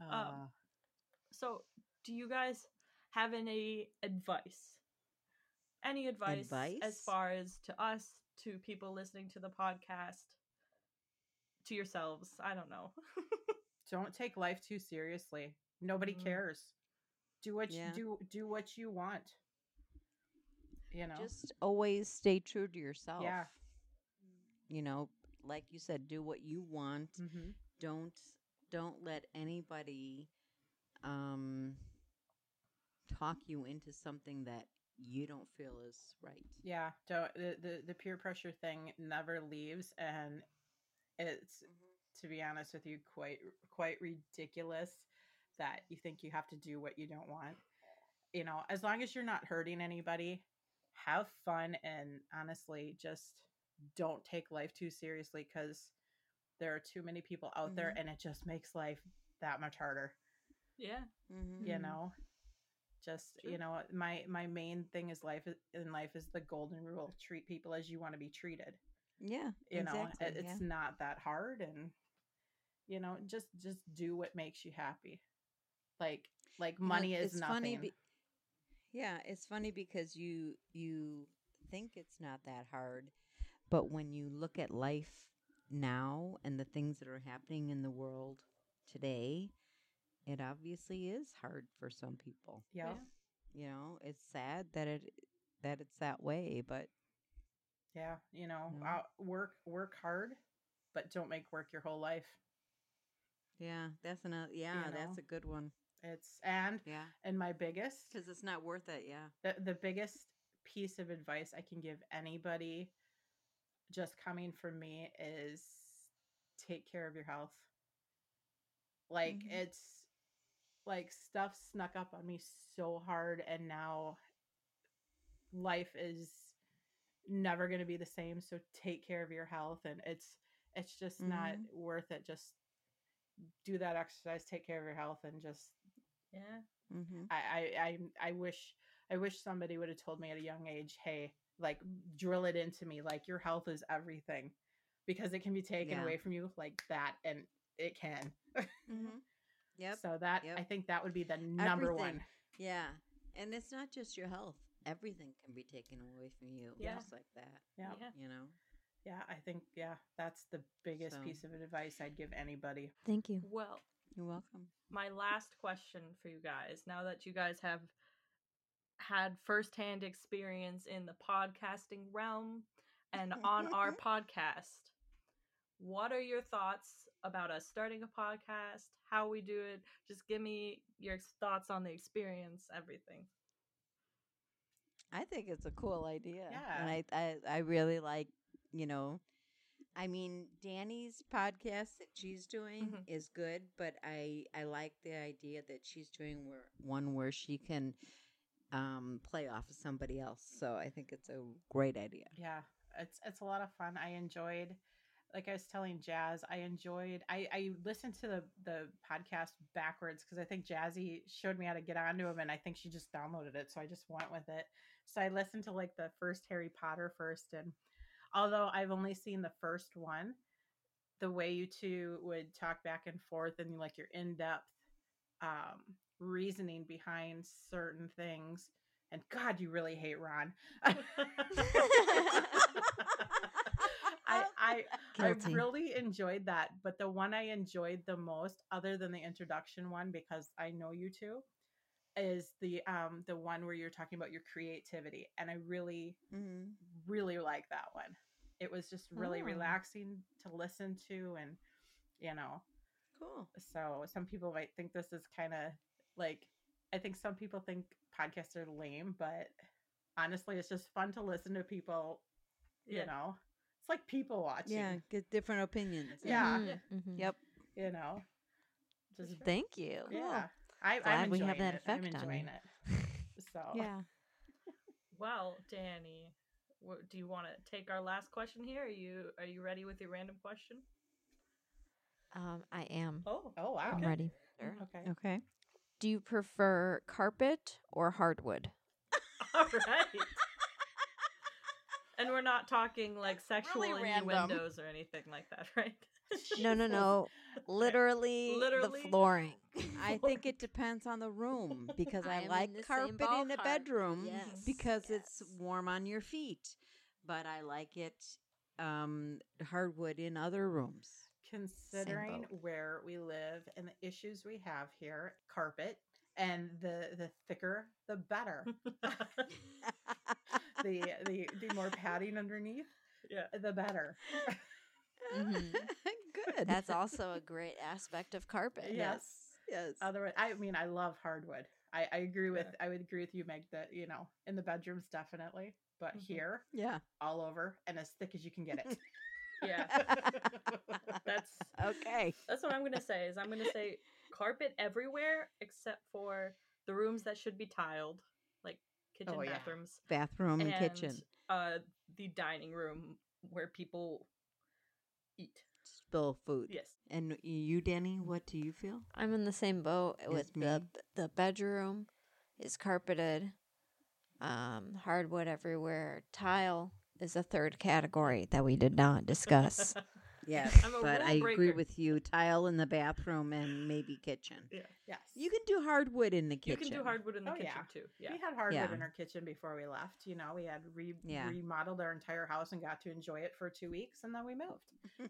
Speaker 4: Um,
Speaker 5: Uh,
Speaker 2: So, do you guys have any advice? Any advice, as
Speaker 4: Advice?
Speaker 2: far as to us, to people listening to the podcast, to yourselves? I don't know.
Speaker 5: don't take life too seriously. Nobody
Speaker 2: Mm.
Speaker 5: cares. Do what
Speaker 4: Mm-hmm. Yeah.
Speaker 5: you do. Do what you want. You know.
Speaker 10: Just always stay true to yourself.
Speaker 5: Yeah.
Speaker 4: You know, like you said, do what you want.
Speaker 5: Mhm.
Speaker 4: Don't don't let anybody um talk you into something that you don't feel is right.
Speaker 5: Yeah, don't, the, the the peer pressure thing never leaves, and it's to be honest with you, quite quite ridiculous that you think you have to do what you don't want. You know, as long as you're not hurting anybody, have fun, and honestly, just don't take life too seriously because there are too many people out there, and it just makes life that much harder
Speaker 2: Yeah.
Speaker 4: Mm-hmm.
Speaker 5: you know just
Speaker 2: Sure.
Speaker 5: you know my my main thing is life is- in life is the golden rule treat people as you want to be treated
Speaker 4: Yeah.
Speaker 5: you know it,
Speaker 4: exactly,
Speaker 5: it's not that hard and you know just just do what makes you happy like like
Speaker 4: You know,
Speaker 5: money is nothing
Speaker 4: be- yeah, it's funny because you you think it's not that hard, but when you look at life now and the things that are happening in the world today, it obviously is hard for some people.
Speaker 5: yeah.
Speaker 2: Yeah.
Speaker 4: You know, it's sad that it that it's that way, but
Speaker 5: yeah you know
Speaker 4: No.
Speaker 5: out, work work hard but don't make work your whole life
Speaker 4: yeah, that's another yeah, that's
Speaker 5: know?
Speaker 4: a good one.
Speaker 5: it's and
Speaker 4: Yeah,
Speaker 5: and my biggest
Speaker 4: cuz it's not worth it, yeah.
Speaker 5: the, the biggest piece of advice I can give anybody just coming from me is take care of your health. Like
Speaker 4: Mhm.
Speaker 5: it's like stuff snuck up on me so hard and now life is never going to be the same so take care of your health and it's it's just not worth it just do that exercise take care of your health and just
Speaker 2: Yeah.
Speaker 4: Mhm.
Speaker 5: I, I I I wish I wish somebody would have told me at a young age, hey, like drill it into me, like your health is everything, because it can be taken
Speaker 4: Yeah.
Speaker 5: away from you like that, and it can.
Speaker 4: Mhm. Yep.
Speaker 5: So that
Speaker 4: yep.
Speaker 5: I think that would be the number one.
Speaker 4: Everything. Yeah. And it's not just your health. Everything can be taken away from you
Speaker 2: Yeah.
Speaker 4: just like that,
Speaker 5: Yeah,
Speaker 2: Yeah.
Speaker 4: you know?
Speaker 5: yeah, I think yeah, that's the biggest
Speaker 4: So-
Speaker 5: piece of advice I'd give anybody.
Speaker 3: Thank you.
Speaker 2: Well,
Speaker 4: You're welcome.
Speaker 2: my last question for you guys now that you guys have had firsthand experience in the podcasting realm and on our podcast what are your thoughts about us starting a podcast how we do it just give me your ex- thoughts on the experience everything
Speaker 10: I think it's a cool idea.
Speaker 5: Yeah.
Speaker 4: And I, I, I really like, you know, I mean, Danny's podcast that she's doing
Speaker 2: Mhm.
Speaker 4: is good, but I, I like the idea that she's doing where, one where she can um, play off of somebody else. So I think it's a great idea.
Speaker 5: Yeah, it's it's a lot of fun. I enjoyed, like I was telling Jazz, I enjoyed. I I listened to the the podcast backwards because I think Jazzy showed me how to get onto him, and I think she just downloaded it, so I just went with it. So I listened to like the first Harry Potter first, and although I've only seen the first one, the way you two would talk back and forth and like your in depth um, reasoning behind certain things. And God, you really hate Ron. <laughs> I, I, I
Speaker 4: Guilty.
Speaker 5: really enjoyed that, but the one I enjoyed the most, other than the introduction one, because I know you two, is the um the one where you're talking about your creativity, and I really
Speaker 4: Mm-hmm.
Speaker 5: really like that one. It was just really
Speaker 3: Oh.
Speaker 5: relaxing to listen to, and you know,
Speaker 4: Cool.
Speaker 5: so some people might think this is kind of like I think some people think podcasts are lame, but honestly, it's just fun to listen to people. You
Speaker 2: Yeah.
Speaker 5: know, it's like people watching.
Speaker 4: Yeah, get different opinions.
Speaker 5: Yeah.
Speaker 3: Mhm, <laughs> mhm.
Speaker 4: Yep.
Speaker 5: You know, just
Speaker 3: Thank you. <laughs>
Speaker 5: yeah. I,
Speaker 3: Glad
Speaker 5: I'm
Speaker 3: we have
Speaker 5: enjoying
Speaker 3: that
Speaker 5: it. I'm
Speaker 3: effect on
Speaker 5: enjoying
Speaker 3: you.
Speaker 5: it. So
Speaker 4: Yeah.
Speaker 2: Well, Danny, wha- do you want to take our last question here? Are you are you ready with your random question?
Speaker 3: Um, I am.
Speaker 2: Oh,
Speaker 5: Oh wow.
Speaker 3: I'm
Speaker 5: Okay.
Speaker 3: ready.
Speaker 5: Okay.
Speaker 4: Mm-hmm. Okay.
Speaker 3: Do you prefer carpet or hardwood?
Speaker 2: <laughs> all
Speaker 5: <laughs>
Speaker 2: right. and we're not talking like sexual
Speaker 11: really random.
Speaker 5: <laughs>
Speaker 2: innuendos <laughs> or anything like that, right?
Speaker 3: No, no, no. Literally,
Speaker 2: Literally.
Speaker 3: the flooring.
Speaker 4: I think it depends on the room because
Speaker 11: I
Speaker 4: I,
Speaker 11: am in
Speaker 4: like
Speaker 11: the same
Speaker 4: carpet in the
Speaker 11: ballpark.
Speaker 4: bedroom
Speaker 11: Yes,
Speaker 4: because it's
Speaker 11: yes.
Speaker 4: warm on your feet, but I like it um, hardwood in other rooms.
Speaker 5: Considering where we live and the issues we have here, carpet and the the thicker the
Speaker 3: <laughs>
Speaker 5: better.
Speaker 4: <laughs>
Speaker 5: the the the more padding underneath,
Speaker 2: Yeah.
Speaker 5: the better.
Speaker 3: Mhm.
Speaker 4: Good.
Speaker 3: That's also a great aspect of carpet.
Speaker 5: Yes.
Speaker 4: yes.
Speaker 5: Otherwise, I mean, I love hardwood. I, I agree with
Speaker 2: Yeah.
Speaker 5: I would agree with you, Meg. That you know, in the bedrooms, definitely, but
Speaker 2: Mhm.
Speaker 5: here,
Speaker 4: yeah. <laughs>
Speaker 5: all over and as thick as you can get <laughs> it.
Speaker 2: Yeah. That's
Speaker 4: Okay.
Speaker 2: that's what I'm gonna say. Is I'm gonna say carpet everywhere except for the rooms that should be tiled, like kitchen
Speaker 5: Oh, yeah.
Speaker 2: bathrooms
Speaker 4: Bathroom and kitchen.
Speaker 2: uh, the dining room where people eat.
Speaker 4: Spill food.
Speaker 2: Yes.
Speaker 4: And you, Danny, what do you feel?
Speaker 3: I'm in the same boat with the
Speaker 4: me.
Speaker 3: the bedroom is carpeted, um, hardwood everywhere. Tile is a third category that we did not discuss.
Speaker 4: Yes,
Speaker 2: I'm a
Speaker 4: but
Speaker 2: rule
Speaker 4: I agree
Speaker 2: breaker.
Speaker 4: with you. Tile in the bathroom and maybe kitchen.
Speaker 5: yes,
Speaker 4: You can do hardwood in the
Speaker 2: You
Speaker 4: kitchen.
Speaker 2: can do
Speaker 4: <laughs>
Speaker 2: hardwood in the
Speaker 5: Oh,
Speaker 2: kitchen
Speaker 5: yeah.
Speaker 2: too. Yeah. <laughs>
Speaker 5: We had hardwood
Speaker 4: Yeah.
Speaker 5: in our kitchen before we left. You know, we had re-
Speaker 4: Yeah.
Speaker 5: remodeled our entire house and got to enjoy it for two weeks, and then we moved.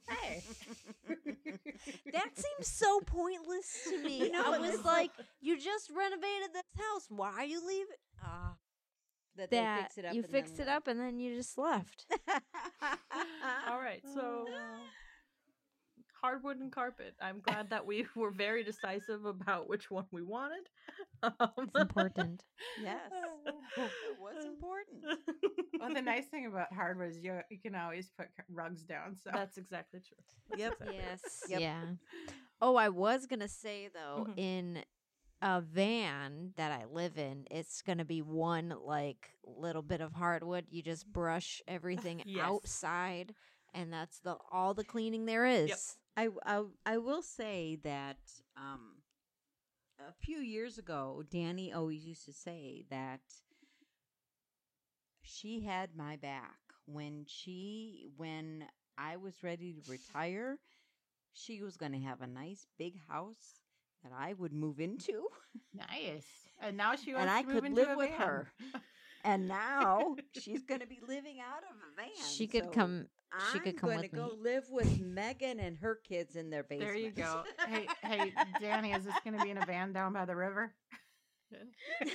Speaker 5: Hey,
Speaker 4: <laughs>
Speaker 3: that seems so pointless to me.
Speaker 5: No,
Speaker 3: I
Speaker 5: it
Speaker 3: was
Speaker 5: is.
Speaker 3: like, you just renovated this house. Why are you leaving? Ah,
Speaker 4: That, they
Speaker 3: that
Speaker 4: fix it up
Speaker 3: you
Speaker 4: and then
Speaker 3: fixed it up and then you just left.
Speaker 2: <laughs> All right. So
Speaker 5: Oh.
Speaker 2: hardwood and carpet. I'm glad that we were very decisive about which one we wanted. <laughs> Um,
Speaker 3: It's
Speaker 2: <laughs>
Speaker 3: important.
Speaker 4: <laughs> <laughs> Yes. It <laughs> was important.
Speaker 5: well, the nice thing about hardwood is you, you can always put c- rugs down. So
Speaker 2: That's exactly true. <laughs> That's
Speaker 4: Yep.
Speaker 2: exactly right.
Speaker 3: Yes.
Speaker 4: Yep.
Speaker 3: Yeah. Oh, I was gonna say though,
Speaker 5: Mm-hmm.
Speaker 2: Mhm.
Speaker 3: in a van that I live in, it's gonna be one like little bit of hardwood. You just brush
Speaker 5: <laughs>
Speaker 3: everything
Speaker 2: Yes.
Speaker 3: outside, and that's the all the cleaning there is.
Speaker 4: I, I I will say that um, a few years ago, Danny always used to say that she had my back when she when I was ready to retire. She was going to have a nice big house that I would move into, <laughs>
Speaker 5: nice. And now she
Speaker 4: and
Speaker 5: wants to
Speaker 4: I
Speaker 5: move
Speaker 4: could
Speaker 5: into
Speaker 4: live
Speaker 5: a
Speaker 4: with
Speaker 5: van.
Speaker 4: her.
Speaker 3: <laughs>
Speaker 4: And now she's going to be living out of a van.
Speaker 3: She could
Speaker 4: so
Speaker 3: come. she could
Speaker 4: I'm
Speaker 3: come
Speaker 4: gonna
Speaker 3: with
Speaker 4: go
Speaker 3: me.
Speaker 4: live with Megan and her kids in their basement.
Speaker 5: <laughs> There you go. Hey, hey,
Speaker 4: <laughs>
Speaker 5: Danny, is this going to be in a van down by the river?
Speaker 4: hey,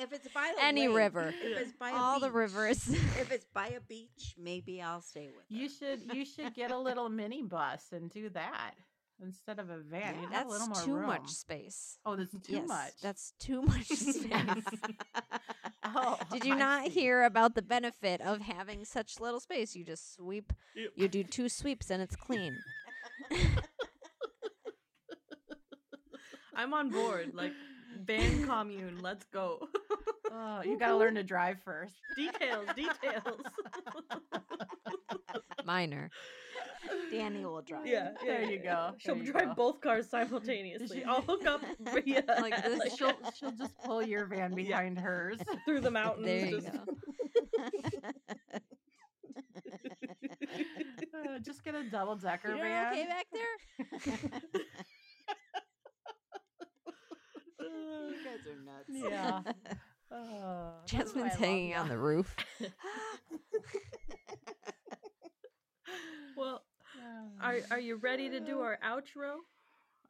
Speaker 4: if it's by the
Speaker 3: Any
Speaker 4: lake,
Speaker 3: river.
Speaker 4: if it's by a
Speaker 3: All the
Speaker 4: beach,
Speaker 3: rivers.
Speaker 4: if it's by a beach, maybe I'll stay with her.
Speaker 5: You should you should get a little mini bus and do that instead of a van.
Speaker 4: Yeah,
Speaker 5: You'd have a little
Speaker 3: That's
Speaker 5: more
Speaker 3: too
Speaker 5: room.
Speaker 3: much space.
Speaker 5: Oh, that's too
Speaker 3: yes,
Speaker 5: much.
Speaker 3: That's too much
Speaker 4: <laughs>
Speaker 3: space.
Speaker 5: <laughs> oh,
Speaker 3: <laughs> Did you
Speaker 5: I
Speaker 3: not
Speaker 5: see.
Speaker 3: hear about the benefit of having such little space? You just sweep, you do two sweeps and it's clean.
Speaker 2: I'm on board. Like van commune. Let's go.
Speaker 5: Oh, you gotta learn
Speaker 3: <laughs>
Speaker 5: to drive first.
Speaker 2: details, details.
Speaker 3: Minor.
Speaker 12: Danny will drive.
Speaker 2: <laughs> yeah,
Speaker 5: There you go.
Speaker 2: She'll
Speaker 5: There you
Speaker 2: drive
Speaker 5: go.
Speaker 2: both cars simultaneously. I'll hook up <laughs> yeah,
Speaker 3: Like this,
Speaker 2: like,
Speaker 5: she'll she'll just pull your van behind hers. <laughs>
Speaker 2: through the mountains.
Speaker 3: There you
Speaker 2: just-
Speaker 3: go.
Speaker 5: Uh, just get a double decker
Speaker 3: You're
Speaker 5: van.
Speaker 3: okay back there?
Speaker 4: you guys are nuts.
Speaker 5: Yeah. Oh,
Speaker 3: <laughs> Jasmine's hanging on the <laughs> roof.
Speaker 2: <laughs> Well,
Speaker 3: <laughs>
Speaker 2: are are you ready to do our outro?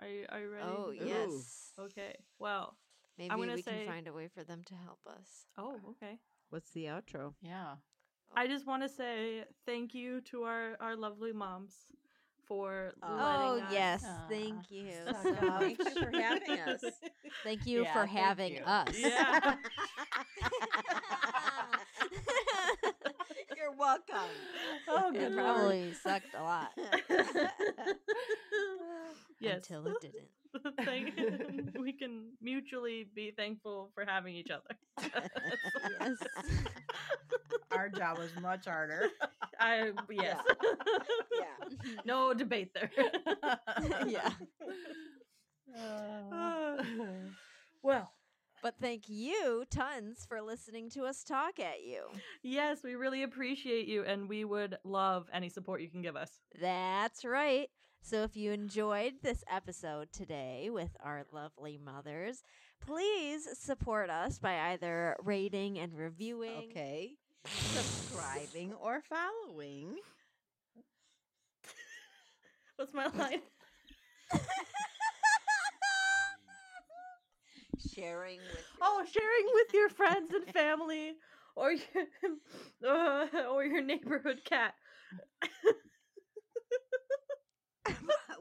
Speaker 2: Are you are you ready?
Speaker 3: Oh
Speaker 2: to do-
Speaker 3: yes.
Speaker 2: Okay. Well.
Speaker 3: Maybe
Speaker 2: gonna
Speaker 3: we
Speaker 2: say-
Speaker 3: can find a way for them to help us.
Speaker 2: Oh, okay.
Speaker 4: <laughs> What's the outro?
Speaker 3: <laughs>
Speaker 5: Yeah.
Speaker 2: I just want to say thank you to our our lovely moms for
Speaker 3: Oh
Speaker 2: letting us-
Speaker 3: yes,
Speaker 5: Aw,
Speaker 3: thank you.
Speaker 2: suck
Speaker 3: so
Speaker 2: it up.
Speaker 3: much.
Speaker 4: Uh, Thank
Speaker 3: <laughs> Thank you
Speaker 4: you for having us.
Speaker 5: Yeah,
Speaker 3: for
Speaker 5: thank
Speaker 3: having
Speaker 5: you.
Speaker 3: us. <laughs>
Speaker 2: Yeah. <laughs>
Speaker 4: You're welcome.
Speaker 5: <laughs>
Speaker 4: <laughs>
Speaker 5: <laughs> Oh,
Speaker 3: It
Speaker 5: good lord.
Speaker 3: probably sucked a <laughs> lot.
Speaker 2: yes.
Speaker 3: Until it didn't. <laughs>
Speaker 2: Thank- <laughs> we can mutually be thankful for having
Speaker 3: <laughs>
Speaker 2: each other.
Speaker 3: Yes.
Speaker 5: Our job was much harder.
Speaker 2: I yes. no debate
Speaker 3: <laughs>
Speaker 2: there.
Speaker 3: <laughs>
Speaker 2: <laughs>
Speaker 3: yeah.
Speaker 2: Uh, well,
Speaker 3: But thank you tons for listening to us talk at you.
Speaker 2: yes, we really appreciate you and we would love any support you can give us.
Speaker 3: That's right. So if you enjoyed this episode today with our lovely mothers, please support us by either rating and reviewing.
Speaker 4: Okay. <laughs> Subscribing or following.
Speaker 3: <laughs>
Speaker 2: What's my line?
Speaker 4: Sharing with
Speaker 2: Oh, sharing with your friends and family or <laughs> your, uh, or your neighborhood cat.
Speaker 4: <laughs>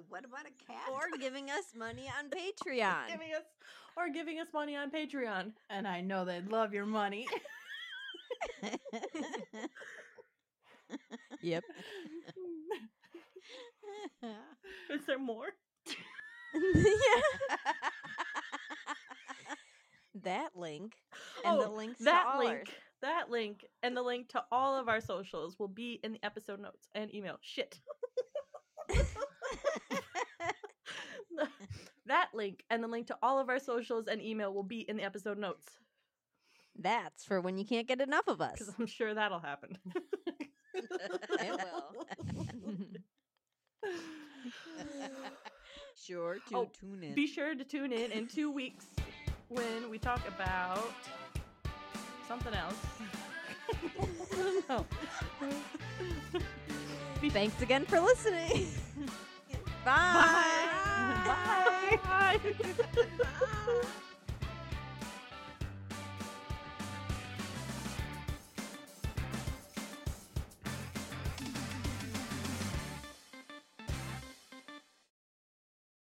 Speaker 4: what about a cat?
Speaker 3: Or giving us money on Patreon.
Speaker 2: Giving us or giving us money on Patreon.
Speaker 5: and I know they'd love your money.
Speaker 3: yep.
Speaker 2: Is there more?
Speaker 3: <laughs> that link and the
Speaker 2: Oh,
Speaker 3: links to
Speaker 2: that
Speaker 3: all
Speaker 2: link, that link, and the link to all of our socials will be in the episode notes and email. Shit. <laughs> that link and the link to all of our socials and email will be in the episode notes
Speaker 3: That's for when you can't get enough of us.
Speaker 2: because I'm sure that'll happen. <laughs>
Speaker 3: <laughs> it will.
Speaker 4: sure to
Speaker 2: Oh,
Speaker 4: tune in.
Speaker 2: Be sure to tune in in two weeks when we talk about something else. I don't know.
Speaker 3: Thanks again for listening. <laughs> Bye.
Speaker 5: <laughs>
Speaker 2: <laughs> Bye. Bye.